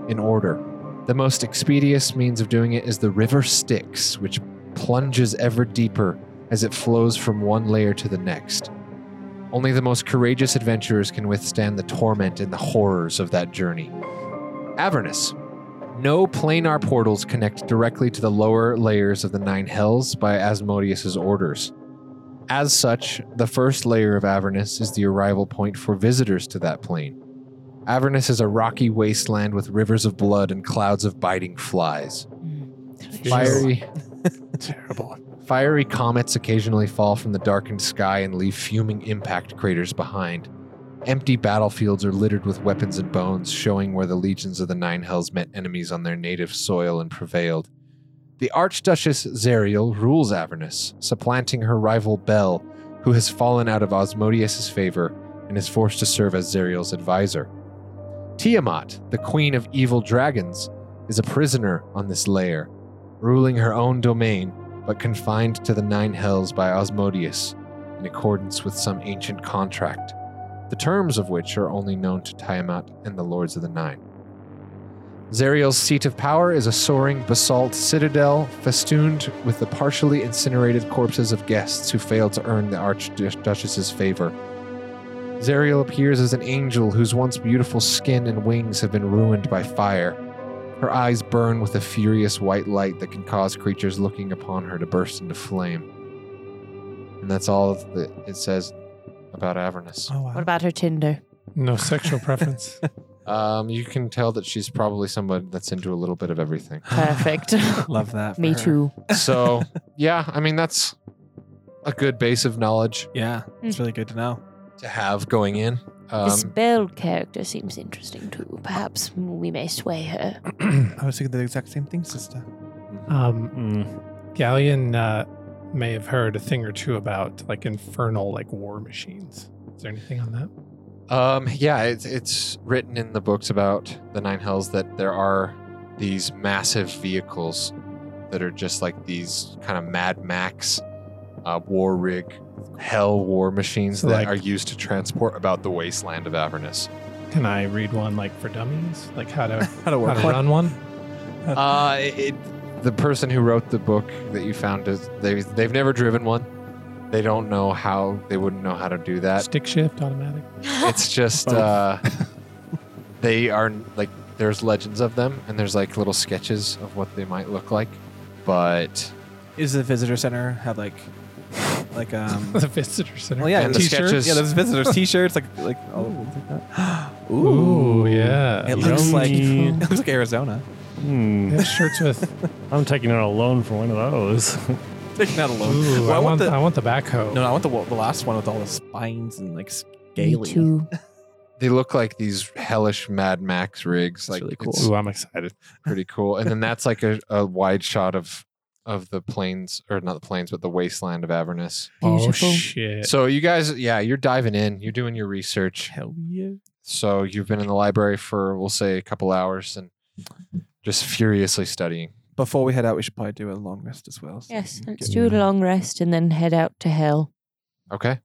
[SPEAKER 1] in order. The most expeditious means of doing it is the River Styx, which plunges ever deeper as it flows from one layer to the next. Only the most courageous adventurers can withstand the torment and the horrors of that journey. Avernus, no planar portals connect directly to the lower layers of the Nine Hells by Asmodeus's orders. As such, the first layer of Avernus is the arrival point for visitors to that plane. Avernus is a rocky wasteland with rivers of blood and clouds of biting flies. Fiery,
[SPEAKER 7] Terrible.
[SPEAKER 1] fiery comets occasionally fall from the darkened sky and leave fuming impact craters behind. Empty battlefields are littered with weapons and bones, showing where the legions of the Nine Hells met enemies on their native soil and prevailed. The Archduchess Zeriel rules Avernus, supplanting her rival Bel, who has fallen out of Osmodius's favor and is forced to serve as Zeriel's advisor. Tiamat, the queen of evil dragons, is a prisoner on this lair, ruling her own domain but confined to the Nine Hells by Osmodius in accordance with some ancient contract, the terms of which are only known to Tiamat and the Lords of the Nine. Zeriel's seat of power is a soaring basalt citadel festooned with the partially incinerated corpses of guests who failed to earn the Archduchess's favor. Zeriel appears as an angel whose once beautiful skin and wings have been ruined by fire. Her eyes burn with a furious white light that can cause creatures looking upon her to burst into flame. And that's all that it says about Avernus.
[SPEAKER 4] Oh, wow.
[SPEAKER 11] What about her Tinder?
[SPEAKER 10] No sexual preference.
[SPEAKER 1] Um, you can tell that she's probably someone that's into a little bit of everything.
[SPEAKER 11] Perfect.
[SPEAKER 4] Love that. for
[SPEAKER 11] Me
[SPEAKER 4] her.
[SPEAKER 11] too.
[SPEAKER 1] So, yeah, I mean, that's a good base of knowledge
[SPEAKER 4] Yeah, it's
[SPEAKER 11] Mm.
[SPEAKER 4] really good to know.
[SPEAKER 1] to have going in.
[SPEAKER 11] the
[SPEAKER 1] Um,
[SPEAKER 11] spell character seems interesting too. Perhaps we may sway her.
[SPEAKER 4] I was thinking the exact same thing, sister.
[SPEAKER 7] Um,
[SPEAKER 5] Mm.
[SPEAKER 7] Galleon uh, may have heard a thing or two about like infernal like war machines. Is there anything on that?
[SPEAKER 1] Um, yeah, it's, it's written in the books about the Nine Hells that there are these massive vehicles that are just like these kind of Mad Max uh, war rig, hell war machines that
[SPEAKER 7] Like-
[SPEAKER 1] are used to transport about the wasteland of Avernus.
[SPEAKER 7] Can I read one like for dummies? Like how to
[SPEAKER 4] How to
[SPEAKER 7] how
[SPEAKER 4] work
[SPEAKER 7] to
[SPEAKER 4] one?
[SPEAKER 7] run one?
[SPEAKER 1] Uh, it, the person who wrote the book that you found is they they've never driven one. They don't know how they wouldn't know how to do that.
[SPEAKER 7] Stick shift automatic.
[SPEAKER 1] It's just
[SPEAKER 4] Both.
[SPEAKER 1] uh, they are like there's legends of them, and there's like little sketches of what they might look like. But
[SPEAKER 4] Is the visitor center have like, like um?
[SPEAKER 7] the visitor center.
[SPEAKER 4] well, yeah,
[SPEAKER 1] and the
[SPEAKER 4] t-shirts.
[SPEAKER 1] sketches,
[SPEAKER 4] Yeah, there's visitors, t-shirts, like like all things like that.
[SPEAKER 7] Ooh, yeah.
[SPEAKER 4] It looks like
[SPEAKER 5] Yummy.
[SPEAKER 4] it looks like Arizona.
[SPEAKER 5] Hmm.
[SPEAKER 7] They have shirts with.
[SPEAKER 5] I'm taking out a loan for one of those.
[SPEAKER 4] Not alone.
[SPEAKER 7] Ooh,
[SPEAKER 4] Well,
[SPEAKER 7] I, want.
[SPEAKER 4] the,
[SPEAKER 7] I want the backhoe.
[SPEAKER 4] no, I want the, the last one with all the spines and like scaly.
[SPEAKER 11] Me too.
[SPEAKER 1] they look like these hellish Mad Max rigs.
[SPEAKER 4] That's
[SPEAKER 1] Like
[SPEAKER 4] really cool.
[SPEAKER 1] it's
[SPEAKER 7] Ooh, I'm excited.
[SPEAKER 1] pretty cool. And then that's like a, a wide shot of of the plains, or not the plains, but the wasteland of Avernus.
[SPEAKER 11] Beautiful.
[SPEAKER 7] Oh shit.
[SPEAKER 1] So you guys, yeah, you're diving in. You're doing your research.
[SPEAKER 4] Hell yeah.
[SPEAKER 1] So you've been in the library for we'll say a couple hours and just furiously studying.
[SPEAKER 4] Before we head out, we should probably do a long rest as well. so
[SPEAKER 11] Yes,
[SPEAKER 4] we can
[SPEAKER 11] let's
[SPEAKER 4] get-
[SPEAKER 11] do a long rest and then head out to hell.
[SPEAKER 1] Okay.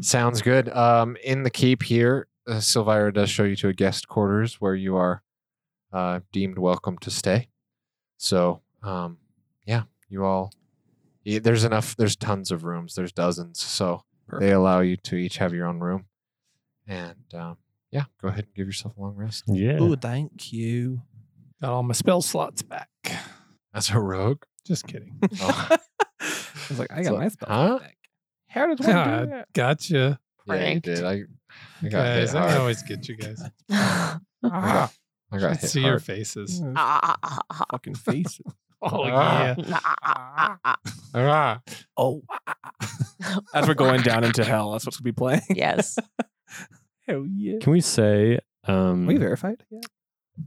[SPEAKER 1] Sounds good. Um, in the keep here, uh, Silvira does show you to a guest quarters where you are uh, deemed welcome to stay. So, um, yeah, you all, y- there's enough, there's tons of rooms, there's dozens. So they allow you to each have your own room. And um, yeah, go ahead and give yourself a long rest.
[SPEAKER 5] yeah.
[SPEAKER 4] Ooh, thank you.
[SPEAKER 7] Got all my spell slots back.
[SPEAKER 1] As a rogue?
[SPEAKER 7] Just kidding.
[SPEAKER 1] Oh.
[SPEAKER 4] I was like, I
[SPEAKER 1] It's
[SPEAKER 4] got
[SPEAKER 1] like,
[SPEAKER 4] my spell
[SPEAKER 1] huh?
[SPEAKER 4] back. How did we do
[SPEAKER 7] Ah,
[SPEAKER 4] that?
[SPEAKER 7] gotcha.
[SPEAKER 1] yeah, you
[SPEAKER 3] Pranked.
[SPEAKER 1] did. I, I got hit
[SPEAKER 7] Guys, I can
[SPEAKER 1] hard.
[SPEAKER 7] always get you guys.
[SPEAKER 1] I got, I
[SPEAKER 7] I
[SPEAKER 1] got hit
[SPEAKER 7] see your
[SPEAKER 1] hard.
[SPEAKER 7] faces.
[SPEAKER 4] Fucking face.
[SPEAKER 7] Oh
[SPEAKER 1] Ah.
[SPEAKER 7] yeah.
[SPEAKER 4] Oh. As we're going down into hell, that's what's gonna be playing.
[SPEAKER 3] yes.
[SPEAKER 4] Hell yeah.
[SPEAKER 5] Can we say um,
[SPEAKER 4] Are we verified? Yeah.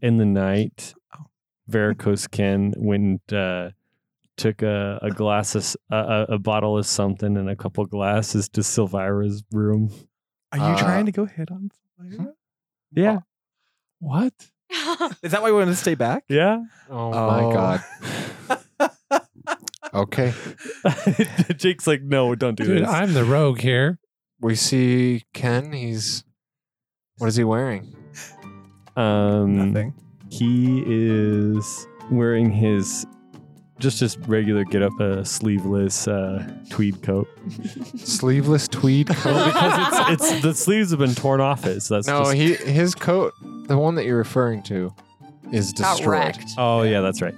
[SPEAKER 5] in the night,
[SPEAKER 4] Oh.
[SPEAKER 5] Varicose Ken went uh, took a, a glass of s- a, a- a bottle of something and a couple glasses to Silvira's room.
[SPEAKER 4] Are
[SPEAKER 1] you trying
[SPEAKER 4] to go hit on somebody?
[SPEAKER 5] Yeah,
[SPEAKER 7] What?
[SPEAKER 4] Oh, Is that why we wanted to stay back?
[SPEAKER 5] yeah.
[SPEAKER 1] Oh, my God. Okay.
[SPEAKER 5] Jake's like, no, don't do
[SPEAKER 7] Dude,
[SPEAKER 5] this.
[SPEAKER 7] I'm the rogue here.
[SPEAKER 1] we see Ken. He's what is he wearing?
[SPEAKER 5] um,
[SPEAKER 4] Nothing.
[SPEAKER 5] He is wearing his just his regular get up a sleeveless uh, tweed coat.
[SPEAKER 1] Sleeveless tweed
[SPEAKER 5] Well,
[SPEAKER 1] coat.
[SPEAKER 5] because it's, it's the sleeves have been torn off it, so that's
[SPEAKER 1] no,
[SPEAKER 5] just-
[SPEAKER 1] he his coat, the one that you're referring to, is
[SPEAKER 3] Got
[SPEAKER 1] destroyed.
[SPEAKER 3] wrecked.
[SPEAKER 5] Oh yeah, that's right.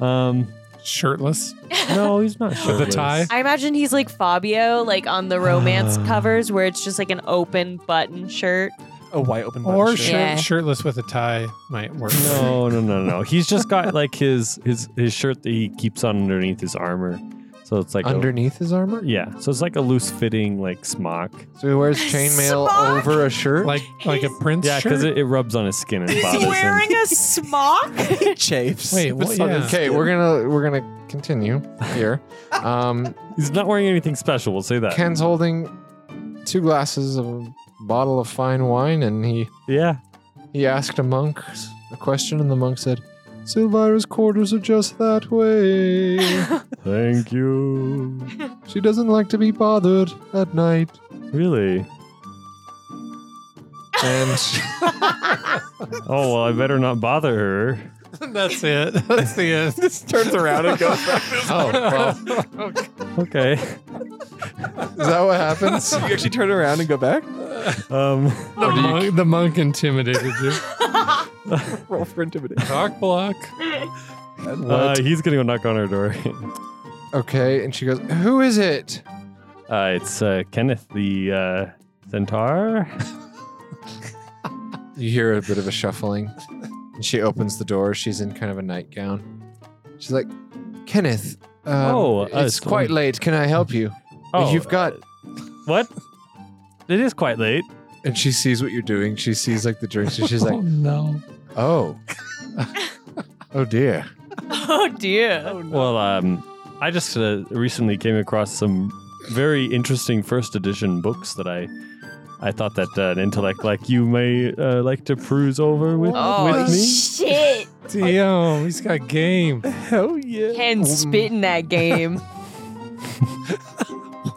[SPEAKER 5] Um,
[SPEAKER 7] Shirtless.
[SPEAKER 5] no, he's not
[SPEAKER 7] the
[SPEAKER 5] shirtless.
[SPEAKER 7] tie?
[SPEAKER 3] I imagine he's like Fabio, like on the romance covers where it's just like an open button shirt.
[SPEAKER 1] Hmm.
[SPEAKER 4] A white open button
[SPEAKER 7] Or
[SPEAKER 4] shirt.
[SPEAKER 7] shirt,
[SPEAKER 11] Yeah.
[SPEAKER 7] shirtless with a tie might work.
[SPEAKER 5] No, no, no, no. He's just got like his his his shirt that he keeps on underneath his armor. So it's like a-
[SPEAKER 1] Underneath his armor,
[SPEAKER 5] yeah. So it's like a loose fitting like smock.
[SPEAKER 1] so he wears chainmail
[SPEAKER 3] Smock?
[SPEAKER 1] over a shirt.
[SPEAKER 7] Like like a prince
[SPEAKER 5] Yeah, because
[SPEAKER 7] shirt.
[SPEAKER 5] it, it rubs on his skin and bothers
[SPEAKER 3] He's
[SPEAKER 5] him.
[SPEAKER 3] wearing a smock.
[SPEAKER 4] Chafes.
[SPEAKER 7] Wait, what-
[SPEAKER 4] It's on
[SPEAKER 7] yeah.
[SPEAKER 4] his
[SPEAKER 1] okay,
[SPEAKER 4] skin.
[SPEAKER 1] we're gonna we're gonna continue here. Um,
[SPEAKER 5] He's not wearing anything special. We'll say that.
[SPEAKER 1] Ken's holding two glasses of a bottle of fine wine, and he
[SPEAKER 5] yeah.
[SPEAKER 1] he asked a monk a question, and the monk said, "Silvira's quarters are just that way."
[SPEAKER 5] Thank you.
[SPEAKER 1] She doesn't like to be bothered at night.
[SPEAKER 5] Really?
[SPEAKER 1] And she-
[SPEAKER 5] Oh well, I better not bother her.
[SPEAKER 7] That's it. That's the end.
[SPEAKER 4] This turns around and goes back.
[SPEAKER 1] oh, well,
[SPEAKER 5] Okay.
[SPEAKER 1] is that what happens?
[SPEAKER 4] you actually turn around and go back?
[SPEAKER 5] Um.
[SPEAKER 7] The monk, the monk intimidated you.
[SPEAKER 4] Roll for intimidation.
[SPEAKER 7] Cock block.
[SPEAKER 5] Uh, he's gonna go knock on her door.
[SPEAKER 1] Okay, and she goes, "Who is it?"
[SPEAKER 5] Uh, it's uh, Kenneth the uh, centaur.
[SPEAKER 1] You hear a bit of a shuffling. And she opens the door. She's in kind of a nightgown. She's like, Kenneth, um,
[SPEAKER 5] Oh, uh,
[SPEAKER 1] it's
[SPEAKER 5] it's
[SPEAKER 1] quite
[SPEAKER 5] only-
[SPEAKER 1] late. Can I help you?
[SPEAKER 10] Oh,
[SPEAKER 1] You've got.
[SPEAKER 10] uh,
[SPEAKER 5] what? It is quite late.
[SPEAKER 1] And she sees what you're doing. She sees like the drinks and she's
[SPEAKER 10] oh
[SPEAKER 1] like,
[SPEAKER 10] no.
[SPEAKER 1] oh. oh dear.
[SPEAKER 3] Oh dear.
[SPEAKER 5] Well, um, I just uh, recently came across some very interesting first edition books that I I thought that uh, an intellect like you may uh, like to peruse over with,
[SPEAKER 3] Oh
[SPEAKER 5] with me.
[SPEAKER 3] shit.
[SPEAKER 10] Damn, he's got game.
[SPEAKER 4] Hell yeah.
[SPEAKER 3] Ken spit in that game.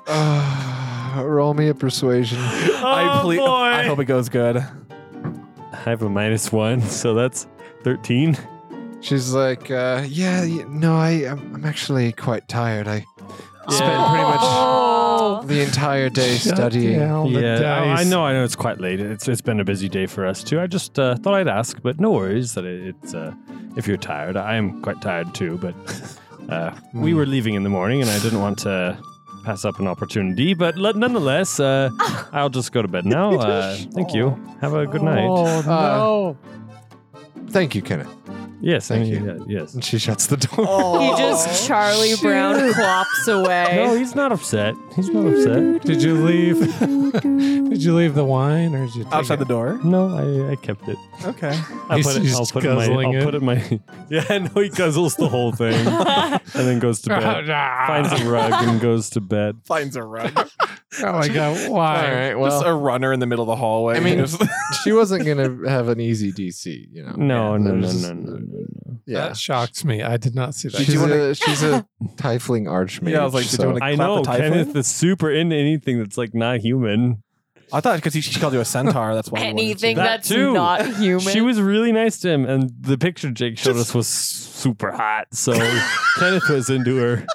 [SPEAKER 1] Uh, roll me a persuasion. Oh,
[SPEAKER 4] I, ple-
[SPEAKER 5] boy.
[SPEAKER 4] I hope it goes good.
[SPEAKER 5] I have a minus one, so that's thirteen.
[SPEAKER 1] She's like, uh, yeah, y- no, I, I'm, I'm actually quite tired. I spent pretty much
[SPEAKER 3] Oh.
[SPEAKER 1] the entire day studying.
[SPEAKER 10] down the dice.
[SPEAKER 5] Oh, I know, I know. It's quite late. It's it's been a busy day for us too. I just uh, thought I'd ask, but no worries that it, it's uh, if you're tired. I am quite tired too, but uh,
[SPEAKER 10] Mm.
[SPEAKER 5] we were leaving in the morning, and I didn't want to pass up an opportunity. But le- nonetheless, uh, I'll just go to bed now. Uh, thank you. Have a good night.
[SPEAKER 10] Oh
[SPEAKER 1] Uh, Thank you, Kenneth.
[SPEAKER 5] Yes,
[SPEAKER 1] thank
[SPEAKER 5] I mean,
[SPEAKER 1] you.
[SPEAKER 5] uh, yes.
[SPEAKER 1] And she shuts the door.
[SPEAKER 4] Oh.
[SPEAKER 3] He just Charlie Brown clops
[SPEAKER 5] No,
[SPEAKER 3] away.
[SPEAKER 5] he's not upset. He's not upset.
[SPEAKER 10] Did you leave? did you leave the wine or did you take
[SPEAKER 4] Outside
[SPEAKER 10] it?
[SPEAKER 4] the door.
[SPEAKER 5] No, I, I kept it.
[SPEAKER 4] Okay.
[SPEAKER 5] I'll
[SPEAKER 10] He's
[SPEAKER 5] put it.
[SPEAKER 10] just
[SPEAKER 5] I'll put it in my.
[SPEAKER 10] guzzling
[SPEAKER 5] I'll
[SPEAKER 10] it.
[SPEAKER 5] put it in my. Yeah, no, he guzzles the whole thing, and then goes to bed. finds a rug and goes to bed.
[SPEAKER 4] Finds a rug.
[SPEAKER 10] Oh my god,
[SPEAKER 1] All
[SPEAKER 10] why?
[SPEAKER 1] right, well,
[SPEAKER 4] just a runner in the middle of the hallway.
[SPEAKER 1] I mean-
[SPEAKER 4] Just-
[SPEAKER 1] she wasn't gonna have an easy DC, you know.
[SPEAKER 5] No,
[SPEAKER 1] Yeah,
[SPEAKER 5] no, no,
[SPEAKER 1] there's-
[SPEAKER 5] no, no, no, no.
[SPEAKER 1] Yeah,
[SPEAKER 10] That shocks me. I did not see that.
[SPEAKER 1] she's, a, she's a tiefling archmage.
[SPEAKER 4] Yeah, I was like, did you
[SPEAKER 1] so-
[SPEAKER 4] wanna-
[SPEAKER 5] I
[SPEAKER 4] clap
[SPEAKER 5] know
[SPEAKER 4] the typhoon?
[SPEAKER 5] Kenneth is super into anything that's like not human.
[SPEAKER 4] I thought because she called you a centaur. That's why. I wanted
[SPEAKER 3] Anything
[SPEAKER 4] to-
[SPEAKER 5] That
[SPEAKER 3] that's
[SPEAKER 5] too.
[SPEAKER 3] not human.
[SPEAKER 5] She was really nice to him, and the picture Jake showed us was super hot. So Kenneth was into her.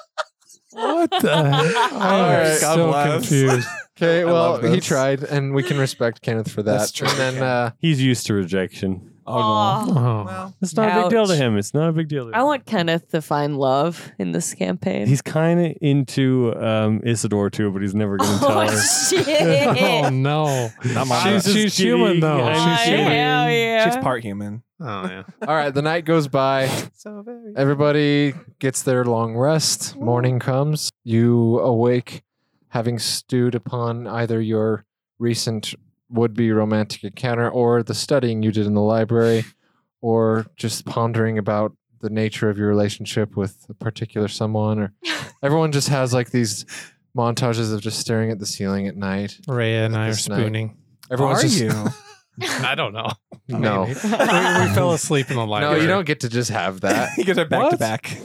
[SPEAKER 10] what the hell? Oh, I'm
[SPEAKER 1] right,
[SPEAKER 4] God
[SPEAKER 10] so
[SPEAKER 4] bless.
[SPEAKER 10] confused.
[SPEAKER 1] okay, well,
[SPEAKER 4] love
[SPEAKER 1] he
[SPEAKER 4] this.
[SPEAKER 1] tried, and we can respect Kenneth for that.
[SPEAKER 4] That's true,
[SPEAKER 1] And then, uh,
[SPEAKER 5] He's used to rejection.
[SPEAKER 4] Oh,
[SPEAKER 3] Aw.
[SPEAKER 10] Oh.
[SPEAKER 5] It's not a big deal to
[SPEAKER 3] Ouch.
[SPEAKER 5] him. It's not a big deal. To
[SPEAKER 3] I
[SPEAKER 5] him.
[SPEAKER 3] want Kenneth to find love in this campaign.
[SPEAKER 5] He's kind of into um, Isidore too, but he's never going to tell her.
[SPEAKER 10] oh
[SPEAKER 3] shit.
[SPEAKER 10] no.
[SPEAKER 4] Not my
[SPEAKER 10] She's,
[SPEAKER 4] eyes.
[SPEAKER 10] she's human
[SPEAKER 5] kidding.
[SPEAKER 10] though.
[SPEAKER 5] I'm
[SPEAKER 10] She's human.
[SPEAKER 3] hell
[SPEAKER 4] no.
[SPEAKER 3] yeah.
[SPEAKER 4] she's part human.
[SPEAKER 10] Oh yeah.
[SPEAKER 1] all right, the night goes by.
[SPEAKER 4] So very.
[SPEAKER 1] Everybody gets their long rest. Morning comes. You awake having stewed upon either your recent would be romantic encounter or the studying you did in the library or just pondering about the nature of your relationship with a particular someone or everyone just has like these montages of just staring at the ceiling at night.
[SPEAKER 10] Rhea and I are
[SPEAKER 1] This night.
[SPEAKER 10] spooning.
[SPEAKER 1] Everyone's just
[SPEAKER 10] I don't know.
[SPEAKER 1] no.
[SPEAKER 10] Maybe. we, we fell asleep in the
[SPEAKER 1] No,
[SPEAKER 10] library.
[SPEAKER 1] you don't get to just have that.
[SPEAKER 4] he gives her back to
[SPEAKER 10] What?
[SPEAKER 4] back.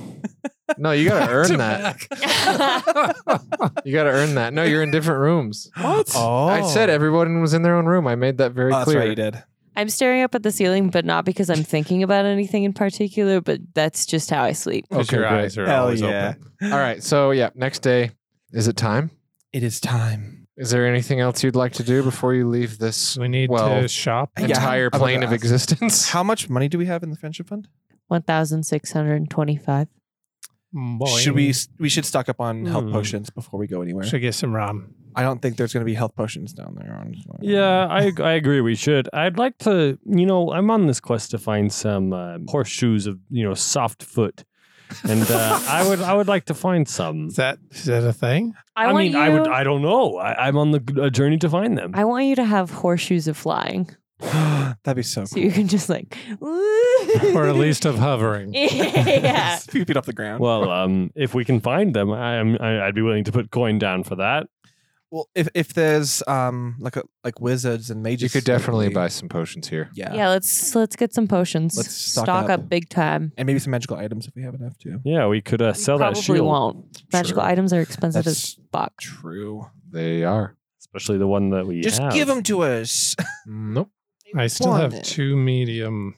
[SPEAKER 1] No, you gotta earn that. You gotta earn that. No, you're in different rooms.
[SPEAKER 4] What? Oh,
[SPEAKER 1] I said everyone was in their own room. I made that very
[SPEAKER 4] Oh, that's
[SPEAKER 1] clear.
[SPEAKER 4] right. You did.
[SPEAKER 3] I'm staring up at the ceiling, but not because I'm thinking about anything in particular, but that's just how I sleep.
[SPEAKER 10] 'Cause
[SPEAKER 1] Okay,
[SPEAKER 10] your
[SPEAKER 1] great.
[SPEAKER 10] eyes are
[SPEAKER 4] Hell
[SPEAKER 10] always
[SPEAKER 4] yeah!
[SPEAKER 10] open.
[SPEAKER 1] All right. So yeah, next day. Is it time?
[SPEAKER 4] It is time.
[SPEAKER 1] Is there anything else you'd like to do before you leave this
[SPEAKER 10] We need
[SPEAKER 1] Well,
[SPEAKER 10] to shop.
[SPEAKER 4] Yeah,
[SPEAKER 1] entire
[SPEAKER 4] I'm about
[SPEAKER 1] plane
[SPEAKER 4] to
[SPEAKER 1] of
[SPEAKER 4] ask.
[SPEAKER 1] existence?
[SPEAKER 4] How much money do we have in the friendship fund?
[SPEAKER 3] 1,625.
[SPEAKER 10] Boy.
[SPEAKER 4] Should we? We should stock up on health
[SPEAKER 5] Hmm.
[SPEAKER 4] potions before we go anywhere.
[SPEAKER 10] Should get some rum.
[SPEAKER 4] I don't think there's going to be health potions down there. Honestly.
[SPEAKER 5] Yeah, I, I agree. We should. I'd like to, you know, I'm on this quest to find some uh, horseshoes of, you know, soft foot, and uh, I would I would like to find some.
[SPEAKER 10] Is that is that a thing?
[SPEAKER 3] I, want
[SPEAKER 5] mean,
[SPEAKER 3] you,
[SPEAKER 5] I would. I don't know. I, I'm on the a journey to find them.
[SPEAKER 3] I want you to have horseshoes of flying.
[SPEAKER 4] That'd be so.
[SPEAKER 3] So
[SPEAKER 4] cool.
[SPEAKER 3] you can just like.
[SPEAKER 10] Or at least of hovering.
[SPEAKER 3] yeah.
[SPEAKER 4] Few feet off the ground.
[SPEAKER 5] well, um, if we can find them, I'm I, I'd be willing to put coin down for that.
[SPEAKER 4] Well, if if there's um like a, like wizards and mages,
[SPEAKER 1] you could definitely
[SPEAKER 4] maybe-
[SPEAKER 1] buy some potions here.
[SPEAKER 4] Yeah.
[SPEAKER 3] Yeah, let's let's get some potions.
[SPEAKER 4] Let's stock
[SPEAKER 3] up.
[SPEAKER 4] up.
[SPEAKER 3] big time.
[SPEAKER 4] and maybe some magical items if we have enough too.
[SPEAKER 5] Yeah, we could uh, sell that
[SPEAKER 3] Probably
[SPEAKER 5] shield,
[SPEAKER 3] won't. Magical
[SPEAKER 4] Sure.
[SPEAKER 3] items are expensive
[SPEAKER 4] That's-
[SPEAKER 3] as fuck.
[SPEAKER 4] True.
[SPEAKER 1] They are.
[SPEAKER 5] especially the one that we
[SPEAKER 4] Just
[SPEAKER 5] have.
[SPEAKER 4] give them to us.
[SPEAKER 1] Nope.
[SPEAKER 10] I still have
[SPEAKER 4] Wanted.
[SPEAKER 10] two medium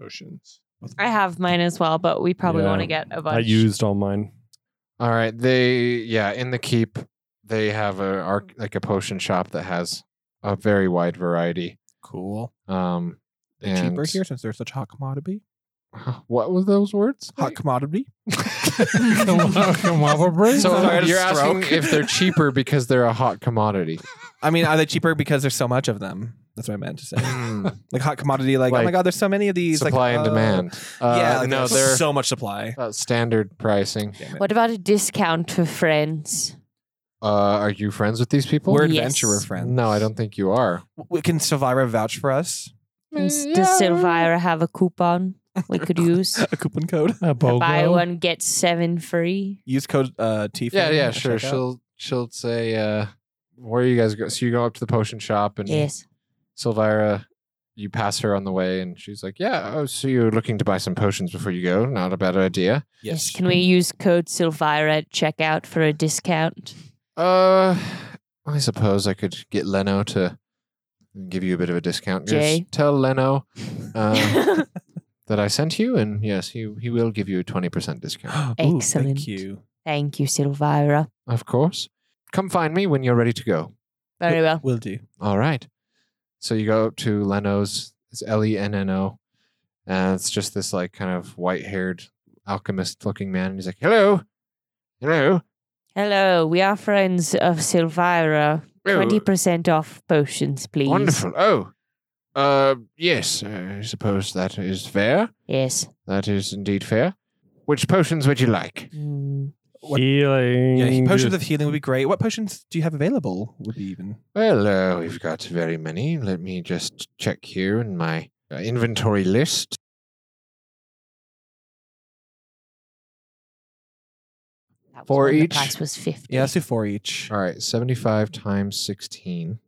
[SPEAKER 10] potions.
[SPEAKER 3] I have mine as well, but we probably
[SPEAKER 5] Yeah.
[SPEAKER 3] want to get a bunch.
[SPEAKER 5] I used all mine.
[SPEAKER 1] All right. They yeah, in the keep they have a arc like a potion shop that has a very wide variety.
[SPEAKER 4] Cool.
[SPEAKER 1] Um
[SPEAKER 4] They're cheaper
[SPEAKER 1] and-
[SPEAKER 4] here since they're such a hot commodity.
[SPEAKER 1] What were those words?
[SPEAKER 4] Hot commodity.
[SPEAKER 1] So
[SPEAKER 12] Sorry,
[SPEAKER 1] you're
[SPEAKER 12] stroke.
[SPEAKER 1] asking if they're cheaper because they're a hot commodity.
[SPEAKER 4] I mean, are they cheaper because there's so much of them? That's what I meant to say. like hot commodity, like, oh my
[SPEAKER 1] Mm. Like,
[SPEAKER 4] god, there's so many of these. like,
[SPEAKER 1] Supply and
[SPEAKER 4] uh,
[SPEAKER 1] demand. Uh,
[SPEAKER 4] yeah, like,
[SPEAKER 1] no,
[SPEAKER 4] there's
[SPEAKER 1] they're
[SPEAKER 4] so much supply.
[SPEAKER 1] uh, standard pricing.
[SPEAKER 3] What about a discount for friends?
[SPEAKER 1] Uh, are you friends with these people?
[SPEAKER 4] We're
[SPEAKER 3] Yes.
[SPEAKER 4] adventurer friends.
[SPEAKER 1] No, I don't think you are.
[SPEAKER 4] W- Can Silvira vouch for us?
[SPEAKER 3] And s- Does Silvira have a coupon we could use?
[SPEAKER 4] A coupon code.
[SPEAKER 2] A BOGO.
[SPEAKER 3] Buy one, get seven free.
[SPEAKER 4] Use code uh, T.
[SPEAKER 1] Yeah, yeah, sure. She'll she'll say, uh, "Where you guys go?" So you go up to the potion shop, and
[SPEAKER 3] Yes.
[SPEAKER 1] Silvira, you pass her on the way, and she's like, "Yeah, oh, so you're looking to buy some potions before you go? Not a bad idea."
[SPEAKER 3] Yes. Can we use code Silvira at checkout for a discount?
[SPEAKER 1] Uh, I suppose I could get Leno to give you a bit of a discount.
[SPEAKER 3] Jay.
[SPEAKER 1] Just tell Leno uh, that I sent you, and yes, he he will give you a twenty percent discount.
[SPEAKER 3] Excellent.
[SPEAKER 4] Thank you.
[SPEAKER 3] Thank you, Silvira.
[SPEAKER 1] of course. Come find me when you're ready to go.
[SPEAKER 3] Very well.
[SPEAKER 4] Will do.
[SPEAKER 1] All right. So you go to Leno's. It's L E N N O. And it's just this like kind of white haired alchemist looking man. And he's like, hello. Hello.
[SPEAKER 3] Hello, we are friends of Silvira.
[SPEAKER 1] Oh,
[SPEAKER 3] Twenty percent off potions, please.
[SPEAKER 1] Wonderful. Oh. Uh, yes. I suppose that is fair.
[SPEAKER 3] Yes.
[SPEAKER 1] That is indeed fair. Which potions would you like?
[SPEAKER 3] Mm.
[SPEAKER 4] What-
[SPEAKER 5] Healing.
[SPEAKER 4] Yeah, potions of healing would be great. What potions do you have available? Would be even.
[SPEAKER 1] Well, uh, we've got very many. Let me just check here in my uh, inventory list.
[SPEAKER 3] That was
[SPEAKER 1] For
[SPEAKER 3] when
[SPEAKER 1] each?
[SPEAKER 3] The price was fifty.
[SPEAKER 4] Yeah, let's do four each.
[SPEAKER 1] All right, 75 times 16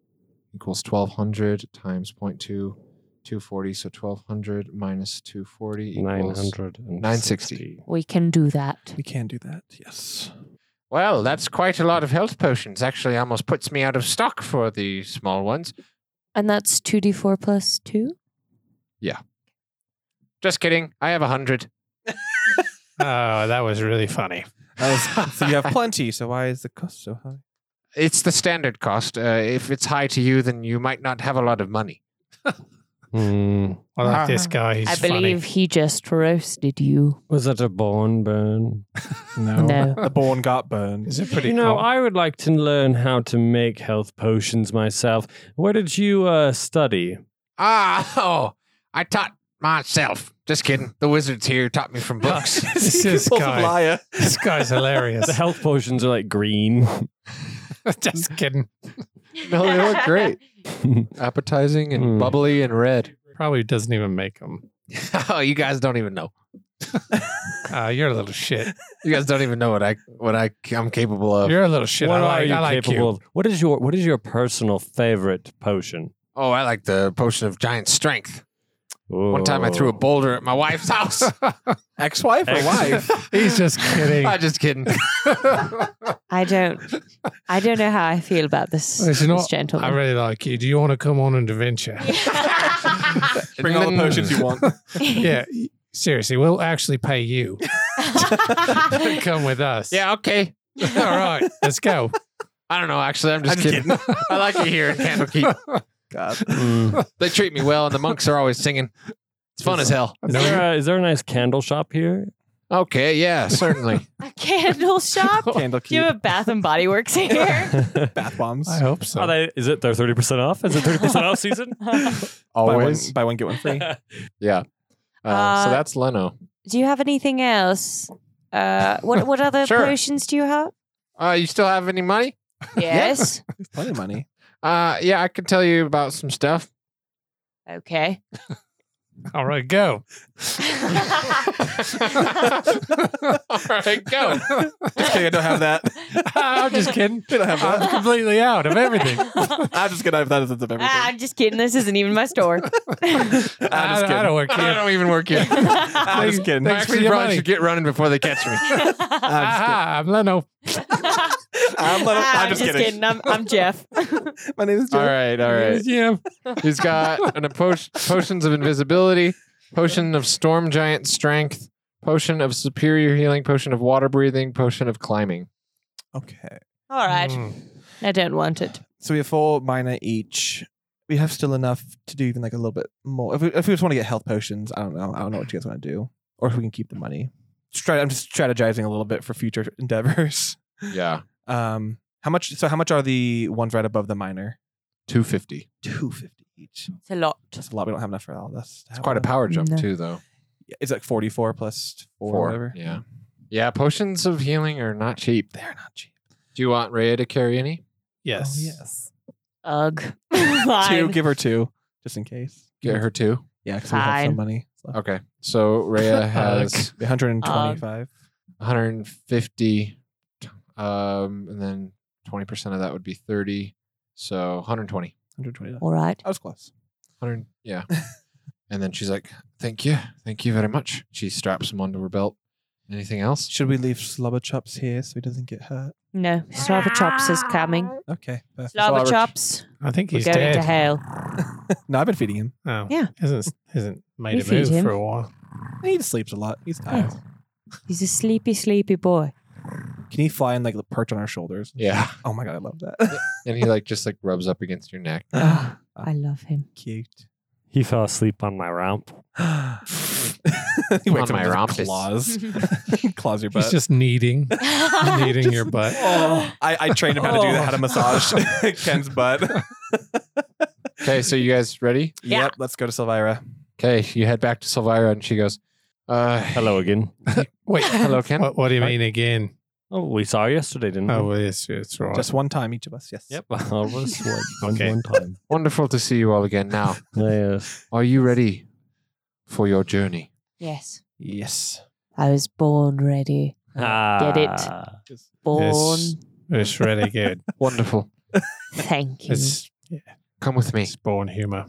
[SPEAKER 1] equals 1200 times 0.2, 240. So 1200 minus 240 equals. 960.
[SPEAKER 5] 960.
[SPEAKER 3] We can do that.
[SPEAKER 4] We can do that. Yes.
[SPEAKER 1] Well, that's quite a lot of health potions. Actually, almost puts me out of stock for the small ones.
[SPEAKER 3] And that's two D four plus two?
[SPEAKER 1] Just kidding. I have 100.
[SPEAKER 2] Oh, that was really funny.
[SPEAKER 4] That was- so you have plenty. So why is the cost so high?
[SPEAKER 1] It's the standard cost. Uh, if it's high to you, then you might not have a lot of money.
[SPEAKER 5] Mm.
[SPEAKER 2] I like this guy. He's
[SPEAKER 3] I believe he just roasted you.
[SPEAKER 5] Was that a born burn?
[SPEAKER 3] No.
[SPEAKER 4] The born got burned.
[SPEAKER 2] Is it pretty
[SPEAKER 5] you know,
[SPEAKER 2] cool?
[SPEAKER 5] I would like to learn how to make health potions myself. Where did you uh, study?
[SPEAKER 1] Ah, oh, I taught myself. Just kidding. The wizards here taught me from books.
[SPEAKER 2] This is guy.
[SPEAKER 4] liar.
[SPEAKER 2] This guy's hilarious.
[SPEAKER 5] The health potions are like green.
[SPEAKER 2] Just kidding.
[SPEAKER 1] no, they look great. Appetizing and
[SPEAKER 2] Hmm.
[SPEAKER 5] Mm.
[SPEAKER 1] bubbly and red.
[SPEAKER 2] Probably doesn't even make them.
[SPEAKER 1] oh, you guys don't even know.
[SPEAKER 2] Uh, you're a little shit.
[SPEAKER 1] You guys don't even know what I what I am capable of.
[SPEAKER 2] You're a little shit.
[SPEAKER 5] what
[SPEAKER 2] I like,
[SPEAKER 5] are you
[SPEAKER 2] I like
[SPEAKER 5] capable
[SPEAKER 2] you.
[SPEAKER 5] of? What is your What is your personal favorite potion?
[SPEAKER 1] oh, I like the potion of giant strength. One time I threw a
[SPEAKER 5] Ooh.
[SPEAKER 1] boulder at my wife's house.
[SPEAKER 4] Ex-wife or
[SPEAKER 5] Ex-
[SPEAKER 4] wife?
[SPEAKER 2] He's just kidding.
[SPEAKER 1] I'm just kidding.
[SPEAKER 3] I don't I don't know how I feel about this,
[SPEAKER 2] Well, it's not-
[SPEAKER 3] this
[SPEAKER 2] I
[SPEAKER 3] gentleman.
[SPEAKER 2] really like you. Do you want to come on an adventure?
[SPEAKER 4] Bring all the potions you want.
[SPEAKER 2] yeah. Seriously, we'll actually pay you. come with us.
[SPEAKER 1] yeah, okay.
[SPEAKER 2] All right. Let's go.
[SPEAKER 1] I don't know. Actually, I'm just
[SPEAKER 4] I'm
[SPEAKER 1] kidding. I like it here in Candlekeep.
[SPEAKER 4] God.
[SPEAKER 5] Mm.
[SPEAKER 1] They treat me well, and the monks are always singing. It's fun as hell.
[SPEAKER 5] Is, there a, is there a nice candle shop here?
[SPEAKER 1] Okay, yeah, certainly.
[SPEAKER 13] a candle shop?
[SPEAKER 4] Candle
[SPEAKER 13] Do you
[SPEAKER 4] keep.
[SPEAKER 13] have a Bath and Body Works here?
[SPEAKER 4] Bath bombs.
[SPEAKER 2] I hope so.
[SPEAKER 5] Are they, is it their thirty percent off? Is it thirty percent off season?
[SPEAKER 4] Buy one, buy one get one free.
[SPEAKER 1] Yeah. Uh, so
[SPEAKER 3] Uh,
[SPEAKER 1] that's Leno.
[SPEAKER 3] do you have anything else? Uh, what what other
[SPEAKER 1] Sure.
[SPEAKER 3] potions do you have?
[SPEAKER 1] Uh, you still have any money?
[SPEAKER 3] Yes.
[SPEAKER 4] There's plenty of money.
[SPEAKER 1] Uh, yeah, I can tell you about some stuff.
[SPEAKER 3] Okay.
[SPEAKER 2] All right, go.
[SPEAKER 1] All right, go.
[SPEAKER 4] Just kidding, I don't have that.
[SPEAKER 2] I'm just kidding.
[SPEAKER 4] We don't have
[SPEAKER 2] I'm
[SPEAKER 4] that.
[SPEAKER 2] completely out of everything.
[SPEAKER 4] I'm just gonna have that as of everything.
[SPEAKER 13] Ah, I'm just kidding. This isn't even my store.
[SPEAKER 4] I'm
[SPEAKER 2] I,
[SPEAKER 4] just
[SPEAKER 2] I
[SPEAKER 4] kidding.
[SPEAKER 2] don't work
[SPEAKER 1] I
[SPEAKER 2] here.
[SPEAKER 1] don't even work here.
[SPEAKER 4] I'm just kidding.
[SPEAKER 2] Thanks for
[SPEAKER 1] Actually, you
[SPEAKER 2] your
[SPEAKER 1] probably
[SPEAKER 2] money.
[SPEAKER 1] should get running before they catch me.
[SPEAKER 4] I'm just kidding.
[SPEAKER 2] Aha, Ah, I'm Leno.
[SPEAKER 4] I'm, little, I'm, just, kidding.
[SPEAKER 13] I'm, I'm Jeff.
[SPEAKER 4] My name is
[SPEAKER 1] all
[SPEAKER 4] Jerry.
[SPEAKER 1] right, all right.
[SPEAKER 2] Yeah.
[SPEAKER 1] He's got an a po- potions of invisibility, potion of storm giant strength, potion of superior healing, potion of water breathing, potion of climbing.
[SPEAKER 4] Okay.
[SPEAKER 13] All right.
[SPEAKER 2] Mm.
[SPEAKER 13] I don't want it.
[SPEAKER 4] So we have four minor each. We have still enough to do even like a little bit more. If we, if we just want to get health potions, I don't know. I don't know what you guys want to do. or if we can keep the money. Strat- I'm just strategizing a little bit for future endeavors.
[SPEAKER 1] Yeah.
[SPEAKER 4] Um, how much? So how much are the ones right above the minor?
[SPEAKER 1] 250.
[SPEAKER 4] Two fifty each.
[SPEAKER 3] It's a lot.
[SPEAKER 4] That's a lot. We don't have enough for all this.
[SPEAKER 1] It's quite a power jump,
[SPEAKER 11] No.
[SPEAKER 1] too, though.
[SPEAKER 4] It's like forty four plus four, or whatever.
[SPEAKER 1] Yeah. Yeah, potions of healing are not cheap.
[SPEAKER 4] they're not cheap.
[SPEAKER 1] Do you want Rhea to carry any?
[SPEAKER 10] Yes.
[SPEAKER 2] Oh,
[SPEAKER 4] yes.
[SPEAKER 3] Ugh. Fine.
[SPEAKER 4] Two, give her two, just in case.
[SPEAKER 1] Get her two.
[SPEAKER 4] Yeah, because we have
[SPEAKER 3] Fine.
[SPEAKER 4] some money. left.
[SPEAKER 1] Okay. So Rhea has
[SPEAKER 4] One hundred and twenty-five.
[SPEAKER 1] 150, um, and then 20% of that would be 30. So 120.
[SPEAKER 4] One hundred twenty.
[SPEAKER 11] All right.
[SPEAKER 4] I was close.
[SPEAKER 1] 100 yeah and then she's like thank you thank you very much she straps him onto her belt anything else
[SPEAKER 4] Should we leave Slobber Chops here so he doesn't get hurt?
[SPEAKER 11] No, Strava Chops is coming.
[SPEAKER 4] Okay. perfect.
[SPEAKER 3] Lava chops.
[SPEAKER 7] I think
[SPEAKER 3] We're
[SPEAKER 7] he's
[SPEAKER 3] going to
[SPEAKER 7] dead.
[SPEAKER 3] hell.
[SPEAKER 4] no, I've been feeding him.
[SPEAKER 7] Oh,
[SPEAKER 11] Yeah.
[SPEAKER 7] Hasn't hasn't made
[SPEAKER 11] We
[SPEAKER 7] a
[SPEAKER 11] feed
[SPEAKER 7] move
[SPEAKER 11] him.
[SPEAKER 7] for a while.
[SPEAKER 4] He just sleeps a lot. He's tired.
[SPEAKER 11] He's a sleepy, sleepy boy.
[SPEAKER 4] Can he fly and like perch on our shoulders?
[SPEAKER 1] yeah
[SPEAKER 4] Oh my god, I love that.
[SPEAKER 1] and he like just like rubs up against your neck
[SPEAKER 4] Ah,
[SPEAKER 11] I love him.
[SPEAKER 4] Cute.
[SPEAKER 5] He fell asleep on my ramp.
[SPEAKER 4] he wakes
[SPEAKER 1] On
[SPEAKER 4] up
[SPEAKER 1] my
[SPEAKER 4] with
[SPEAKER 1] rompus.
[SPEAKER 4] his claws. claws your butt.
[SPEAKER 10] He's just kneading, kneading your butt.
[SPEAKER 4] oh, I, I trained him how to do that, how to massage Ken's butt.
[SPEAKER 1] okay so you guys ready
[SPEAKER 3] Yeah.
[SPEAKER 4] Yep, let's go to Silvira.
[SPEAKER 1] okay you head back to Silvira and she goes uh
[SPEAKER 5] Hello again.
[SPEAKER 1] wait hello ken
[SPEAKER 7] What, what do you mean again?
[SPEAKER 5] Oh, we saw her yesterday, didn't
[SPEAKER 7] Oh,
[SPEAKER 5] we?
[SPEAKER 7] well, yes, it's right.
[SPEAKER 4] Just one time, each of us. Yes.
[SPEAKER 5] Yep. All of us. One,
[SPEAKER 7] Okay.
[SPEAKER 5] one time.
[SPEAKER 1] wonderful to see you all again now
[SPEAKER 5] Yes.
[SPEAKER 1] are you ready for your journey
[SPEAKER 11] Yes.
[SPEAKER 4] Yes.
[SPEAKER 11] I was born ready. Get it.
[SPEAKER 5] Ah.
[SPEAKER 11] Born.
[SPEAKER 7] it's really good.
[SPEAKER 1] wonderful
[SPEAKER 11] Thank you.
[SPEAKER 7] It's,
[SPEAKER 1] come with me
[SPEAKER 7] it's born humor.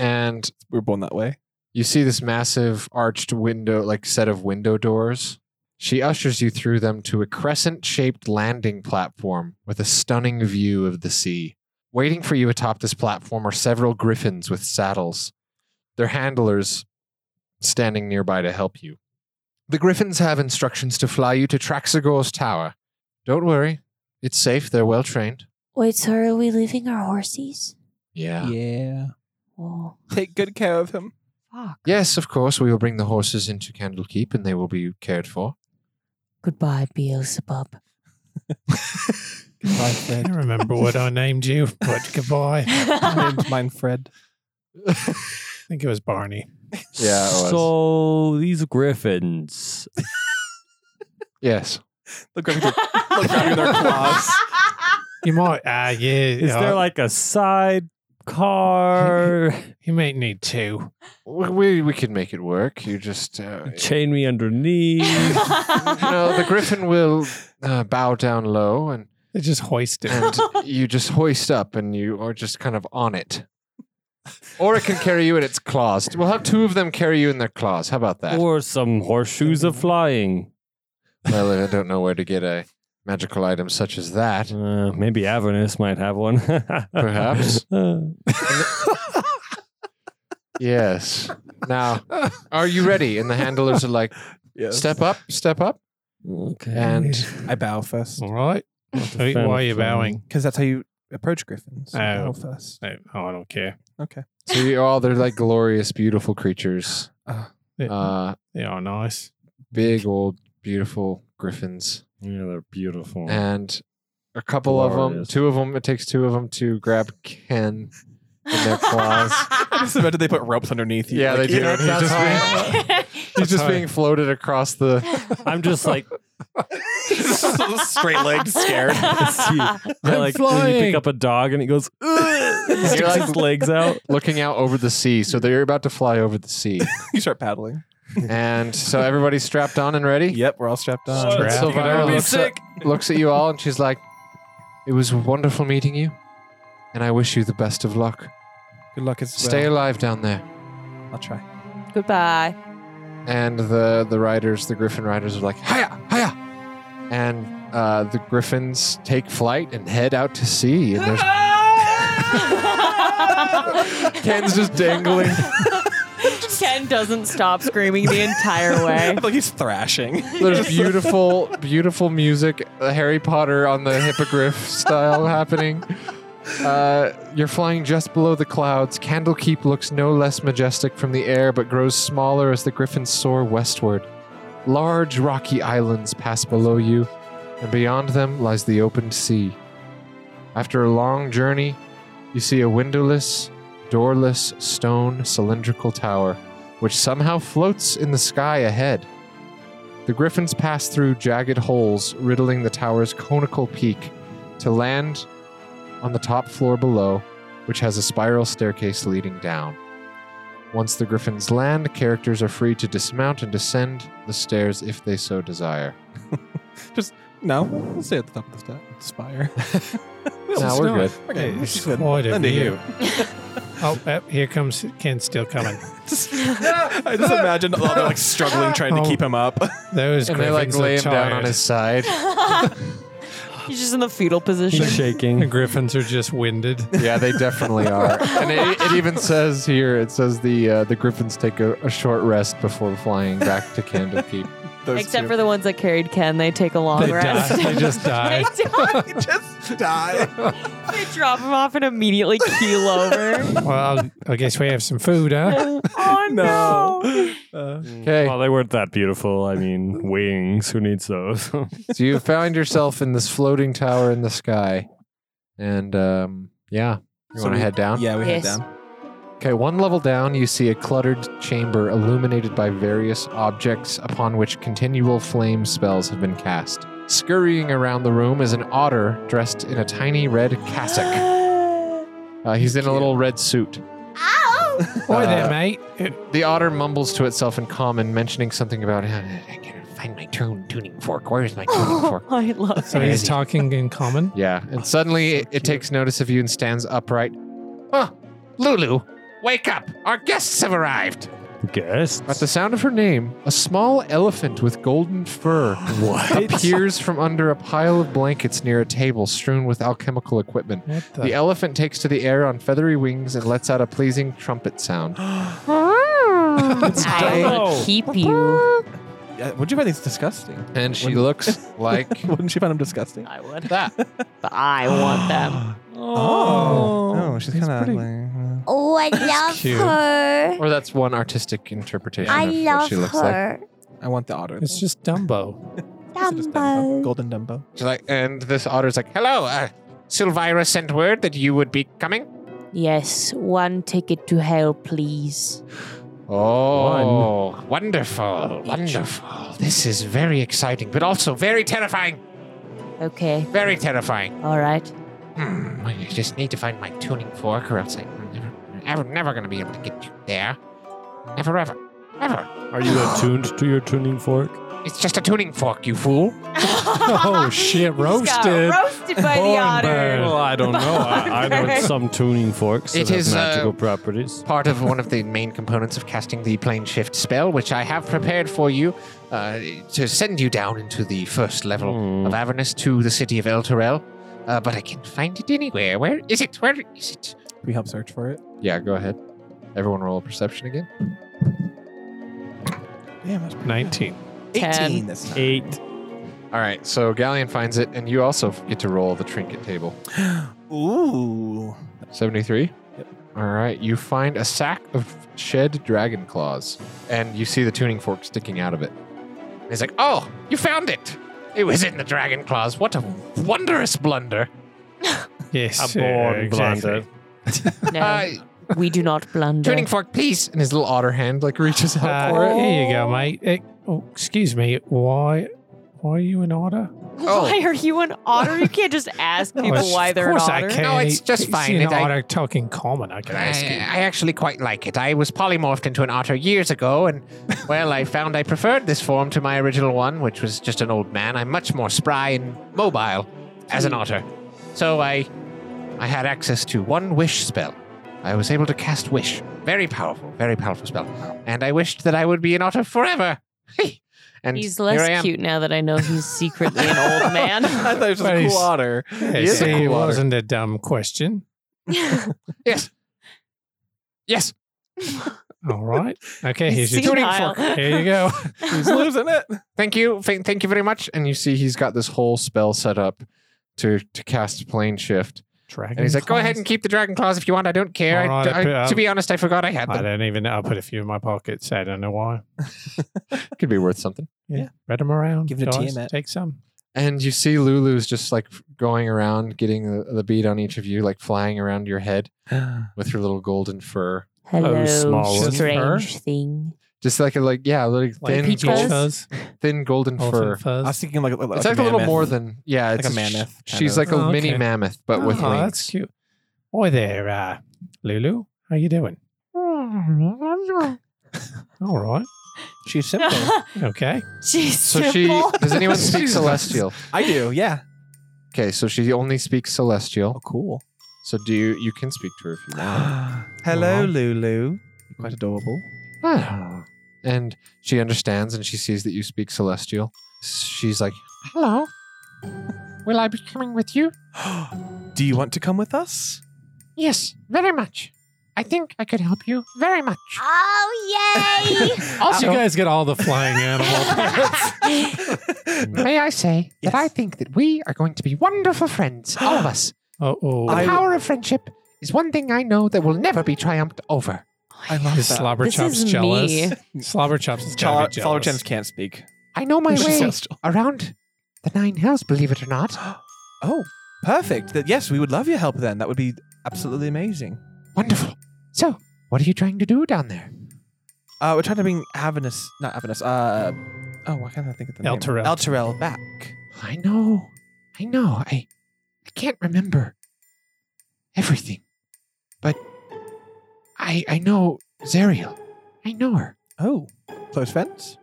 [SPEAKER 1] and
[SPEAKER 4] We were born that way.
[SPEAKER 1] you see this massive arched window like set of window doors she ushers you through them to a crescent shaped landing platform with a stunning view of the sea waiting for you atop this platform are several griffins with saddles their handlers standing nearby to help you the griffins have instructions to fly you to traxagor's tower don't worry it's safe they're well trained
[SPEAKER 11] Wait, so are we leaving our horses?
[SPEAKER 1] yeah
[SPEAKER 4] Yeah.
[SPEAKER 11] Oh,
[SPEAKER 4] Take good care of him.
[SPEAKER 11] fuck.
[SPEAKER 1] yes of course we will bring the horses into candlekeep and they will be cared for
[SPEAKER 11] Goodbye, Beelzebub.
[SPEAKER 4] Goodbye,
[SPEAKER 7] I
[SPEAKER 4] Fred.
[SPEAKER 7] don't remember what I named you, but goodbye. I
[SPEAKER 4] I named mine Fred.
[SPEAKER 7] think it was Barney.
[SPEAKER 1] Yeah, it was.
[SPEAKER 5] So these griffins.
[SPEAKER 1] Yes.
[SPEAKER 4] Look, grabbing their, look, grabbing their claws.
[SPEAKER 7] You might, ah, yeah.
[SPEAKER 5] Is
[SPEAKER 7] uh,
[SPEAKER 5] there like a side car?
[SPEAKER 7] you might need two.
[SPEAKER 1] We- We we could make it work. You just uh,
[SPEAKER 5] Chain me underneath.
[SPEAKER 1] no. The griffin will uh, bow down low, and
[SPEAKER 7] They just hoist it.
[SPEAKER 1] and you just hoist up, and you are just kind of on it. Or it can carry you in its claws. We'll have two of them carry you in their claws. How about that?
[SPEAKER 5] or some horseshoes of flying.
[SPEAKER 1] well, I don't know where to get a magical item such as that.
[SPEAKER 5] Uh, maybe Avernus might have one.
[SPEAKER 1] Perhaps.
[SPEAKER 5] Uh,
[SPEAKER 1] Yes. Now, are you ready? And the handlers are like,
[SPEAKER 4] Yes.
[SPEAKER 1] step up, step up,
[SPEAKER 5] okay.
[SPEAKER 1] and
[SPEAKER 4] I bow first.
[SPEAKER 7] All right. Why
[SPEAKER 5] fan
[SPEAKER 7] why are
[SPEAKER 5] of
[SPEAKER 7] you
[SPEAKER 5] flying.
[SPEAKER 7] bowing?
[SPEAKER 4] Because that's how you approach griffins. You
[SPEAKER 7] Oh.
[SPEAKER 4] bow first.
[SPEAKER 7] No, oh, I don't care.
[SPEAKER 4] Okay.
[SPEAKER 1] so you all they're like glorious, beautiful creatures.
[SPEAKER 7] They,
[SPEAKER 1] Uh,
[SPEAKER 7] they are nice.
[SPEAKER 1] big old beautiful griffins
[SPEAKER 5] yeah, they're beautiful.
[SPEAKER 1] and a couple of them
[SPEAKER 5] Glorious.
[SPEAKER 1] two of them it takes two of them to grab ken in their claws
[SPEAKER 4] I just imagine they put ropes underneath you.
[SPEAKER 1] yeah
[SPEAKER 4] like,
[SPEAKER 1] they do
[SPEAKER 4] you know,
[SPEAKER 1] That's how- he's just being floated across the
[SPEAKER 5] I'm just like,
[SPEAKER 4] Straight legs, scared.
[SPEAKER 5] I'm like when you pick up a dog and it goes, "Ugh," and sticks
[SPEAKER 1] like-
[SPEAKER 5] its legs out.
[SPEAKER 1] looking out over the sea so they're about to fly over the sea
[SPEAKER 4] you start paddling.
[SPEAKER 1] and so everybody's strapped on and ready
[SPEAKER 4] Yep, we're all strapped on.
[SPEAKER 7] Strapped.
[SPEAKER 1] And Silvira looks, At, looks at you all and she's like it was wonderful meeting you and i wish you the best of luck
[SPEAKER 4] Good luck as well.
[SPEAKER 1] stay alive down there
[SPEAKER 4] I'll try.
[SPEAKER 3] Goodbye.
[SPEAKER 1] and the the riders, the griffin riders, are like hiya, hiya, and uh, the griffins take flight and head out to sea. And there's Ken's just dangling.
[SPEAKER 3] Ken doesn't stop screaming the entire way.
[SPEAKER 4] like he's thrashing.
[SPEAKER 1] There's beautiful, beautiful music, uh, Harry Potter on the hippogriff style happening. Uh, you're flying just below the clouds. Candlekeep looks no less majestic from the air, but grows smaller as the griffins soar westward. Large rocky islands pass below you, and beyond them lies the open sea. After a long journey, you see a windowless, doorless stone cylindrical tower, which somehow floats in the sky ahead. The griffins pass through jagged holes, riddling the tower's conical peak, to land on the top floor below, which has a spiral staircase leading down. Once the griffins land, characters are free to dismount and descend the stairs if they so desire.
[SPEAKER 4] No, we'll stay at the top of the stair. Spire.
[SPEAKER 1] Now we're good.
[SPEAKER 4] Okay,
[SPEAKER 7] Hey,
[SPEAKER 4] she's good.
[SPEAKER 7] quite a
[SPEAKER 4] Linda
[SPEAKER 7] view. oh, uh, here comes Ken still coming.
[SPEAKER 4] I just imagine a lot of like struggling trying
[SPEAKER 7] Oh.
[SPEAKER 4] to keep him up.
[SPEAKER 7] Those
[SPEAKER 1] And they like
[SPEAKER 7] griffins are
[SPEAKER 1] lay him down on
[SPEAKER 7] tired.
[SPEAKER 1] his side.
[SPEAKER 3] He's just in the fetal position.
[SPEAKER 5] He's
[SPEAKER 7] The
[SPEAKER 5] shaking.
[SPEAKER 7] griffins are just winded.
[SPEAKER 1] yeah, they definitely are. And it, it even says here, it says the uh, the griffins take a, a short rest before flying back to Candlekeep.
[SPEAKER 4] Those
[SPEAKER 3] Except
[SPEAKER 4] two.
[SPEAKER 3] for the ones that carried Ken, they take a long
[SPEAKER 7] They
[SPEAKER 3] rest.
[SPEAKER 7] die. They just die.
[SPEAKER 3] They die.
[SPEAKER 4] just die.
[SPEAKER 3] They drop him off and immediately keel over.
[SPEAKER 7] Well, I'll- I guess we have some food, huh?
[SPEAKER 3] oh no.
[SPEAKER 1] Okay,
[SPEAKER 5] Well, they weren't that beautiful. I mean, wings. Who needs those?
[SPEAKER 1] so you found yourself in this floating tower in the sky, and um, yeah, you
[SPEAKER 4] So
[SPEAKER 1] want to
[SPEAKER 4] we-
[SPEAKER 1] head down?
[SPEAKER 4] Yeah, we
[SPEAKER 11] Yes.
[SPEAKER 4] head down.
[SPEAKER 1] Okay, one level down, you see a cluttered chamber illuminated by various objects upon which continual flame spells have been cast. Scurrying around the room is an otter dressed in a tiny red cassock. Uh, he's in a little red suit.
[SPEAKER 7] Oi there,
[SPEAKER 1] Uh,
[SPEAKER 7] mate.
[SPEAKER 1] The otter mumbles to itself in common, mentioning something about I gotta find my tune tuning fork. Where is my tuning fork?
[SPEAKER 3] I love
[SPEAKER 7] So
[SPEAKER 3] it.
[SPEAKER 7] he's talking in common.
[SPEAKER 1] Yeah, and suddenly it, it takes notice of you and stands upright. Huh, Lulu, wake up! Our guests have arrived.
[SPEAKER 5] Guests.
[SPEAKER 1] At the sound of her name, a small elephant with golden fur appears from under a pile of blankets near a table strewn with alchemical equipment.
[SPEAKER 7] What the?
[SPEAKER 1] The elephant takes to the air on feathery wings and lets out a pleasing trumpet sound.
[SPEAKER 11] I will keep you.
[SPEAKER 4] Yeah, would you find these disgusting?
[SPEAKER 1] And she looks like
[SPEAKER 4] Wouldn't she find them disgusting?
[SPEAKER 3] I would.
[SPEAKER 1] that.
[SPEAKER 3] But I want them.
[SPEAKER 4] Oh, no, she's kind of ugly.
[SPEAKER 11] Oh, I love her.
[SPEAKER 1] Or that's one artistic interpretation
[SPEAKER 11] I
[SPEAKER 1] of what
[SPEAKER 11] love
[SPEAKER 1] she looks like.
[SPEAKER 11] her.
[SPEAKER 4] I want the otter.
[SPEAKER 7] It's just Dumbo.
[SPEAKER 11] Dumbo.
[SPEAKER 4] Golden Dumbo.
[SPEAKER 1] She's like, and this otter's like, "Hello, uh, Silvira sent word that you would be coming."
[SPEAKER 11] Yes, one ticket to hell, please.
[SPEAKER 1] Oh, wonderful, wonderful! This is very exciting, but also very terrifying.
[SPEAKER 11] Okay,
[SPEAKER 1] Very terrifying.
[SPEAKER 11] all right.
[SPEAKER 1] Hmm. I just need to find my tuning fork, or else I'm never, ever, never going to be able to get you there. Never, ever, ever.
[SPEAKER 5] Are you attuned to your tuning fork?
[SPEAKER 1] It's just a tuning fork, you fool.
[SPEAKER 5] Oh shit!
[SPEAKER 3] Just got roasted by
[SPEAKER 1] Oh,
[SPEAKER 3] the otter.
[SPEAKER 5] Well, I don't know. I, I know
[SPEAKER 3] Hornbird.
[SPEAKER 5] some tuning forks that
[SPEAKER 1] It
[SPEAKER 5] have
[SPEAKER 1] is, uh,
[SPEAKER 5] magical properties.
[SPEAKER 1] part of one of the main components of casting the plane shift spell, which I have prepared for you uh, to send you down into the first level
[SPEAKER 5] Hmm.
[SPEAKER 1] of Avernus to the city of El Terrell. Uh, but I can't find it anywhere. Where is it? Where is it?
[SPEAKER 4] Can we help search for it?
[SPEAKER 1] Yeah, go ahead. Everyone roll a perception again.
[SPEAKER 4] Damn, that's pretty
[SPEAKER 7] 19.
[SPEAKER 4] good.
[SPEAKER 3] Ten.
[SPEAKER 4] 18 this time.
[SPEAKER 5] Eight.
[SPEAKER 1] All right, so Galleon finds it, and you also get to roll the trinket table.
[SPEAKER 4] Ooh.
[SPEAKER 1] 73?
[SPEAKER 4] Yep.
[SPEAKER 1] All right, you find a sack of shed dragon claws, and you see the tuning fork sticking out of it. He's like, Oh, you found it! It was in the dragon claws. What a wondrous blunder.
[SPEAKER 7] Yes.
[SPEAKER 5] A born
[SPEAKER 7] uh, exactly.
[SPEAKER 5] blunder.
[SPEAKER 11] No,
[SPEAKER 1] Uh,
[SPEAKER 11] we do not blunder.
[SPEAKER 1] tuning fork, please. And his little otter hand like reaches out
[SPEAKER 7] Uh,
[SPEAKER 1] for it.
[SPEAKER 7] here you go, mate. Eh, oh, excuse me. Why? Why are you an otter?
[SPEAKER 1] Oh.
[SPEAKER 3] Why are you an otter? You can't just ask people
[SPEAKER 7] Well,
[SPEAKER 3] why they're
[SPEAKER 7] of
[SPEAKER 3] an
[SPEAKER 7] course
[SPEAKER 3] otter.
[SPEAKER 7] I can.
[SPEAKER 1] No, it's
[SPEAKER 7] He-
[SPEAKER 1] just
[SPEAKER 7] he's
[SPEAKER 1] fine.
[SPEAKER 7] An
[SPEAKER 1] It- I-
[SPEAKER 7] otter talking common. I can
[SPEAKER 1] I,
[SPEAKER 7] ask you.
[SPEAKER 1] I actually quite like it. I was polymorphed into an otter years ago, and well, I found I preferred this form to my original one, which was just an old man. I'm much more spry and mobile as an
[SPEAKER 7] Hmm.
[SPEAKER 1] otter. So I, I had access to one wish spell. I was able to cast wish. Very powerful, very powerful spell. And I wished that I would be an otter forever. and
[SPEAKER 11] He's
[SPEAKER 1] here I
[SPEAKER 11] less
[SPEAKER 1] am.
[SPEAKER 11] cute now that I know he's secretly an old
[SPEAKER 4] I
[SPEAKER 11] man.
[SPEAKER 4] thought it was just
[SPEAKER 7] But
[SPEAKER 4] a
[SPEAKER 7] he's-
[SPEAKER 4] cool otter.
[SPEAKER 7] Hey,
[SPEAKER 1] is a
[SPEAKER 7] see, it
[SPEAKER 1] cool otter.
[SPEAKER 7] wasn't a dumb question.
[SPEAKER 1] Yes. Yes.
[SPEAKER 7] All right. Okay.
[SPEAKER 3] He's
[SPEAKER 7] Here's your tuning
[SPEAKER 3] senile.
[SPEAKER 7] fork. Here you go.
[SPEAKER 4] He's losing it.
[SPEAKER 1] Thank you. Th- thank you very much. And you see he's got this whole spell set up to to cast plane shift.
[SPEAKER 7] Dragon.
[SPEAKER 1] And he's like, "Go ahead and keep the dragon claws if you want. I don't care. I-
[SPEAKER 7] Alright, I
[SPEAKER 1] I-
[SPEAKER 7] put- I'll-
[SPEAKER 1] to be honest, I forgot I had
[SPEAKER 7] I
[SPEAKER 1] them.
[SPEAKER 7] don't even. know. I put a few in my pockets. I don't know why.
[SPEAKER 1] Could be worth something."
[SPEAKER 7] Yeah, read them around.
[SPEAKER 4] Give it a
[SPEAKER 7] guys.
[SPEAKER 4] Tiamat.
[SPEAKER 7] Take some.
[SPEAKER 1] And you see Lulu's just like going around, getting the, the bead on each of you, like flying around your head with her little golden fur.
[SPEAKER 11] Hello,
[SPEAKER 5] small
[SPEAKER 7] one.
[SPEAKER 11] strange thing.
[SPEAKER 1] Just like a like yeah, like,
[SPEAKER 7] Like
[SPEAKER 1] thin,
[SPEAKER 11] peach
[SPEAKER 1] gold,
[SPEAKER 11] fuzz?
[SPEAKER 7] fuzz,
[SPEAKER 1] thin golden fur.
[SPEAKER 7] elephant
[SPEAKER 4] I
[SPEAKER 7] fuzz.
[SPEAKER 4] was thinking like, like
[SPEAKER 1] it's like a little
[SPEAKER 4] mammoth.
[SPEAKER 1] more than yeah,
[SPEAKER 4] Like
[SPEAKER 1] it's
[SPEAKER 4] a
[SPEAKER 1] sh-
[SPEAKER 4] mammoth kind
[SPEAKER 1] she's
[SPEAKER 4] of-
[SPEAKER 1] like a
[SPEAKER 7] Oh,
[SPEAKER 1] mini
[SPEAKER 7] okay.
[SPEAKER 1] mammoth, but with
[SPEAKER 7] oh,
[SPEAKER 1] wings.
[SPEAKER 7] that's cute. Oi there, uh, Lulu. How you doing? All right.
[SPEAKER 4] She's simple.
[SPEAKER 7] Okay.
[SPEAKER 3] She's
[SPEAKER 1] So
[SPEAKER 3] simple.
[SPEAKER 1] she does anyone speak celestial?
[SPEAKER 4] I do, yeah.
[SPEAKER 1] Okay, so she only speaks
[SPEAKER 4] Oh,
[SPEAKER 1] celestial.
[SPEAKER 4] cool.
[SPEAKER 1] So do you you can speak to her if you want.
[SPEAKER 4] Hello, Lulu. Quite adorable.
[SPEAKER 1] Ah. and she understands and she sees that you speak celestial. She's like, "Hello. Will I be coming with you?"
[SPEAKER 4] do you want to come with us?
[SPEAKER 1] Yes, very much. I think I could help you very much.
[SPEAKER 11] Oh, yay!
[SPEAKER 7] you guys get all the flying animals.
[SPEAKER 1] May I say
[SPEAKER 4] Yes.
[SPEAKER 1] that I think that we are going to be wonderful friends, all of us.
[SPEAKER 7] oh, oh.
[SPEAKER 1] The
[SPEAKER 4] I-
[SPEAKER 1] power of friendship is one thing I know that will never be triumphed over.
[SPEAKER 4] I love
[SPEAKER 7] Is
[SPEAKER 4] that.
[SPEAKER 7] Slobber
[SPEAKER 3] This
[SPEAKER 7] Chops
[SPEAKER 3] is
[SPEAKER 7] jealous?
[SPEAKER 3] me.
[SPEAKER 7] Slobber Chops is
[SPEAKER 4] Char-
[SPEAKER 7] gotta be
[SPEAKER 4] Slobber
[SPEAKER 7] jealous.
[SPEAKER 4] Gems can't speak.
[SPEAKER 1] I know my
[SPEAKER 4] She's
[SPEAKER 1] way
[SPEAKER 4] celestial.
[SPEAKER 1] around the nine hells, believe it or not.
[SPEAKER 4] Oh, perfect. That yes, we would love your help then. That would be absolutely amazing.
[SPEAKER 1] Wonderful. So, what are you trying to do down there?
[SPEAKER 4] Uh, we're trying to bring Avenus, not Avenus. Uh, oh, why can't I think of the name?
[SPEAKER 7] Elturel.
[SPEAKER 4] Elturel back.
[SPEAKER 1] I know. I know. I I can't remember everything. But I I know Zariel. I know her.
[SPEAKER 4] Oh, close friends.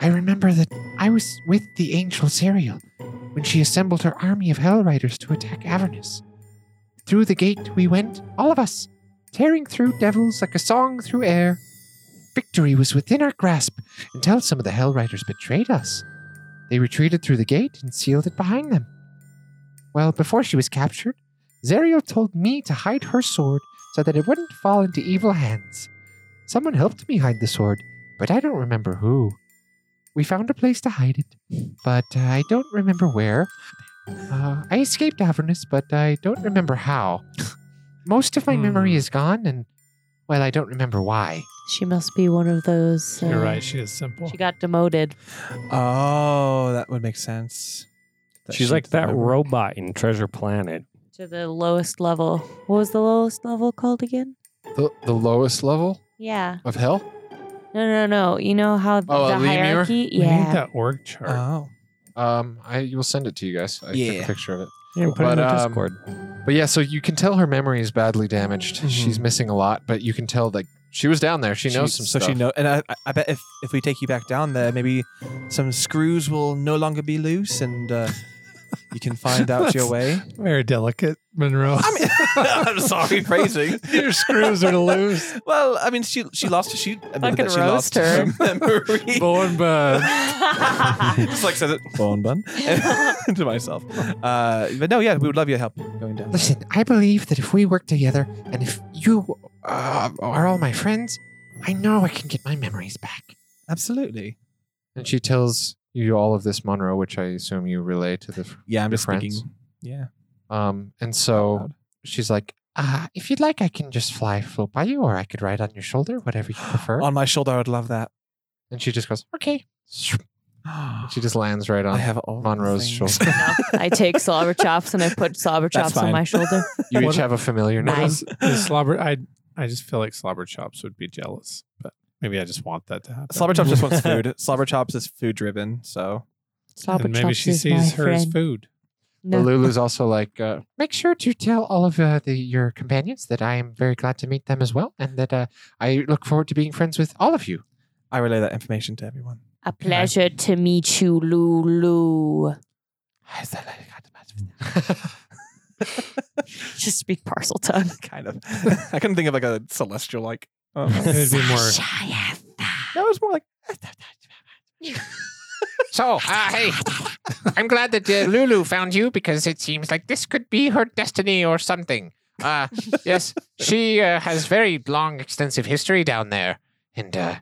[SPEAKER 1] I remember that I was with the angel Zariel when she assembled her army of Hellriders to attack Avernus. Through the gate we went, all of us, tearing through devils like a song through air. Victory was within our grasp until some of the Hellriders betrayed us. They retreated through the gate and sealed it behind them. Well, before she was captured, Zariel told me to hide her sword so that it wouldn't fall into evil hands. Someone helped me hide the sword, but I don't remember who. We found a place to hide it, but uh, I don't remember where. Uh, I escaped Avernus, but I don't remember how. Most of my memory is gone, and well, I don't remember why.
[SPEAKER 11] She must be one of those. Uh,
[SPEAKER 7] You're right. She is simple.
[SPEAKER 3] She got demoted.
[SPEAKER 4] Oh, that would make sense. That
[SPEAKER 5] She's
[SPEAKER 4] she
[SPEAKER 5] like that
[SPEAKER 4] delivered.
[SPEAKER 5] robot in Treasure Planet.
[SPEAKER 3] To the lowest level.
[SPEAKER 11] What was the lowest level called again?
[SPEAKER 1] The, the lowest level
[SPEAKER 11] Yeah.
[SPEAKER 1] of hell?
[SPEAKER 11] No, no, no. You know how
[SPEAKER 1] Oh,
[SPEAKER 11] the
[SPEAKER 1] a lemur?
[SPEAKER 11] hierarchy?
[SPEAKER 7] We need
[SPEAKER 11] Yeah.
[SPEAKER 7] that org chart.
[SPEAKER 4] Oh,
[SPEAKER 1] Um, I will send it to you guys. I took
[SPEAKER 4] Yeah.
[SPEAKER 1] a picture of it.
[SPEAKER 5] Yeah, put it
[SPEAKER 1] But,
[SPEAKER 5] in the
[SPEAKER 1] um,
[SPEAKER 5] Discord.
[SPEAKER 1] But yeah, so you can tell her memory is badly damaged.
[SPEAKER 4] Mhm.
[SPEAKER 1] She's missing a lot, but you can tell like she was down there. She knows some
[SPEAKER 4] so
[SPEAKER 1] stuff.
[SPEAKER 4] she know, and I, I- I bet if if we take you back down there, maybe some screws will no longer be loose, and uh, you can find out your way.
[SPEAKER 7] Very delicate, Monroe.
[SPEAKER 4] I'm sorry, phrasing.
[SPEAKER 7] Your screws are loose.
[SPEAKER 4] Well, I mean, she she lost. She admitted
[SPEAKER 3] Fucking
[SPEAKER 4] that she lost
[SPEAKER 3] roast her.
[SPEAKER 4] memory.
[SPEAKER 7] Born bud.
[SPEAKER 4] Just like says it bone bun to myself. Uh, but no, yeah, we would love your help going down.
[SPEAKER 1] Listen, I believe that if we work together and if you uh, are all my friends, I know I can get my memories back.
[SPEAKER 4] Absolutely.
[SPEAKER 1] And she tells you all of this, Monroe, which I assume you relay to the.
[SPEAKER 4] Yeah, I'm
[SPEAKER 1] Your
[SPEAKER 4] just
[SPEAKER 1] friends?
[SPEAKER 4] speaking. Yeah.
[SPEAKER 1] Um, and so she's like, uh, if you'd like, I can just fly float by you, or I could ride on your shoulder, whatever you prefer.
[SPEAKER 4] On my shoulder, I would love that.
[SPEAKER 1] and she just goes, okay.
[SPEAKER 4] I
[SPEAKER 1] She just lands right on.
[SPEAKER 4] have all the
[SPEAKER 1] Monroe's
[SPEAKER 4] things.
[SPEAKER 1] shoulder.
[SPEAKER 3] I take slobber chops and I put slobber
[SPEAKER 4] That's
[SPEAKER 3] chops on
[SPEAKER 4] fine.
[SPEAKER 3] my shoulder.
[SPEAKER 1] You
[SPEAKER 7] What-
[SPEAKER 1] each have a familiar
[SPEAKER 3] Mine.
[SPEAKER 1] name.
[SPEAKER 7] Is- is slobber. I I just feel like slobber chops would be jealous, but maybe I just want that to happen.
[SPEAKER 4] Slobber Chops just wants food. Slobber Chops is food driven, so
[SPEAKER 11] Slobber
[SPEAKER 7] and maybe
[SPEAKER 11] Chops
[SPEAKER 7] she
[SPEAKER 11] is
[SPEAKER 7] sees
[SPEAKER 11] my
[SPEAKER 7] her as
[SPEAKER 11] friend.
[SPEAKER 7] food.
[SPEAKER 1] But
[SPEAKER 11] No.
[SPEAKER 1] Lulu's also like, uh, make sure to tell all of uh, the, your companions that I am very glad to meet them as well, and that uh, I look forward to being friends with all of you.
[SPEAKER 4] I relay that information to everyone.
[SPEAKER 11] A pleasure to meet you, Lulu.
[SPEAKER 3] Just speak parcel tongue.
[SPEAKER 4] kind of. I couldn't think of like a celestial like. Oh.
[SPEAKER 7] It'd be more.
[SPEAKER 4] that was more like.
[SPEAKER 1] So, uh, hey, I'm glad that uh, Lulu found you because it seems like this could be her destiny or something. Uh, yes, she uh, has very long, extensive history down there, and uh,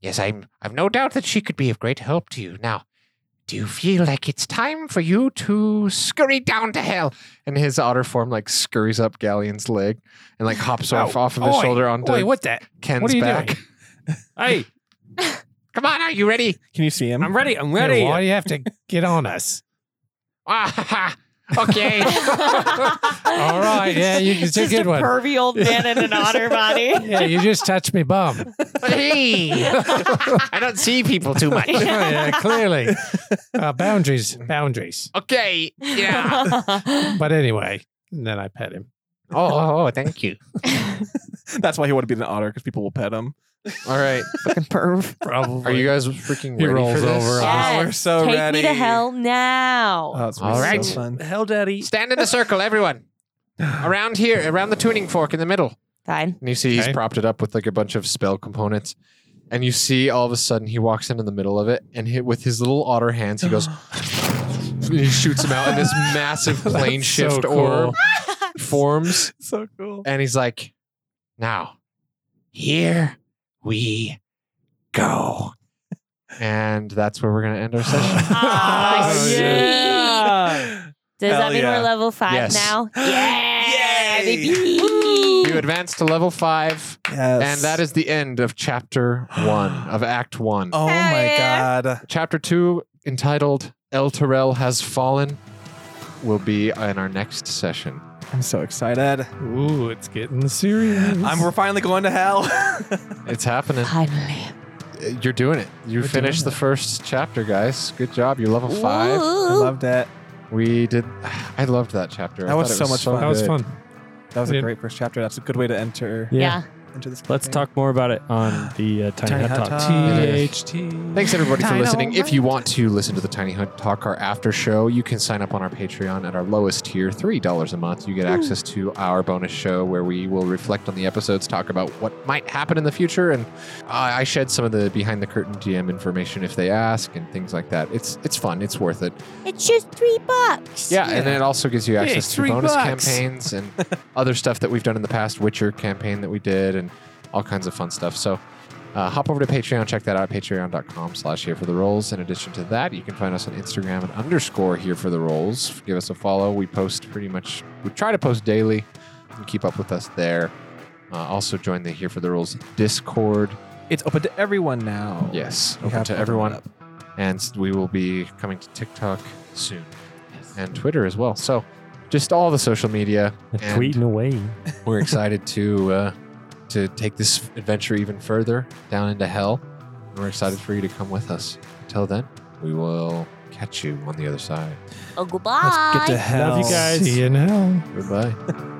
[SPEAKER 1] yes, I'm I've no doubt that she could be of great help to you. Now, Do you feel like it's time for you to scurry down to hell? And his otter form like scurries up Galleon's leg and like hops off off of his
[SPEAKER 2] Oi,
[SPEAKER 1] shoulder onto
[SPEAKER 2] Oi, what that?
[SPEAKER 1] Ken's
[SPEAKER 2] what are you
[SPEAKER 1] back.
[SPEAKER 2] doing?
[SPEAKER 5] Hey,
[SPEAKER 1] Come on, are you ready?
[SPEAKER 4] Can you see him?
[SPEAKER 5] I'm ready. I'm
[SPEAKER 2] Yeah,
[SPEAKER 5] ready.
[SPEAKER 2] why do you have to get on us?
[SPEAKER 1] Ah, ha, ha. okay.
[SPEAKER 2] All right, yeah, you it's a
[SPEAKER 3] Just
[SPEAKER 2] good
[SPEAKER 3] a
[SPEAKER 2] one.
[SPEAKER 3] pervy old man in an otter body.
[SPEAKER 2] yeah, you just touched me bum.
[SPEAKER 1] hey, I don't see people too much.
[SPEAKER 2] Oh, yeah, clearly. Uh, boundaries, boundaries.
[SPEAKER 1] Okay, yeah.
[SPEAKER 2] But anyway, and then I pet him.
[SPEAKER 1] Oh, oh, oh, thank you.
[SPEAKER 4] That's why he wanted to be an otter because people will pet him.
[SPEAKER 1] All right.
[SPEAKER 4] Fucking perv.
[SPEAKER 2] Probably.
[SPEAKER 1] Are you guys freaking ready
[SPEAKER 5] He rolls
[SPEAKER 1] for this?
[SPEAKER 5] over.
[SPEAKER 3] Yes.
[SPEAKER 4] we're so
[SPEAKER 3] Take
[SPEAKER 4] ready.
[SPEAKER 3] me to hell now.
[SPEAKER 4] Oh, it's
[SPEAKER 1] All
[SPEAKER 4] so
[SPEAKER 1] right.
[SPEAKER 4] fun.
[SPEAKER 5] Hell, Daddy.
[SPEAKER 1] Stand in a circle, everyone. Around here, around the tuning fork in the middle.
[SPEAKER 11] Fine.
[SPEAKER 1] And you see
[SPEAKER 5] Okay.
[SPEAKER 1] he's propped it up with like a bunch of spell components. And you see all of a sudden he walks into the middle of it and hit with his little otter hands, he goes and he shoots him out in this massive plane shift
[SPEAKER 5] cool.
[SPEAKER 1] orb forms.
[SPEAKER 4] So cool.
[SPEAKER 1] And he's like, now, here we go. And that's where we're gonna end our session.
[SPEAKER 3] Ah,
[SPEAKER 4] Oh,
[SPEAKER 3] yeah. Does
[SPEAKER 4] Hell
[SPEAKER 3] that mean
[SPEAKER 4] yeah.
[SPEAKER 3] we're level five
[SPEAKER 1] Yes.
[SPEAKER 3] now? Yeah,
[SPEAKER 4] Yay.
[SPEAKER 3] baby.
[SPEAKER 1] you advance to level five.
[SPEAKER 4] Yes.
[SPEAKER 1] And that is the end of chapter one of Act One.
[SPEAKER 4] Oh my
[SPEAKER 3] yeah.
[SPEAKER 4] god.
[SPEAKER 1] Chapter two, entitled El Terrell Has Fallen, will be in our next session.
[SPEAKER 4] I'm so excited.
[SPEAKER 5] Ooh, it's getting serious.
[SPEAKER 4] I'm we're finally going to hell.
[SPEAKER 1] It's happening.
[SPEAKER 11] Finally.
[SPEAKER 1] You're doing it. You finished the first chapter, guys. Good job. You're level five.
[SPEAKER 4] I loved it.
[SPEAKER 1] We did. I loved that chapter. I
[SPEAKER 4] That was
[SPEAKER 1] thought it
[SPEAKER 4] so much fun.
[SPEAKER 5] that was
[SPEAKER 1] good.
[SPEAKER 5] fun.
[SPEAKER 4] That was
[SPEAKER 5] Yeah.
[SPEAKER 4] a great first chapter. That's a good way to enter
[SPEAKER 5] Yeah.
[SPEAKER 11] Yeah.
[SPEAKER 4] into this.
[SPEAKER 5] Let's
[SPEAKER 4] campaign.
[SPEAKER 5] talk more about it on the uh, Tiny,
[SPEAKER 4] Tiny
[SPEAKER 5] Hut
[SPEAKER 4] Hut Talk.
[SPEAKER 5] Talks. THT.
[SPEAKER 1] Thanks everybody for listening. If you want to listen to the Tiny Hut Talk, our after show, you can sign up on our Patreon at our lowest tier, three dollars a month. You get access to our bonus show where we will reflect on the episodes, talk about what might happen in the future, and I I shed some of the behind the curtain DM information if they ask and things like that. It's it's fun. It's worth it.
[SPEAKER 11] It's just three bucks.
[SPEAKER 1] Yeah, and it also gives you
[SPEAKER 2] it's
[SPEAKER 1] access to
[SPEAKER 2] three
[SPEAKER 1] bonus
[SPEAKER 2] bucks.
[SPEAKER 1] campaigns and other stuff that we've done in the past, Witcher campaign that we did, and all kinds of fun stuff. So uh, hop over to Patreon, check that out, patreon.com slash here for the rolls. In addition to that, you can find us on Instagram at underscore here for the rolls. Give us a follow. We post pretty much, we try to post daily and keep up with us there. Uh, also join the here for the rolls Discord.
[SPEAKER 4] It's open to everyone now.
[SPEAKER 1] Yes,
[SPEAKER 4] We
[SPEAKER 1] open
[SPEAKER 4] have
[SPEAKER 1] to
[SPEAKER 4] opened
[SPEAKER 1] everyone.
[SPEAKER 4] up.
[SPEAKER 1] And we will be coming to TikTok soon and Twitter as well. So just all the social media. And
[SPEAKER 5] Tweeting away.
[SPEAKER 1] We're excited to uh, to take this adventure even further down into hell. And We're excited for you to come with us. Until then, we will catch you on the other side.
[SPEAKER 11] Oh, goodbye.
[SPEAKER 4] Let's get to hell.
[SPEAKER 5] Love you guys.
[SPEAKER 2] See you now.
[SPEAKER 1] Goodbye.